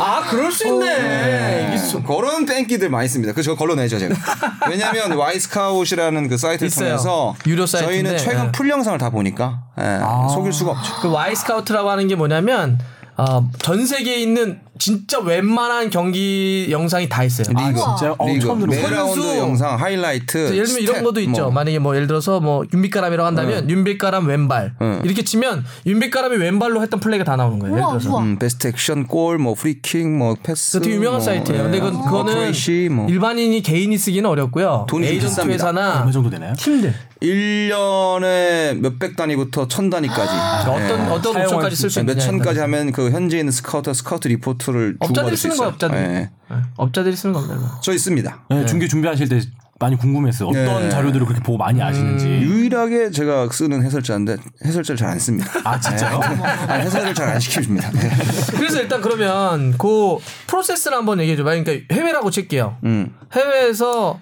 S1: 아, 그럴 수
S6: 어.
S1: 있네. 이게 수-
S6: 그런 뺑기들 많이 씁니다. 그저 걸러내죠 제가. 왜냐하면 와이스카웃이라는 그 사이트를
S1: 있어요.
S6: 통해서
S1: 유료
S6: 저희는
S1: 사이트인데,
S6: 최근
S1: 예.
S6: 풀 영상을 다 보니까 예, 속일 수가 없죠.
S1: 그 와이 스카우트라고 하는 게 뭐냐면 어, 전 세계에 있는 진짜 웬만한 경기 영상이 다 있어요.
S6: 리그,
S4: 진짜요? 어우,
S6: 리그,
S4: 처음
S6: 매
S4: 들어봐요.
S6: 라운드
S1: 선수.
S6: 영상 하이라이트.
S1: 그래서 예를 들면 이런
S6: 스텝,
S1: 것도 있죠.
S6: 뭐. 네.
S1: 만약에 뭐 예를 들어서 뭐 윤빛가람이라고 한다면 윤빛가람 왼발
S6: 응.
S1: 이렇게 치면 윤빛가람이 왼발로 했던 플레이가 다 나오는 거예요. 예를
S2: 우와,
S1: 들어서.
S2: 우와.
S6: 음, 베스트 액션, 골, 뭐 프리킥, 뭐 패스.
S1: 되게 유명한
S6: 뭐,
S1: 사이트예요. 근데 그건,
S6: 뭐
S1: 그거는
S6: 크레이시, 뭐.
S1: 일반인이 개인이 쓰기는 어렵고요.
S6: 돈이 좀
S1: 에이전트
S6: 비쌉니다. 아,
S1: 회사나
S4: 얼마 정도 되나요?
S1: 팀들
S6: 1년에 몇백 단위부터 천 단위까지.
S1: 그러니까 어떤
S6: 예.
S1: 어떤 옵션까지 쓸 수 있냐
S6: 몇 천까지 하면 그 현재 있는 스카우터 스카우트 리포트를 주고받을
S1: 업자들이
S6: 수
S1: 쓰는 거야
S6: 있어요.
S1: 업자들.
S6: 예.
S1: 업자들이 쓰는 겁니다. 이거.
S6: 저 있습니다.
S4: 네, 중계 준비하실 때 많이 궁금했어요. 어떤
S6: 네. 음.
S4: 자료들을 그렇게 보고 많이 아시는지.
S6: 유일하게 제가 쓰는 해설자인데 해설자를 잘 안 씁니다.
S4: 아 진짜요?
S6: 네. 아니, 해설을 잘 안 시켜줍니다. 네.
S1: 그래서 일단 그러면 그 프로세스를 한번 얘기해 줘봐요. 그러니까 해외라고 칠게요.
S6: 음.
S1: 해외에서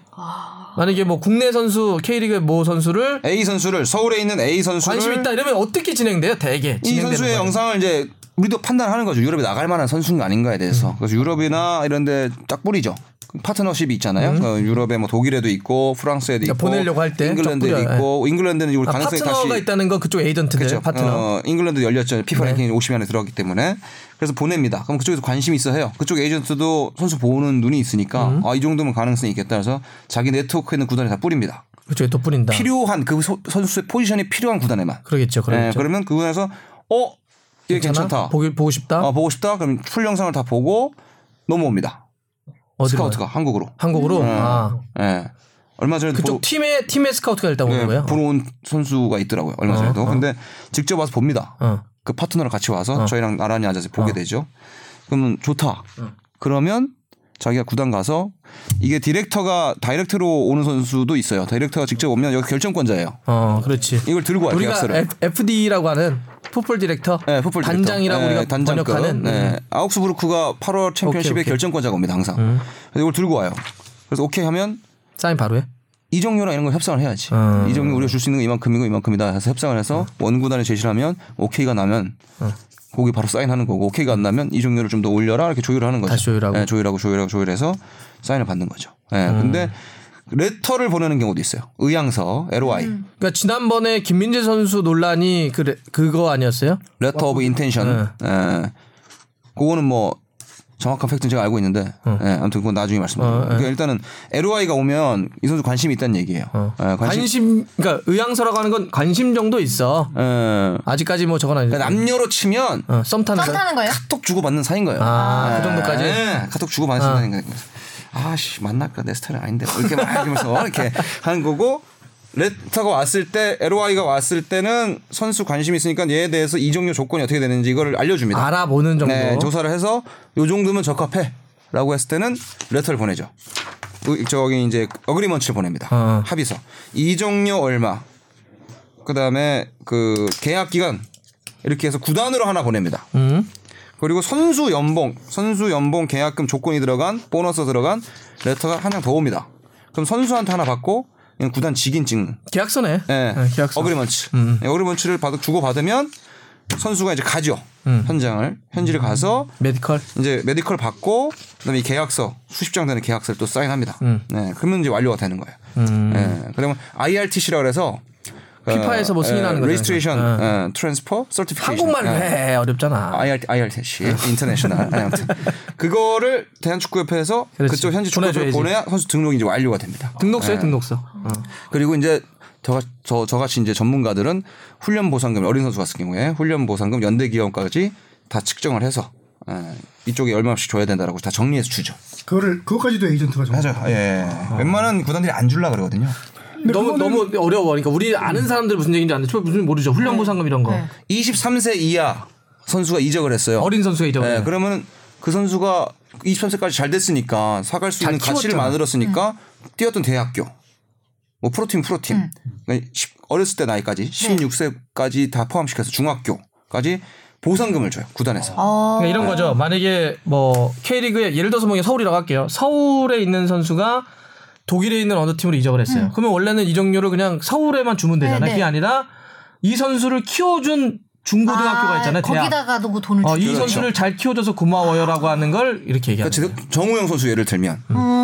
S1: 만약에 뭐 국내 선수 K리그 모 선수를
S6: A 선수를 서울에 있는 A 선수를
S1: 관심 있다 이러면 어떻게 진행돼요? 대개
S6: 이
S1: 진행되는
S6: 선수의
S1: 거예요.
S6: 영상을 이제 우리도 판단하는 거죠. 유럽에 나갈 만한 선수인가 아닌가에
S1: 음.
S6: 대해서. 그래서 유럽이나 이런 데 딱 뿌리죠. 파트너십이 있잖아요. 그 유럽에 뭐 독일에도 있고 프랑스에도 있고
S1: 음. 그러니까 보내려고 할때
S6: 잉글랜드에도
S1: 쫙 뿌려요.
S6: 있고 잉글랜드는 우리
S1: 아,
S6: 가능성이
S1: 파트너가
S6: 다시
S1: 있다는 거 그쪽 에이전트들
S6: 그렇죠.
S1: 파트너. 네.
S6: 어, 잉글랜드 열렸죠. 피파 랭킹 50위 안에 들어갔기 때문에. 그래서 보냅니다. 그럼 그쪽에서 관심 있어 해요. 그쪽 에이전트도 선수 보는 눈이 있으니까
S1: 음.
S6: 아, 이 정도면 가능성이 있겠다 해서 자기 네트워크 있는 구단에 다 뿌립니다.
S1: 그쪽에 또 뿌린다.
S6: 필요한 그 소- 선수의 포지션이 필요한 구단에만.
S1: 네. 그러겠죠.
S6: 예,
S1: 그러겠죠.
S6: 그러면 그분에서 어, 얘
S1: 그렇죠. 괜찮아?
S6: 괜찮다.
S1: 보기 보고 싶다.
S6: 어, 보고 싶다. 그럼 풀 영상을 다 보고 넘어옵니다.
S1: 어디로?
S6: 스카우트가 한국으로.
S1: 한국으로. 아.
S6: 예. 얼마 전에도
S1: 그쪽
S6: 보-
S1: 팀의 팀의 스카우트가 일단 오는
S6: 예,
S1: 거예요.
S6: 보러 온 선수가 있더라고요. 얼마 전에도. 근데 직접 와서 봅니다.
S1: 어.
S6: 그 파트너랑 같이 와서 저희랑 나란히 앉아서 보게 되죠. 그러면 좋다.
S1: 어.
S6: 그러면 자기가 구단 가서 이게 디렉터가 다이렉트로 오는 선수도 있어요. 다이렉터가 직접 오면 여기 결정권자예요.
S1: 어, 그렇지.
S6: 이걸 들고 와요.
S1: 우리가
S6: 계약서를.
S1: F- FD라고 하는 풋볼 디렉터,
S6: 네, 풋볼 디렉터.
S1: 단장이라고
S6: 네,
S1: 우리가
S6: 단장급.
S1: 번역하는 음.
S6: 네. 아욱스부르크가 8월 챔피언십의
S1: 오케이, 음. 오케이.
S6: 결정권자가 옵니다 항상. 그래서 이걸 들고 와요. 그래서 오케이 하면
S1: 사인 바로 해.
S6: 이정료랑 이런 걸 협상을 해야지.
S1: 음.
S6: 이정료 우리가 줄 수 있는 거 이만큼이고 이만큼이다 해서 협상을
S1: 어.
S6: 해서 원구단에 제시를 하면 오케이가 나면 거기 바로 사인하는 거고 오케이가 안 나면 이정료를 좀 더 올려라 이렇게 조율을 하는 거죠.
S1: 다시 조율하고. 음.
S6: 예, 조율하고 조율하고 조율해서 사인을 받는 거죠. 예, 근데 레터를 보내는 경우도 있어요. 의향서 LOI.
S1: 그러니까 지난번에 김민재 선수 논란이 그 그거 아니었어요?
S6: 레터 오브 인텐션.
S1: 네.
S6: 예. 그거는 뭐 정확한 팩트는 제가 알고 있는데
S1: 어.
S6: 예, 아무튼 그건 나중에
S1: 네.
S6: 말씀드릴게요. 그러니까 일단은 LOI가 오면 이 선수 관심이 있다는 얘기예요. 예, 관심,
S1: 어. 관심, 그러니까 의향서라고 하는 건 관심 정도 있어.
S6: 예.
S1: 아직까지 뭐 저건 아니죠.
S6: 그러니까 남녀로 치면
S1: 어, 썸 타는
S2: 썸
S1: 거.
S2: 타는 거예요?
S6: 카톡 주고받는 사이인 거예요.
S1: 아, 그 정도까지? 어.
S6: 예, 카톡 주고받는 사이인 거예요. 아씨 만날까 내 스타일은 아닌데 뭐 이렇게 막 이러면서 이렇게 하는 거고 레터가 왔을 때 LOI가 왔을 때는 선수 관심 이 있으니까 얘에 대해서 이종료 조건이 어떻게 되는지 이거를 알려줍니다.
S1: 알아보는 정도.
S6: 네, 조사를 해서 요 정도면 적합해. 라고 했을 때는 레터를 보내죠. 의- 저기 이제 어그리먼트를 보냅니다.
S1: 어.
S6: 합의서. 이정료 얼마. 그다음에 그 계약 기간 이렇게 해서 구단으로 하나 보냅니다.
S1: 음.
S6: 그리고 선수 연봉, 선수 연봉 계약금 조건이 들어간 보너스 들어간 레터가 한 장 더 옵니다. 그럼 선수한테 하나 받고 그냥 구단 직인 찍는.
S1: 계약서네.
S6: 예.
S1: 네, 계약서.
S6: 어그리먼츠.
S1: 음.
S6: 예, 어그리먼츠를 받아 주고 받으면 선수가 이제 가죠.
S1: 음.
S6: 현장을 현지를 가서
S1: 메디컬.
S6: 이제 메디컬 받고 그다음에 이 계약서 수십 장 되는 계약서를 또 사인합니다.
S1: 음.
S6: 네, 그러면 이제 완료가 되는 거예요. 네, 그러면 IRTC라고 해서 그 예,
S1: 피파에서 뭐 승인하는 거잖아요.
S6: 레지스트레이션,
S1: 네.
S6: 트랜스퍼, 서티피케이션.
S1: 한국말로
S6: 네.
S1: 해 음. 어렵잖아.
S6: IR, IRTC, 인터내셔널. 네, 아무튼. 그거를 대한축구협회에서
S1: 그렇지.
S6: 그쪽 현지 축구협회에
S1: 그렇죠. 보내줘야지.
S6: 보내야 선수 등록이 이제 완료가 됩니다.
S1: 등록서에
S6: 네.
S1: 등록서.
S6: 그리고 이제 저가, 저, 저같이 이제 전문가들은 훈련 보상금, 어린 선수 같은 경우에 훈련 보상금 연대 기업까지 다 측정을 해서 예, 이쪽에 얼마씩 줘야 된다라고 다 정리해서 주죠.
S3: 그거를 그것까지도 에이전트가 정.
S6: 맞아요. 예. 웬만한 구단들이 안 줄라 그러거든요.
S1: 너무 너무 어려워. 그러니까 우리 아는 사람들 무슨 얘기인지 아는데 저 무슨 모르죠. 훈련
S2: 네.
S1: 보상금 이런 거.
S6: 23세 이하 선수가 이적을 했어요.
S1: 어린 선수가 이적.
S6: 예,
S1: 네,
S6: 그러면 그 선수가 23세까지 잘 됐으니까 사갈 수
S1: 잘
S6: 있는 가치를
S1: 키웠잖아.
S6: 만들었으니까 뛰었던 대학교 뭐 프로팀 프로팀 그러니까 십- 어렸을 때 나이까지 16세까지 다 포함시켜서 중학교까지 보상금을 줘요 구단에서
S2: 아. 어.
S1: 그러니까 이런 거죠. 만약에 뭐 K리그에 예를 들어서 뭐 서울이라고 할게요. 서울에 있는 선수가 독일에 있는 어느 팀으로 이적을 했어요. 그러면 원래는 이적료를 그냥 서울에만 주면 되잖아요.
S2: 음. 네, 네.
S1: 그게 아니라 이 선수를 키워준 중고등학교가 있잖아요. 대학.
S2: 거기다가 누구 그 돈을
S1: 어,
S2: 주.
S1: 이 선수를 잘 키워줘서 고마워요라고 하는 걸 이렇게 얘기하는 거예요.
S6: 그렇죠. 그러니까 정우영 선수 예를 들면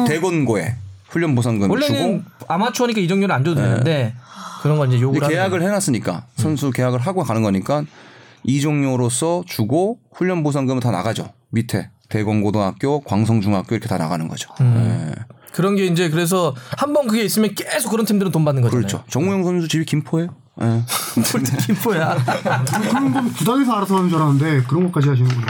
S6: 대건고에 훈련 보상금을 주고
S1: 원래는 아마추어니까 이적료를 안 줘도 되는데 그런 걸 이제
S6: 이제
S1: 요구를 하는
S6: 계약을 해놨으니까
S1: 음.
S6: 선수 계약을 하고 가는 거니까 이종료로서 주고 훈련 보상금은 다 나가죠 밑에 대건고등학교 광성중학교 이렇게 다 나가는 거죠
S1: 음.
S6: 예.
S1: 그런 게 이제 그래서 한 번 그게 있으면 계속 그런 팀들은 돈 받는 거잖아요.
S6: 그렇죠. 정우영 선수 집이 김포예요. 예.
S1: 김포야.
S3: 그런 건 구단에서 알아서 하는 줄 알았는데 그런 것까지 하시는군요.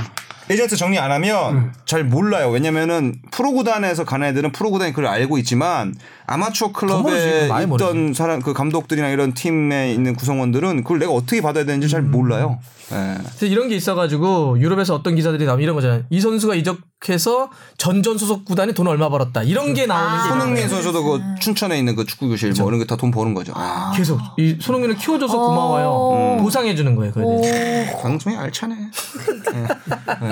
S6: 에이전트 정리 안 하면
S1: 음.
S6: 잘 몰라요. 왜냐면은 프로구단에서 가는 애들은 프로구단이 그걸 알고 있지만 아마추어 클럽에
S1: 모르지, 많이
S6: 있던
S1: 모르지.
S6: 사람 그 감독들이나 이런 팀에 있는 구성원들은 그걸 내가 어떻게 받아야 되는지
S1: 음.
S6: 잘 몰라요. 예.
S1: 그래서 이런 게 있어가지고 유럽에서 어떤 기사들이 나오면 이런 거잖아요. 이 선수가 이적 해서 전전 소속 구단이 돈 얼마 벌었다 이런 게 나오는 게
S6: 손흥민 선수도 그 춘천에 있는 그 축구
S1: 그렇죠.
S6: 교실 뭐 이런 게 다 돈 버는 거죠. 아,
S1: 계속 이 손흥민을 키워줘서
S2: 어.
S1: 고마워요 음. 보상해 주는 거예요. 그거에 대해서.
S6: 방송이 알차네. 네.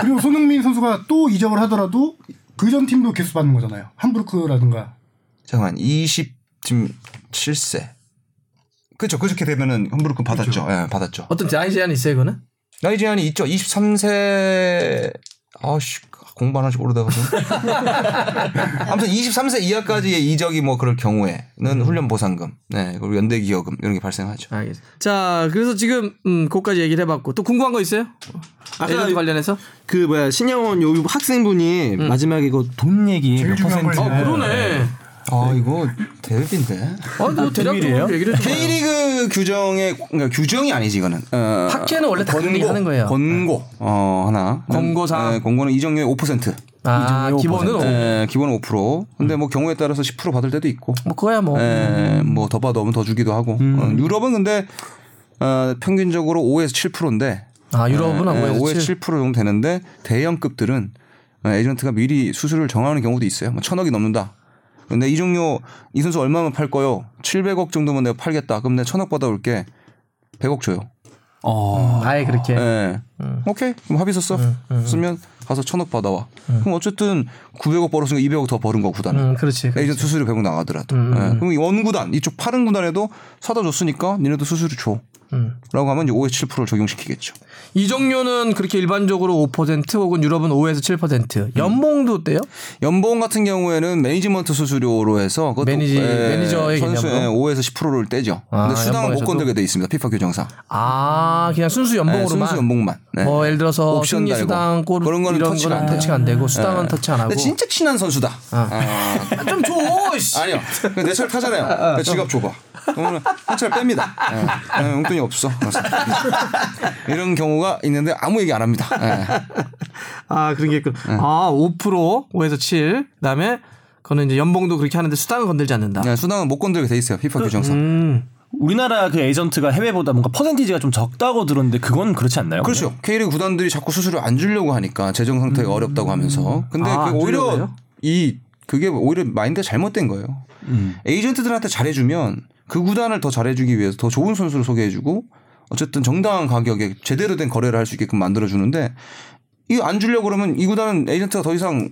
S3: 그리고 손흥민 선수가 또 이적을 하더라도 그 전 팀도 계속 받는 거잖아요. 함부르크라든가.
S6: 잠깐만 20팀 7세. 그죠 그렇게 되면은 험부르크 받았죠. 예, 받았죠.
S1: 어떤 제한 제한이 있어요, 그거는?
S6: 나이 제한이 있죠. 23세 아씨 공부 하나씩 오르다가지고 아무튼 23세 이하까지의 이적이 뭐 그럴 경우에는 훈련 보상금, 네 그리고 연대 기여금 이런 게 발생하죠.
S1: 알겠습니다. 자, 그래서 지금 음, 그거까지 얘기를 해봤고 또 궁금한 거 있어요? 에이전트 관련해서?
S5: 그 뭐야 신영원 요 학생분이
S6: 음.
S5: 마지막에 이거 돈 얘기 몇
S3: 중요한
S5: 퍼센트
S3: 거 있네.
S1: 그러네.
S6: 아 이거 대비인데.
S1: 아, 뭐 대략적으로 얘기를 해줘요.
S6: K리그 규정의 그러니까 규정이 아니지 이거는. 어,
S1: 학회는 원래 다
S6: 권고,
S1: 정리하는 거예요.
S6: 권고 어 하나.
S1: 권고사항.
S6: 네, 권고는 이정료의 5%.
S1: 아, 기본은 오-
S6: 네, 기본은 5%.
S1: 음.
S6: 근데 뭐 경우에 따라서 10% 받을 때도 있고. 예,
S1: 뭐 그거야 뭐.
S6: 뭐더 받아오면 더 주기도 하고.
S1: 음.
S6: 어, 유럽은 근데 어, 평균적으로 5에서 7%인데 예,
S1: 아, 유럽은
S6: 에,
S1: 안
S6: 5에서
S1: 보였지.
S6: 7% 정도 되는데 대형급들은 어, 에이전트가 미리 수수료를 정하는 경우도 있어요. 뭐 천억이 넘는다. 근데 이종료 이 선수 얼마면 팔 거요? 700억 정도면 내가 팔겠다. 그럼 내가 천억 받아올게. 100억 줘요.
S1: 아예 그렇게.
S6: 예.
S1: 음.
S6: 오케이. 그럼 합의서 써. 쓰면 가서 천억 받아와. 그럼 어쨌든 900억 벌었으니까 200억 더 벌은 거 구단은.
S1: 음, 그렇지. 그렇지.
S6: 에이전트 수수료 100억 나가더라도.
S1: 음.
S6: 예. 그럼 이 원구단, 이쪽 파른 구단에도 사다 줬으니까 니네도 수수료 줘.
S1: 음.
S6: 라고 하면 이제 5에서 7%를 적용시키겠죠.
S1: 이 종료는 그렇게 일반적으로 5% 혹은 유럽은 5에서 7%. 연봉도 어때요?
S6: 연봉 같은 경우에는 매니지먼트 수수료로 해서 그것도 예,
S1: 매니지- 매니저의
S6: 선수의
S1: 개념으로?
S6: 5에서 10%를 떼죠. 근데
S1: 아,
S6: 수당은 못
S1: 연봉에서도?
S6: 건드게 돼 있습니다. 피파 규정상.
S1: 아, 그냥 순수
S6: 네,
S1: 연봉으로만.
S6: 순수 연봉만. 네.
S1: 뭐 예를 들어서
S6: 옵션
S1: 승리
S6: 달고.
S1: 수당 골
S6: 그런 거는
S1: 이런
S6: 터치가
S1: 거는
S6: 안 돼요.
S1: 터치가 안 되고 수당은
S6: 네.
S1: 터치 안 하고.
S6: 근데 진짜 친한 선수다. 아.
S1: 아, 좀 줘. 씨.
S6: 아니요. 내철 타잖아요. 내 지갑 줘봐. 그러면 한철 뺍니다. 예. 예, 용돈이 없어. 그래서 이런 경우가 있는데 아무 얘기 안 합니다. 예.
S1: 아, 그런 게 있군. 아, 5%, 5에서 7. 그다음에 그거는 이제 연봉도 그렇게 하는데 수당은 건들지 않는다.
S6: 예, 수당은 못 건들게 돼 있어요. 피파 규정상.
S1: 음.
S4: 우리나라 그 에이전트가 해외보다 뭔가 퍼센티지가 좀 적다고 들었는데 그건 그렇지 않나요?
S6: 그렇죠. K리그 구단들이 자꾸 수수료 안 주려고 하니까 재정 상태가 어렵다고 하면서. 근데
S1: 음. 아,
S6: 그게
S1: 안 주려고
S6: 오히려
S1: 해요?
S6: 이 그게 오히려 마인드가 잘못된 거예요. 에이전트들한테 잘해주면 그 구단을 더 잘해주기 위해서 더 좋은 선수를 소개해주고 어쨌든 정당한 가격에 제대로 된 거래를 할 수 있게끔 만들어주는데 이거 안 주려고 그러면 이 구단은 에이전트가 더 이상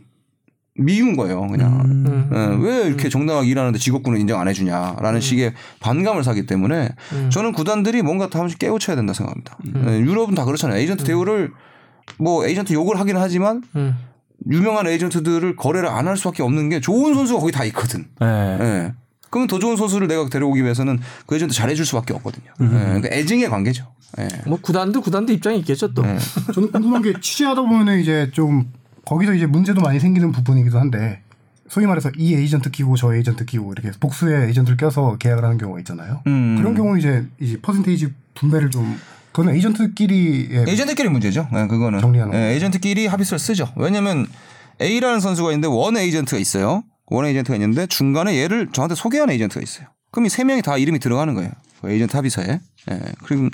S6: 미운 거예요. 그냥 예, 왜 이렇게 정당하게 일하는데 직업군을 인정 안 해주냐라는 식의 반감을 사기 때문에 저는 구단들이 뭔가 다 한번씩 깨우쳐야 된다 생각합니다. 예, 유럽은 다 그렇잖아요. 에이전트 대우를 뭐 에이전트 욕을 하긴 하지만
S1: 음.
S6: 유명한 에이전트들을 거래를 안 할 수밖에 없는 게 좋은 선수가 거기 다 있거든.
S4: 네.
S6: 예. 그러면 더 좋은 선수를 내가 데려오기 위해서는 그 에이전트 잘해줄 수밖에 없거든요.
S3: 음.
S6: 예, 그러니까 애증의 관계죠. 예.
S1: 뭐 구단도 구단도 입장이 있겠죠 또.
S3: 저는 궁금한 게 취재하다 보면은 이제 좀 거기서 이제 문제도 많이 생기는 부분이기도 한데 소위 말해서 이 에이전트 끼고 저 에이전트 끼고 이렇게 복수의 에이전트를 껴서 계약을 하는 경우가 있잖아요.
S6: 음.
S3: 그런 경우 이제 이 퍼센테이지 분배를 좀 그건 에이전트끼리의
S6: 에이전트끼리 문제죠. 예, 그거는.
S3: 정리하는
S6: 예, 에이전트끼리 합의서를 쓰죠. 왜냐면 A라는 선수가 있는데 원 에이전트가 있어요. 원 에이전트가 있는데 중간에 얘를 저한테 소개한 에이전트가 있어요. 그럼 이 세 명이 다 이름이 들어가는 거예요. 그 에이전트 합의서에. 예, 그리고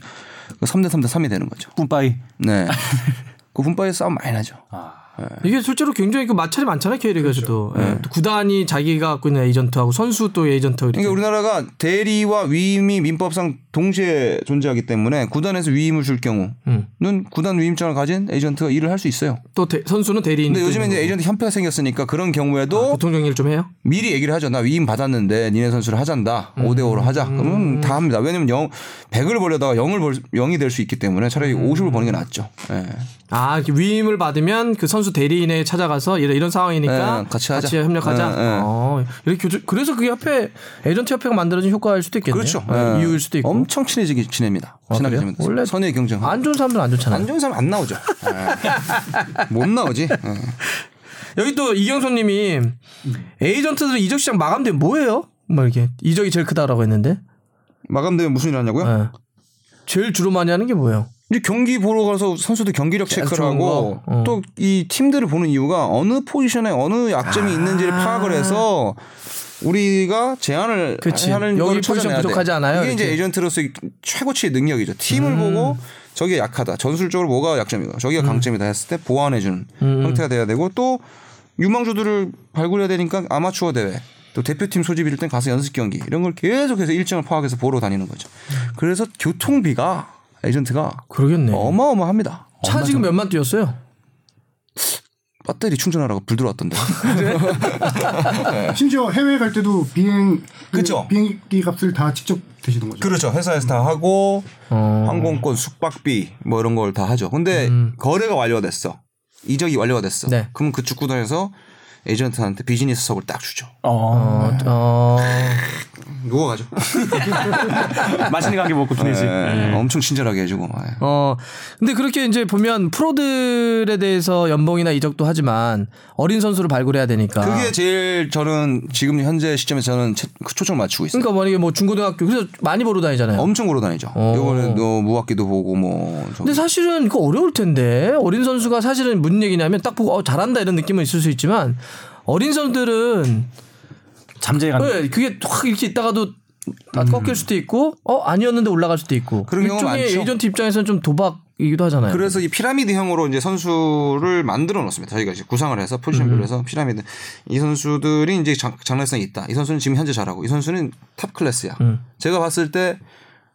S6: 3대 3대 3이 되는 거죠.
S4: 뿜빠이.
S6: 네. 그 분파에 싸움 많이 나죠.
S1: 이게 실제로 굉장히 그 마찰이 많잖아요 K리그에서도. 예, 또 구단이 자기가 갖고 있는 에이전트하고 선수 또 에이전트 이렇게.
S6: 그러니까 우리나라가 대리와 위임이 민법상 동시에 존재하기 때문에 구단에서 위임을 줄 경우는
S1: 음.
S6: 구단 위임장을 가진 에이전트가 일을 할 수 있어요.
S1: 또 대- 선수는 대리인.
S6: 근데 요즘에 이제 에이전트 협회가 생겼으니까 그런 경우에도
S1: 음. 아, 보통 정리를 좀 해요.
S6: 미리 얘기를 하죠. 나 위임 받았는데 니네 선수를 하잔다.
S1: 음.
S6: 5대5로 하자. 그러면 다 합니다. 왜냐면 0, 100을 벌려다가 0을 벌, 0이 될 수 있기 때문에 차라리
S1: 음.
S6: 50을 버는 게 낫죠. 예.
S1: 아 이렇게 위임을 받으면 그 선수 대리인에 찾아가서 이런 이런 상황이니까
S6: 네, 같이 하자.
S1: 협력하자.
S6: 네, 네.
S1: 어, 이렇게 교조, 그래서 그게 협회 에이전트 협회가 만들어진 효과일 수도 있겠네요.
S6: 그렇죠.
S1: 예,
S6: 예.
S1: 이유일 수도 있고. 아,
S6: 엄청 친해지게 지냅니다. 친하게
S1: 그래요?
S6: 지냅니다.
S1: 원래
S6: 선의 경쟁.
S1: 안 좋은 사람들은 안 좋잖아요.
S6: 안 좋은 사람 안 나오죠. 예. 못 나오지. 예.
S1: 여기 또 이경수님이 에이전트들 이적 시장 마감되면 뭐예요? 뭐 이렇게 이적이 제일 크다라고 했는데
S6: 마감되면 무슨 일 하냐고요?
S1: 예. 제일 주로 많이 하는 게 뭐예요?
S6: 이제 경기 보러 가서 선수들 경기력 체크를
S1: 좋은
S6: 하고
S1: 거? 어.
S6: 또 이 팀들을 보는 이유가 어느 포지션에 어느
S1: 아.
S6: 약점이 있는지를 파악을 해서 우리가 제안을
S1: 그치. 여기
S6: 하는 거를
S1: 포지션
S6: 찾아내야
S1: 부족하지
S6: 돼.
S1: 않아요?
S6: 이게 이제
S1: 이렇게. 음.
S6: 에이전트로서의 최고치의 능력이죠. 팀을 보고
S1: 음.
S6: 저게 약하다. 전술적으로 뭐가 약점이고 저기가 강점이다 했을 때 보완해 주는 형태가 돼야 되고 또 유망주들을 발굴해야 되니까 아마추어 대회 또 대표팀 소집일 땐 가서 연습 경기 이런 걸 계속해서 일정을 파악해서 보러 다니는 거죠.
S1: 음.
S6: 그래서 교통비가 에이전트가
S1: 그러겠네.
S6: 어마어마합니다.
S1: 차 지금 몇만 뛰었어요?
S6: 배터리 충전하라고 불 들어왔던데.
S3: 심지어 해외 갈 때도 비행 그
S6: 그쵸.
S3: 비행기 값을 다 직접 대시는 거죠.
S6: 그렇죠. 회사에서 다 하고
S1: 어.
S6: 항공권, 숙박비 뭐 이런 걸 다 하죠. 근데 거래가 완료가 됐어. 이적이 완료가 됐어.
S1: 음. 네.
S6: 그럼 그 축구단에서 에이전트한테 비즈니스석을 딱 주죠.
S1: 어, 어,
S6: 누가 가죠?
S4: 맛있는 가게 먹고 보내지.
S6: 예, 엄청 친절하게 해주고. 예.
S1: 네. 어. 근데 그렇게 이제 보면 프로들에 대해서 연봉이나 이적도 하지만 어린 선수를 발굴해야 되니까.
S6: 그게 제일 저는 지금 현재 시점에 저는 채- 그 초점을 맞추고 있어요.
S1: 그러니까 만약에 뭐 중고등학교 그래서 많이 보러 다니잖아요.
S6: 엄청 걸어 다니죠.
S1: 어.
S6: 요번에 도 무학기도 보고 뭐. 저기.
S1: 근데 사실은 그 어려울 텐데 어린 선수가 사실은 무슨 얘기냐면 딱 보고 어, 잘한다 이런 느낌은 있을 수 있지만 어린 선수들은
S4: 잠재에 간.
S1: 네, 그게 확 이렇게 있다가도 다 꺾일 수도 있고 어 아니었는데 올라갈 수도 있고
S6: 그런 경우
S1: 일종의
S6: 많죠.
S1: 에이전트 입장에서는 좀 도박이기도 하잖아요.
S6: 그래서 이 피라미드형으로 이제 선수를 만들어 놓습니다. 저희가 이제 구상을 해서
S1: 음.
S6: 포지션별로 해서 피라미드 이 선수들이 이제 장, 장래성이 있다. 이 선수는 지금 현재 잘하고 이 선수는 탑 클래스야.
S1: 음.
S6: 제가 봤을 때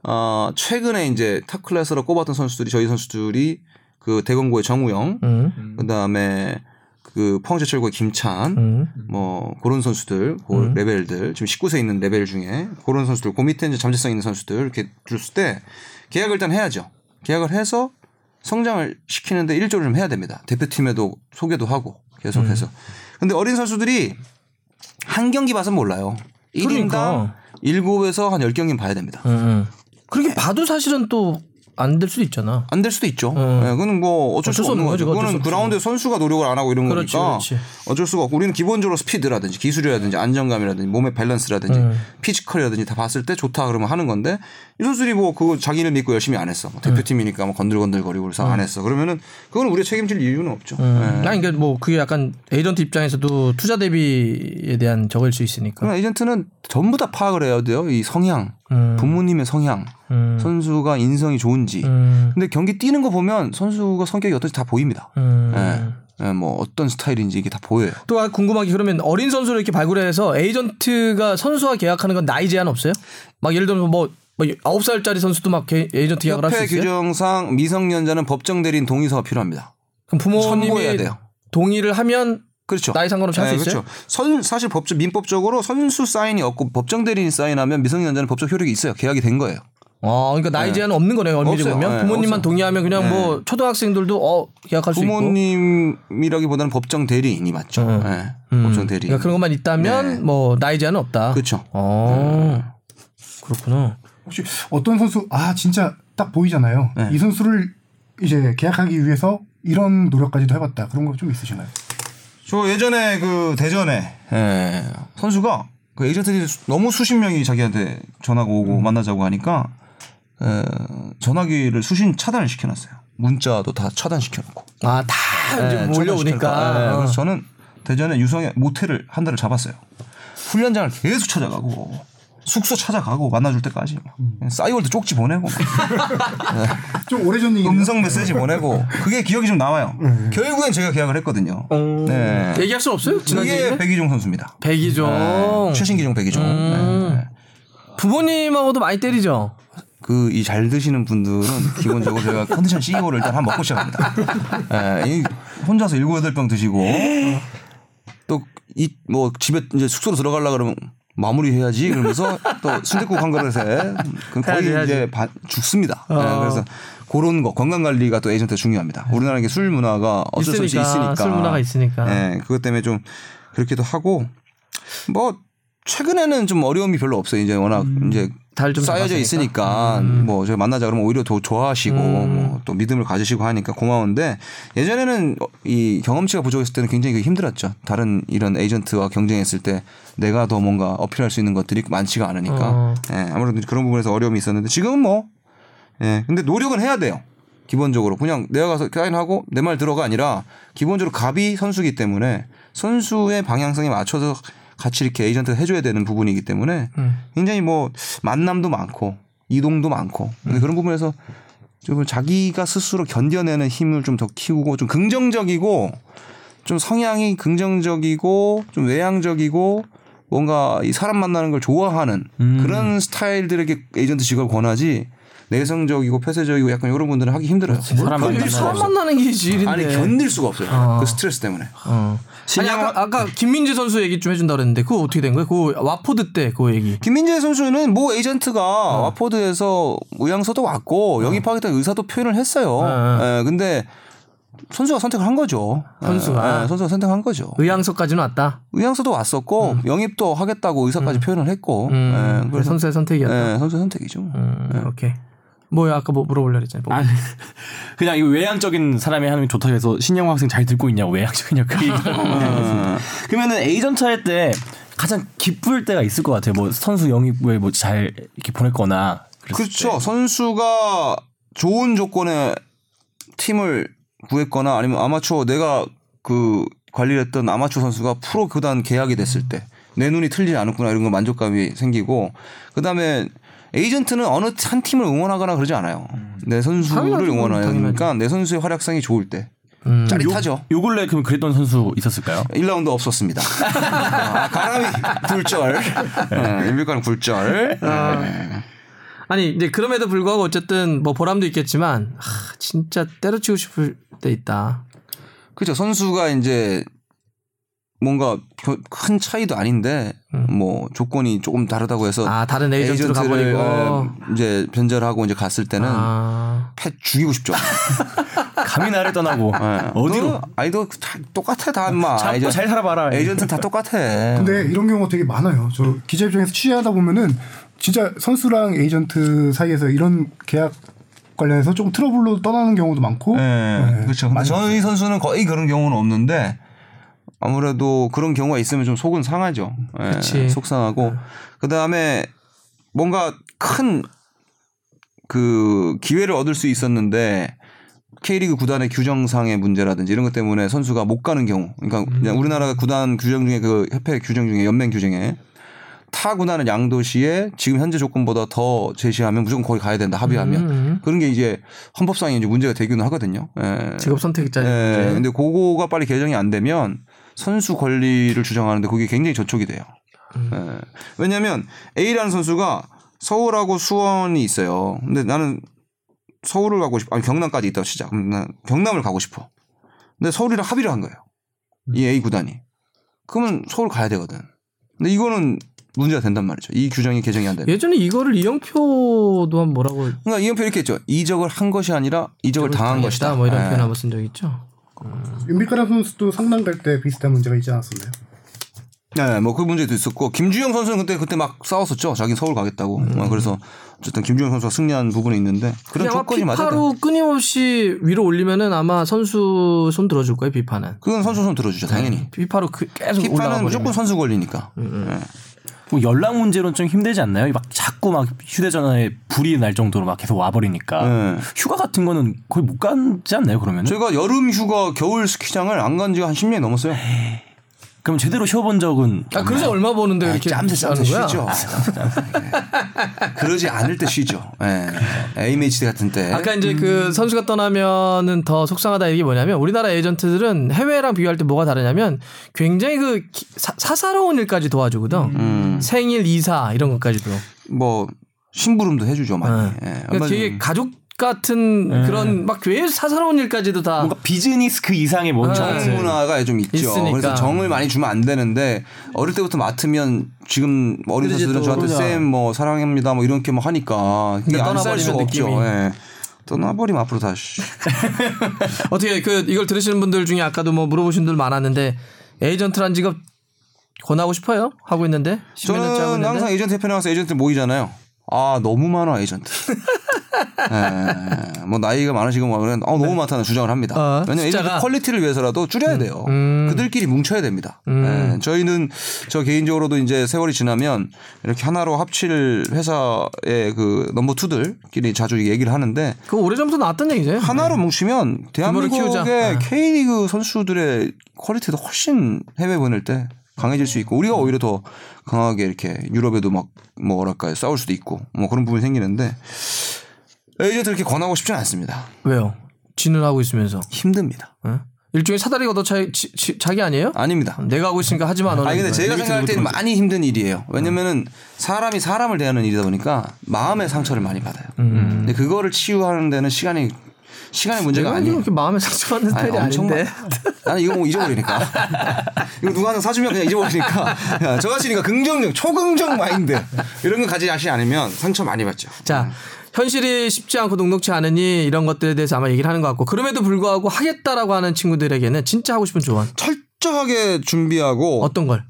S6: 어, 최근에 이제 탑 클래스로 꼽았던 선수들이 저희 선수들이 그 대건고의 정우영,
S1: 음.
S6: 그다음에 그 포항제철고의 김찬,
S1: 음.
S6: 뭐 그런 선수들, 그 레벨들 지금 19세 있는 레벨 중에 그런 선수들, 그 밑에 이제 잠재성 있는 선수들 이렇게 줬을 때 계약을 일단 해야죠. 계약을 해서 성장을 시키는데 일조를 좀 해야 됩니다. 대표팀에도 소개도 하고 계속해서.
S1: 음.
S6: 근데 어린 선수들이 한 경기 봐서 몰라요. 1인당
S1: 그러니까.
S6: 일 7에서 한 10경기는 봐야 됩니다.
S1: 음, 음. 그렇게 봐도 사실은 또 안 될 수도 있잖아.
S6: 안 될 수도 있죠.
S1: 음.
S6: 예, 그거는 뭐 어쩔, 수 없는
S1: 어쩔 수
S6: 거죠. 그거는
S1: 없죠.
S6: 그라운드 선수가 노력을 안 하고 이런
S1: 그렇지,
S6: 거니까
S1: 그렇지.
S6: 어쩔 수가 없고 우리는 기본적으로 스피드라든지 기술이라든지 안정감이라든지 몸의 밸런스라든지
S1: 네.
S6: 피지컬이라든지 다 봤을 때 좋다 그러면 하는 건데 이 선수들이 뭐 그거 자기를 믿고 열심히 안 했어.
S1: 네.
S6: 뭐 대표팀이니까 뭐 건들건들거리고 그래서 안 했어. 그러면은 그건 우리가 책임질 이유는 없죠. 예.
S1: 아니 그러니까 뭐 그게 약간 에이전트 입장에서도 투자 대비에 대한 적일 수 있으니까.
S6: 그러면 에이전트는 전부 다 파악을 해야 돼요. 이 성향,
S1: 음.
S6: 부모님의 성향,
S1: 음.
S6: 선수가 인성이 좋은지.
S1: 음.
S6: 근데 경기 뛰는 거 보면 선수가 성격이 어떤지 다 보입니다.
S1: 음.
S6: 예. 예, 뭐 어떤 스타일인지 이게 다 보여요.
S1: 또 아, 궁금한 게 그러면 어린 선수를 이렇게 발굴해서 에이전트가 선수와 계약하는 건 나이 제한 없어요? 막 예를 들면 뭐, 뭐 9살짜리 선수도 막 게- 에이전트 계약을 할 수
S6: 협회
S1: 있어요?
S6: 규정상 미성년자는 법정 대리인 동의서가 필요합니다.
S1: 그럼 어, 부모님이
S6: 첨부해야 돼요.
S1: 동의를 하면
S6: 그렇죠.
S1: 나이 상관없이 할수
S6: 네,
S1: 있어요?
S6: 그렇죠. 선, 사실 법적 민법적으로 선수 사인이 없고 법정 대리인 사인하면 미성년자는 법적 효력이 있어요. 계약이 된 거예요.
S1: 아, 그러니까 나이
S6: 네.
S1: 제한 없는 거네요. 얼밀히
S6: 없어요.
S1: 보면
S6: 네,
S1: 부모님만
S6: 없어요.
S1: 동의하면 그냥
S6: 네.
S1: 뭐 초등학생들도 어 계약할 수 있고.
S6: 부모님이라기보다는 법정 대리인이 맞죠.
S1: 음.
S6: 네,
S1: 음,
S6: 법정 대리인.
S1: 그러니까 그런 것만 있다면
S6: 네.
S1: 뭐 나이 제한은 없다.
S6: 그렇죠.
S1: 어, 그렇구나.
S3: 혹시 어떤 선수 아 진짜 딱 보이잖아요.
S6: 네.
S3: 이 선수를 이제 계약하기 위해서 이런 노력까지도 해봤다 그런 거 좀 있으시나요?
S6: 저 예전에 그 대전에 예, 선수가 그 에이전트들이 수- 너무 수십 명이 자기한테 전화가 오고
S1: 음.
S6: 만나자고 하니까 에, 전화기를 수신 차단을 시켜놨어요. 문자도 다 차단시켜놓고.
S1: 아, 다 이제
S6: 예,
S1: 몰려오니까.
S6: 차단시켜놓고. 예,
S1: 어.
S6: 그래서 저는 대전에 유성의 모텔을 한 달을 잡았어요. 훈련장을 계속 찾아가고 숙소 찾아가고 만나줄 때까지 막.
S1: 음.
S6: 싸이월드 쪽지 보내고
S3: 좀 오래전 얘기인데
S6: 음성 메시지 보내고 그게 기억이 좀 남아요.
S1: 음.
S6: 결국엔 제가 계약을 했거든요. 네.
S1: 얘기할 수 없어요? 음. 예. 지난
S6: 그게 백이종 선수입니다.
S1: 백이죠. 어.
S6: 네, 최신 기종 네, 백이종.
S1: 음. 부모님하고도 많이 때리죠.
S6: 그이 잘 드시는 분들은 기본적으로 저희가 컨디션 CEO를 일단 한 번 먹고 시작합니다. 예, 이 혼자서 일곱 여덟 병 드시고 또 이 뭐 집에 이제 숙소로 들어가려 그러면 마무리해야지 그러면서 또 순대국 한 그릇에 그 거의 이제 반- 죽습니다.
S1: 어.
S6: 예, 그래서 그런 거 건강 관리가 또 에이전트 중요합니다. 우리나라 이게 술 문화가 어쩔 수 없이
S1: 있으니까, 네.
S6: 있으니까
S1: 술 문화가 있으니까.
S6: 예, 그것 때문에 좀 그렇기도 하고 뭐 최근에는 좀 어려움이 별로 없어요. 이제 워낙
S1: 음.
S6: 이제
S1: 달좀 잡았으니까.
S6: 쌓여져
S1: 음.
S6: 있으니까 뭐 저희 만나자 그러면 오히려 더 좋아하시고 뭐 또 믿음을 가지시고 하니까 고마운데 예전에는 어, 이 경험치가 부족했을 때는 굉장히 그게 힘들었죠. 다른 이런 에이전트와 경쟁했을 때 내가 더 뭔가 어필할 수 있는 것들이 많지가 않으니까
S1: 어.
S6: 예, 아무래도 그런 부분에서 어려움이 있었는데 지금은 뭐 예, 근데 노력은 해야 돼요. 기본적으로 그냥 내가 가서 사인하고 내 말 들어가 아니라 기본적으로 갑이 선수기 때문에 선수의 방향성에 맞춰서 같이 이렇게 에이전트 해줘야 되는 부분이기 때문에 굉장히 뭐 만남도 많고 이동도 많고 근데 그런 부분에서 좀 자기가 스스로 견뎌내는 힘을 좀 더 키우고 좀 긍정적이고 좀 성향이 긍정적이고 좀 외향적이고 뭔가 이 사람 만나는 걸 좋아하는
S4: 음.
S6: 그런 스타일들에게 에이전트 직업을 권하지 내성적이고 폐쇄적이고 약간 이런 분들은 하기 힘들어요.
S4: 사람
S1: 이
S4: 만나는
S1: 사람 만나는 게 지일인데.
S6: 아니 견딜 수가 없어요.
S1: 어.
S6: 그 스트레스 때문에.
S1: 어. 아니 아까, 아까 김민재 선수 얘기 좀 해준다 그랬는데 그거 어떻게 된 거예요? 그 와포드 때 그 얘기.
S6: 김민재 선수는 모 에이전트가
S1: 네.
S6: 와포드에서 의향서도 왔고 영입하겠다는 의사도 표현을 했어요.
S1: 네.
S6: 예, 근데 선수가 선택을 한 거죠. 예,
S1: 선수가.
S6: 예, 선수가 선택한 거죠.
S1: 의향서까지는 왔다.
S6: 의향서도 왔었고 영입도 하겠다고 의사까지 표현을 했고
S1: 음,
S6: 예,
S1: 그래
S6: 그래서
S1: 선수의 선택이었다.
S6: 예, 선수 선택이죠.
S1: 음, 오케이. 뭐야 아까 뭐 물어보려 했잖아요.
S4: 아니, 그냥 이거 외향적인 사람이 하는 게 좋다고 해서 신영 학생 잘 듣고 있냐고 외향적이냐 그
S6: 아.
S4: 얘기를 그러면은 에이전트 할 때 가장 기쁠 때가 있을 것 같아요. 뭐 선수 영입을 뭐 잘 이렇게 보냈거나 그랬을
S6: 그렇죠.
S4: 때.
S6: 선수가 좋은 조건의 팀을 구했거나 아니면 아마추어 내가 그 관리를 했던 아마추어 선수가 프로 교단 계약이 됐을 때 내 눈이 틀리지 않았구나 이런 거 만족감이 생기고 그다음에 에이전트는 어느 한 팀을 응원하거나 그러지 않아요. 내 선수를
S1: 당연하죠.
S6: 응원해요. 그러니까 내 선수의 활약상이 좋을 때
S1: 음.
S6: 음. 짜릿하죠.
S4: 요 근래 그럼 그랬던 선수 있었을까요?
S6: 1라운드 없었습니다. 아, 가람이 굴절. 네, 아, 일밀가람 굴절.
S1: 아니 이제 그럼에도 불구하고 어쨌든 뭐 보람도 있겠지만 하, 진짜 때려치고 싶을 때 있다.
S6: 그렇죠. 선수가 이제 뭔가 겨- 큰 차이도 아닌데 뭐 조건이 조금 다르다고 해서
S1: 음. 아 다른 에이전트로
S6: 에이전트를,
S1: 가버리고.
S6: 예, 이제 변절하고 이제 갔을 때는
S1: 아,
S6: 패 죽이고 싶죠.
S4: 감히 나를 떠나고 어디로?
S6: 아이도 네. 똑같아 다 인마.
S4: 잘,
S6: 에이전-
S4: 잘 살아봐라.
S6: 에이전트는 다 똑같아.
S1: 어.
S3: 근데 이런 경우가 되게 많아요. 저 기자 입장에서 취재하다 보면은 진짜 선수랑 에이전트 사이에서 이런 계약 관련해서 좀 트러블로 떠나는 경우도 많고.
S6: 예,
S3: 네.
S6: 그렇죠. 근데 저희 선수는 거의 그런 경우는 없는데 아무래도 그런 경우가 있으면 좀 속은 상하죠. 예,
S1: 그치. 네.
S6: 속상하고 그 다음에 뭔가 큰 그 기회를 얻을 수 있었는데 K리그 구단의 규정상의 문제라든지 이런 것 때문에 선수가 못 가는 경우, 그러니까
S1: 음.
S6: 그냥 우리나라 구단 규정 중에 그 협회 규정 중에 연맹 규정에 타 구단은 양도시에 지금 현재 조건보다 더 제시하면 무조건 거기 가야 된다 합의하면
S1: 음.
S6: 그런 게 이제 헌법상에 이제 문제가 되기는 하거든요. 예.
S1: 직업 네. 선택자.
S6: 예. 근데 그거가 빨리 개정이 안 되면 선수 권리를 주장하는데 그게 굉장히 저촉이 돼요. 예. 왜냐하면 A라는 선수가 서울하고 수원이 있어요. 근데 나는 서울을 가고 싶, 아니 경남까지 있다고 치자. 그럼 난 경남을 가고 싶어. 근데 서울이랑 합의를 한 거예요. 이 A 구단이. 그러면 서울 가야 되거든. 근데 이거는 문제가 된단 말이죠. 이 규정이 개정이 안 되면.
S1: 예전에 이거를 이영표도 한 뭐라고
S6: 그러니까 이현표 이렇게 했죠. 이적을 한 것이 아니라 이적을 당한
S1: 당했다,
S6: 것이다.
S1: 뭐 이런
S6: 예.
S1: 표현 한번 쓴 적 있죠.
S3: 윤빛가람 선수도 상남 갈 때 비슷한 문제가 있지 않았었나요?
S6: 네, 뭐 그 문제도 있었고 김주영 선수는 그때 그때 막 싸웠었죠. 자기 는 서울 가겠다고.
S1: 음.
S6: 어, 그래서 어쨌든 김주영 선수가 승리한 부분이 있는데 그런
S1: 그냥 아마
S6: 조건이 맞아요.
S1: 비파로 끊임없이 위로 올리면은 아마 선수 손 들어줄 거예요 비파는.
S6: 그건 선수 손 들어주죠, 당연히.
S1: 비파로 그- 계속 올라가 음,
S6: 피파는
S1: 버리면.
S6: 무조건 선수 권리니까.
S4: 뭐 연락 문제로는 좀 힘들지 않나요? 막 자꾸 막 휴대전화에 불이 날 정도로 막 계속 와버리니까
S6: 네.
S4: 휴가 같은 거는 거의 못 가지 않나요?
S1: 음.
S4: 그러면 은
S6: 저희가 여름 휴가, 겨울 스키장을 안 간 지가 한 10년이 넘었어요.
S4: 그럼 제대로 쉬어본 적은
S1: 아 그래서 얼마 버는데
S6: 아,
S1: 이렇게
S6: 짬새 짬새
S1: 하는 거야? 아,
S6: 쉬죠. 네. 그러지 않을 때 쉬죠. 예. A매치 같은 때.
S1: 아까 이제
S6: 음.
S1: 그 선수가 떠나면은 더 속상하다 이게 뭐냐면 우리나라 에이전트들은 해외랑 비교할 때 뭐가 다르냐면 굉장히 그 기- 사, 사사로운 일까지 도와주거든.
S6: 음,
S1: 생일 이사 이런 것까지도.
S6: 뭐 심부름도 해주죠 많이.
S1: 네.
S6: 예.
S1: 그러니까 되게 가족 같은 그런 막 되게 사사로운 일까지도 다
S4: 뭔가 비즈니스 그 이상의 뭔지
S6: 정
S4: 알아요.
S6: 문화가 좀 있죠.
S1: 네. 있으니까.
S6: 그래서 정을 많이 주면 안 되는데 어릴 때부터 맡으면 지금 어린
S1: 그러지,
S6: 선수들은
S1: 또.
S6: 저한테 쌤 뭐 사랑합니다 뭐 이렇게 뭐 하니까 이게
S1: 그러니까
S6: 안쌀 수가
S1: 떠나버리면
S6: 없죠.
S1: 느낌이.
S6: 예. 떠나버리면 앞으로 다시
S1: 어떻게 그 이걸 들으시는 분들 중에 아까도 뭐 물어보신 분들 많았는데 에이전트란 직업 권하고 싶어요? 하고 있는데 10몇 년째 하고
S6: 저는
S1: 있는데
S6: 항상 에이전트 대표 나와서 에이전트 모이잖아요. 아 너무 많아 에이전트. 예. 뭐 나이가 많으시고 뭐 그런 어 너무 많다는 주장을 합니다.
S1: 네. 어,
S6: 왜냐면 에이전트
S1: 숫자가. 음,
S6: 퀄리티를 위해서라도 줄여야 돼요. 그들끼리 뭉쳐야 됩니다. 예. 저희는 저 개인적으로도 이제 세월이 지나면 이렇게 하나로 합칠 회사의 그 넘버 투들끼리 자주 얘기를 하는데
S1: 그거 오래전부터 나왔던 얘기죠.
S6: 하나로 뭉치면
S1: 네. 키우자.
S6: 대한민국의
S1: 네.
S6: K리그 선수들의 퀄리티도 훨씬 해외 보낼 때 강해질 수 있고 우리가 오히려 더 강하게 이렇게 유럽에도 막 뭐랄까요 싸울 수도 있고 뭐 그런 부분이 생기는데 에이전트 이렇게 권하고 싶지는 않습니다.
S1: 왜요? 진을 하고 있으면서
S6: 힘듭니다.
S1: 응? 일종의 사다리가 너 자, 지, 지- 자기 아니에요?
S6: 아닙니다.
S1: 내가 하고 있으니까 하지 마. 너는. 네,
S6: 아니 근데
S1: 이거야.
S6: 제가 생각할 때는 많이 힘든 일이에요.
S1: 음.
S6: 왜냐면은 사람이 사람을 대하는 일이다 보니까 마음의 상처를 많이 받아요. 근데 그거를 치유하는 데는 시간이 시간의 문제가
S1: 내가 아니
S6: 아니에요.
S1: 음. 네, 이렇게 마음에 상처받는
S6: 아니,
S1: 스타일이
S6: 엄청
S1: 아닌데.
S6: 많- 나는 이거 뭐 잊어버리니까. 이거 누가 하나 사주면 그냥 잊어버리니까. 야, 저같이 그러니까 긍정적, 초긍정 마인드 이런 거 가지지 않으면 상처 많이 받죠.
S1: 자, 현실이 쉽지 않고 녹록치 않으니 이런 것들에 대해서 아마 얘기를 하는 것 같고 그럼에도 불구하고 하겠다라고 하는 친구들에게는 진짜 하고 싶은 조언
S6: 철저하게 준비하고
S1: 어떤 걸?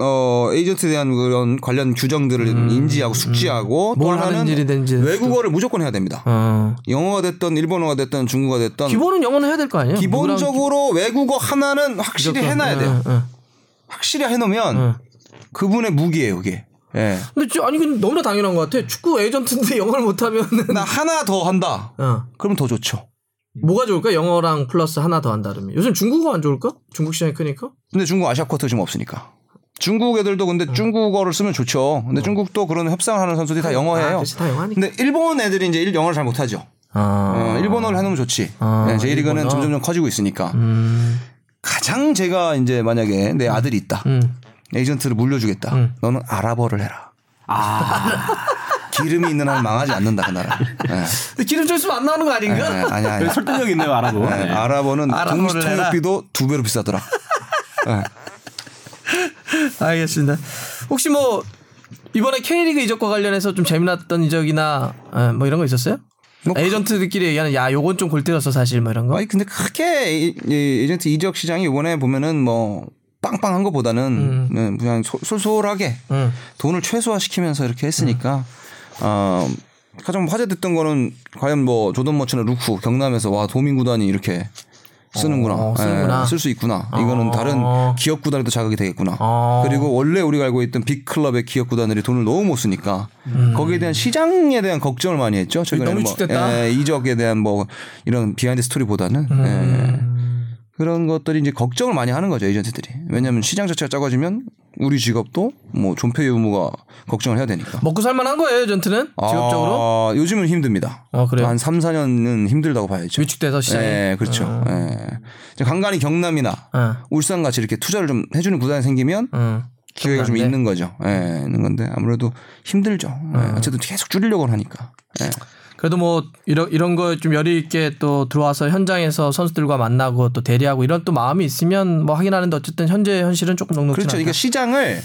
S6: 어, 에이전트에 대한 그런 관련 규정들을 인지하고 숙지하고 또
S1: 음, 뭘 하는
S6: 하나는
S1: 일이든지
S6: 외국어를 무조건 해야 됩니다.
S1: 어.
S6: 영어가 됐든 일본어가 됐든 중국어가 됐든
S1: 기본은 영어는 해야 될 거 아니에요?
S6: 기본적으로 외국어 하나는 확실히
S1: 누구랑
S6: 해놔야 돼요.
S1: 어, 어.
S6: 확실히 해놓으면 그분의 무기예요, 그게. 예.
S1: 근데 저- 아니 근데 너무나 당연한 것 같아. 축구 에이전트인데 영어를 못하면
S6: 나 하나 더 한다.
S1: 어.
S6: 그럼 더 좋죠.
S1: 뭐가 좋을까? 영어랑 플러스 하나 더 한다면 요즘 중국어 안 좋을까? 중국 시장이 크니까.
S6: 근데 중국 아시아 쿼터 지금 없으니까. 중국 애들도 근데 중국어를 쓰면 좋죠. 근데 중국도 그런 협상하는 선수들이 다 영어해요.
S1: 음. 아, 그치, 다 영어니까.
S6: 근데 일본 애들이 이제 일- 영어를 잘 못하죠.
S1: 아,
S6: 네. 어, 일본어를 해놓으면 좋지.
S1: 아,
S6: 네, J리그는
S1: 일본어.
S6: 점점점 커지고 있으니까.
S1: 음,
S6: 가장 제가 이제 만약에 내 아들이 있다.
S1: 음.
S6: 에이전트를 물려주겠다. 너는 아랍어를 해라. 기름이 있는 한 망하지 않는다 그 나라. 예.
S1: 근데 기름져 있으면 안 나오는 거
S6: 예,
S1: 아닌가?
S6: 아니 아니.
S5: 되게 설득력 있네요, 알아보.
S6: 예,
S5: 네.
S6: 아랍어는
S1: 아랍어를
S6: 동시 통역비도 두 배로 비싸더라.
S1: 알겠습니다. 혹시 뭐 이번에 K리그 이적과 관련해서 좀 재미났던 이적이나 어, 뭐 이런 거 있었어요?
S6: 뭐
S1: 에이전트들끼리 얘기하는 야 요건 좀 골 때렸어 사실 뭐 이런 거.
S6: 아니 근데 크게 이- 이 에이전트 이적 시장이 이번에 보면은 뭐 빵빵한 것보다는 네, 그냥 소- 솔솔하게
S1: 음.
S6: 돈을 최소화시키면서 이렇게 했으니까 어, 가장 화제됐던 거는 과연 뭐 조던 머치나 루쿠 경남에서 와 도민 구단이 이렇게 쓰는구나, 예,
S1: 어, 쓰는구나.
S6: 쓸 수 있구나. 이거는 다른 기업 구단에도 자극이 되겠구나.
S1: 어.
S6: 아. 그리고 원래 우리가 알고 있던 빅 클럽의 기업 구단들이 돈을 너무 못 쓰니까 거기에 대한 시장에 대한 걱정을 많이 했죠. 최근에
S1: 너무
S6: 뭐
S1: 위축됐다.
S6: 예, 이적에 대한 뭐 이런 비하인드 스토리보다는
S1: 음.
S6: 예. 그런 것들이 이제 걱정을 많이 하는 거죠 에이전트들이. 왜냐하면 시장 자체가 작아지면 우리 직업도 뭐 존폐 의무가 걱정을 해야 되니까.
S1: 먹고 살만한 거예요 에이전트는 뭐, 직업적으로
S6: 아, 요즘은 힘듭니다.
S1: 어, 그래요?
S6: 한 3, 4년은 힘들다고 봐야죠.
S1: 위축돼서 시장이.
S6: 예, 그렇죠.
S1: 음.
S6: 예. 이제 간간히 경남이나
S1: 어.
S6: 울산 같이 이렇게 투자를 좀 해주는 구단이 생기면
S1: 어.
S6: 기회가 좀
S1: 네.
S6: 있는 거죠. 예, 있는 건데 아무래도 힘들죠. 예, 어쨌든 계속 줄이려고 하니까. 예.
S1: 음. 그래도 뭐 이런 이런 거 좀 열의 있게 또 들어와서 현장에서 선수들과 만나고 또 대리하고 이런 또 마음이 있으면 뭐 하긴 하는데 어쨌든 현재 현실은 조금 녹록지
S6: 그렇죠.
S1: 않다.
S6: 그러니까 시장을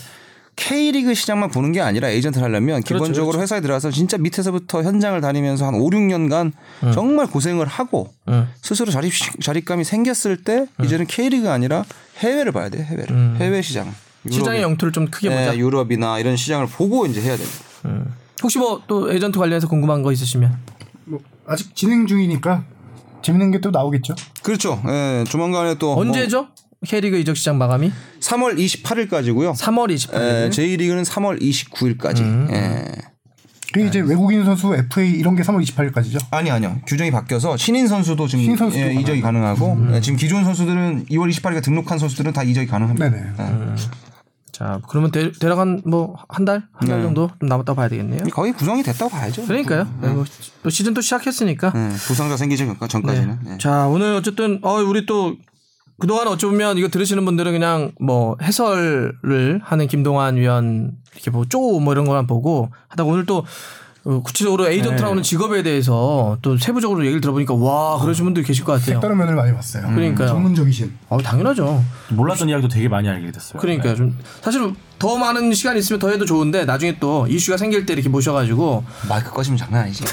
S6: K리그 시장만 보는 게 아니라 에이전트를 하려면
S1: 그렇죠,
S6: 기본적으로 회사에 들어가서 진짜 밑에서부터 현장을 다니면서 한 5, 6년간 정말 고생을 하고
S1: 음.
S6: 스스로 자립, 자립감이 생겼을 때 이제는 K리그가 아니라 해외를 봐야 돼. 해외를. 해외 시장.
S1: 음. 시장의
S6: 유럽이-
S1: 영토를 좀 크게 보자.
S6: 예, 유럽이나 이런 시장을 보고 이제 해야 됩니다.
S1: 혹시 뭐 또 에이전트 관련해서 궁금한 거 있으시면
S3: 뭐 아직 진행 중이니까 재밌는 게 또 나오겠죠.
S6: 그렇죠. 예, 조만간에 또
S1: 언제죠? K리그 이적 시장 마감이
S6: 3월 28일까지고요.
S1: 3월 28일.
S3: 네.
S6: 예, J리그는 3월 29일까지. 예.
S3: 그 이제 외국인 선수 FA 이런 게 3월 28일까지죠.
S6: 아니 아니요 규정이 바뀌어서 신인 선수도 지금
S3: 신인 선수도
S6: 예, 이적이 가능하고 예, 지금 기존 선수들은 2월 28일에 등록한 선수들은 다 이적이 가능합니다.
S3: 네네.
S1: 어.
S6: 예.
S1: 자, 그러면 대, 대략 한뭐한 달, 한
S3: 네.
S1: 달 정도 좀 남았다고 봐야 되겠네요.
S6: 거의 구성이 됐다고 봐야죠.
S1: 그러니까요.
S3: 네.
S1: 그리고 또 시즌 또 시작했으니까.
S3: 음,
S6: 예, 부상자 생기기 전까-
S3: 네,
S6: 전까지는. 예.
S1: 자, 오늘 어쨌든 어 우리 또 그동안 어찌 보면 이거 들으시는 분들은 그냥 뭐 해설을 하는 김동환 위원 이렇게 보고 쪼뭐 이런 거만 보고 하다가 오늘 또 어, 구체적으로
S3: 네.
S1: 에이전트라는 직업에 대해서 또 세부적으로 얘기를 들어보니까 와 그러신 분들 계실 것 같아요.
S3: 다른 면을 많이 봤어요.
S1: 그러니까요.
S3: 전문적이신.
S1: 어, 당연하죠.
S5: 몰랐던 이야기도 되게 많이 알게 됐어요.
S1: 그러니까 좀 사실 더 많은 시간 이 있으면 더 해도 좋은데 나중에 또 이슈가 생길 때 이렇게 모셔가지고
S6: 마이크 꺼지면 장난 아니지.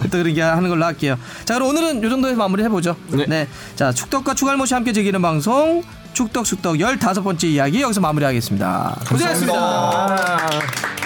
S1: 그때 그렇게 하는 걸로 할게요. 자 그럼 오늘은 요 정도에서 마무리 해보죠. 네.
S5: 네.
S1: 자 축덕과 추갈모시 함께 즐기는 방송 축덕 축덕 열다섯 번째 이야기 여기서 마무리하겠습니다. 고생하셨습니다.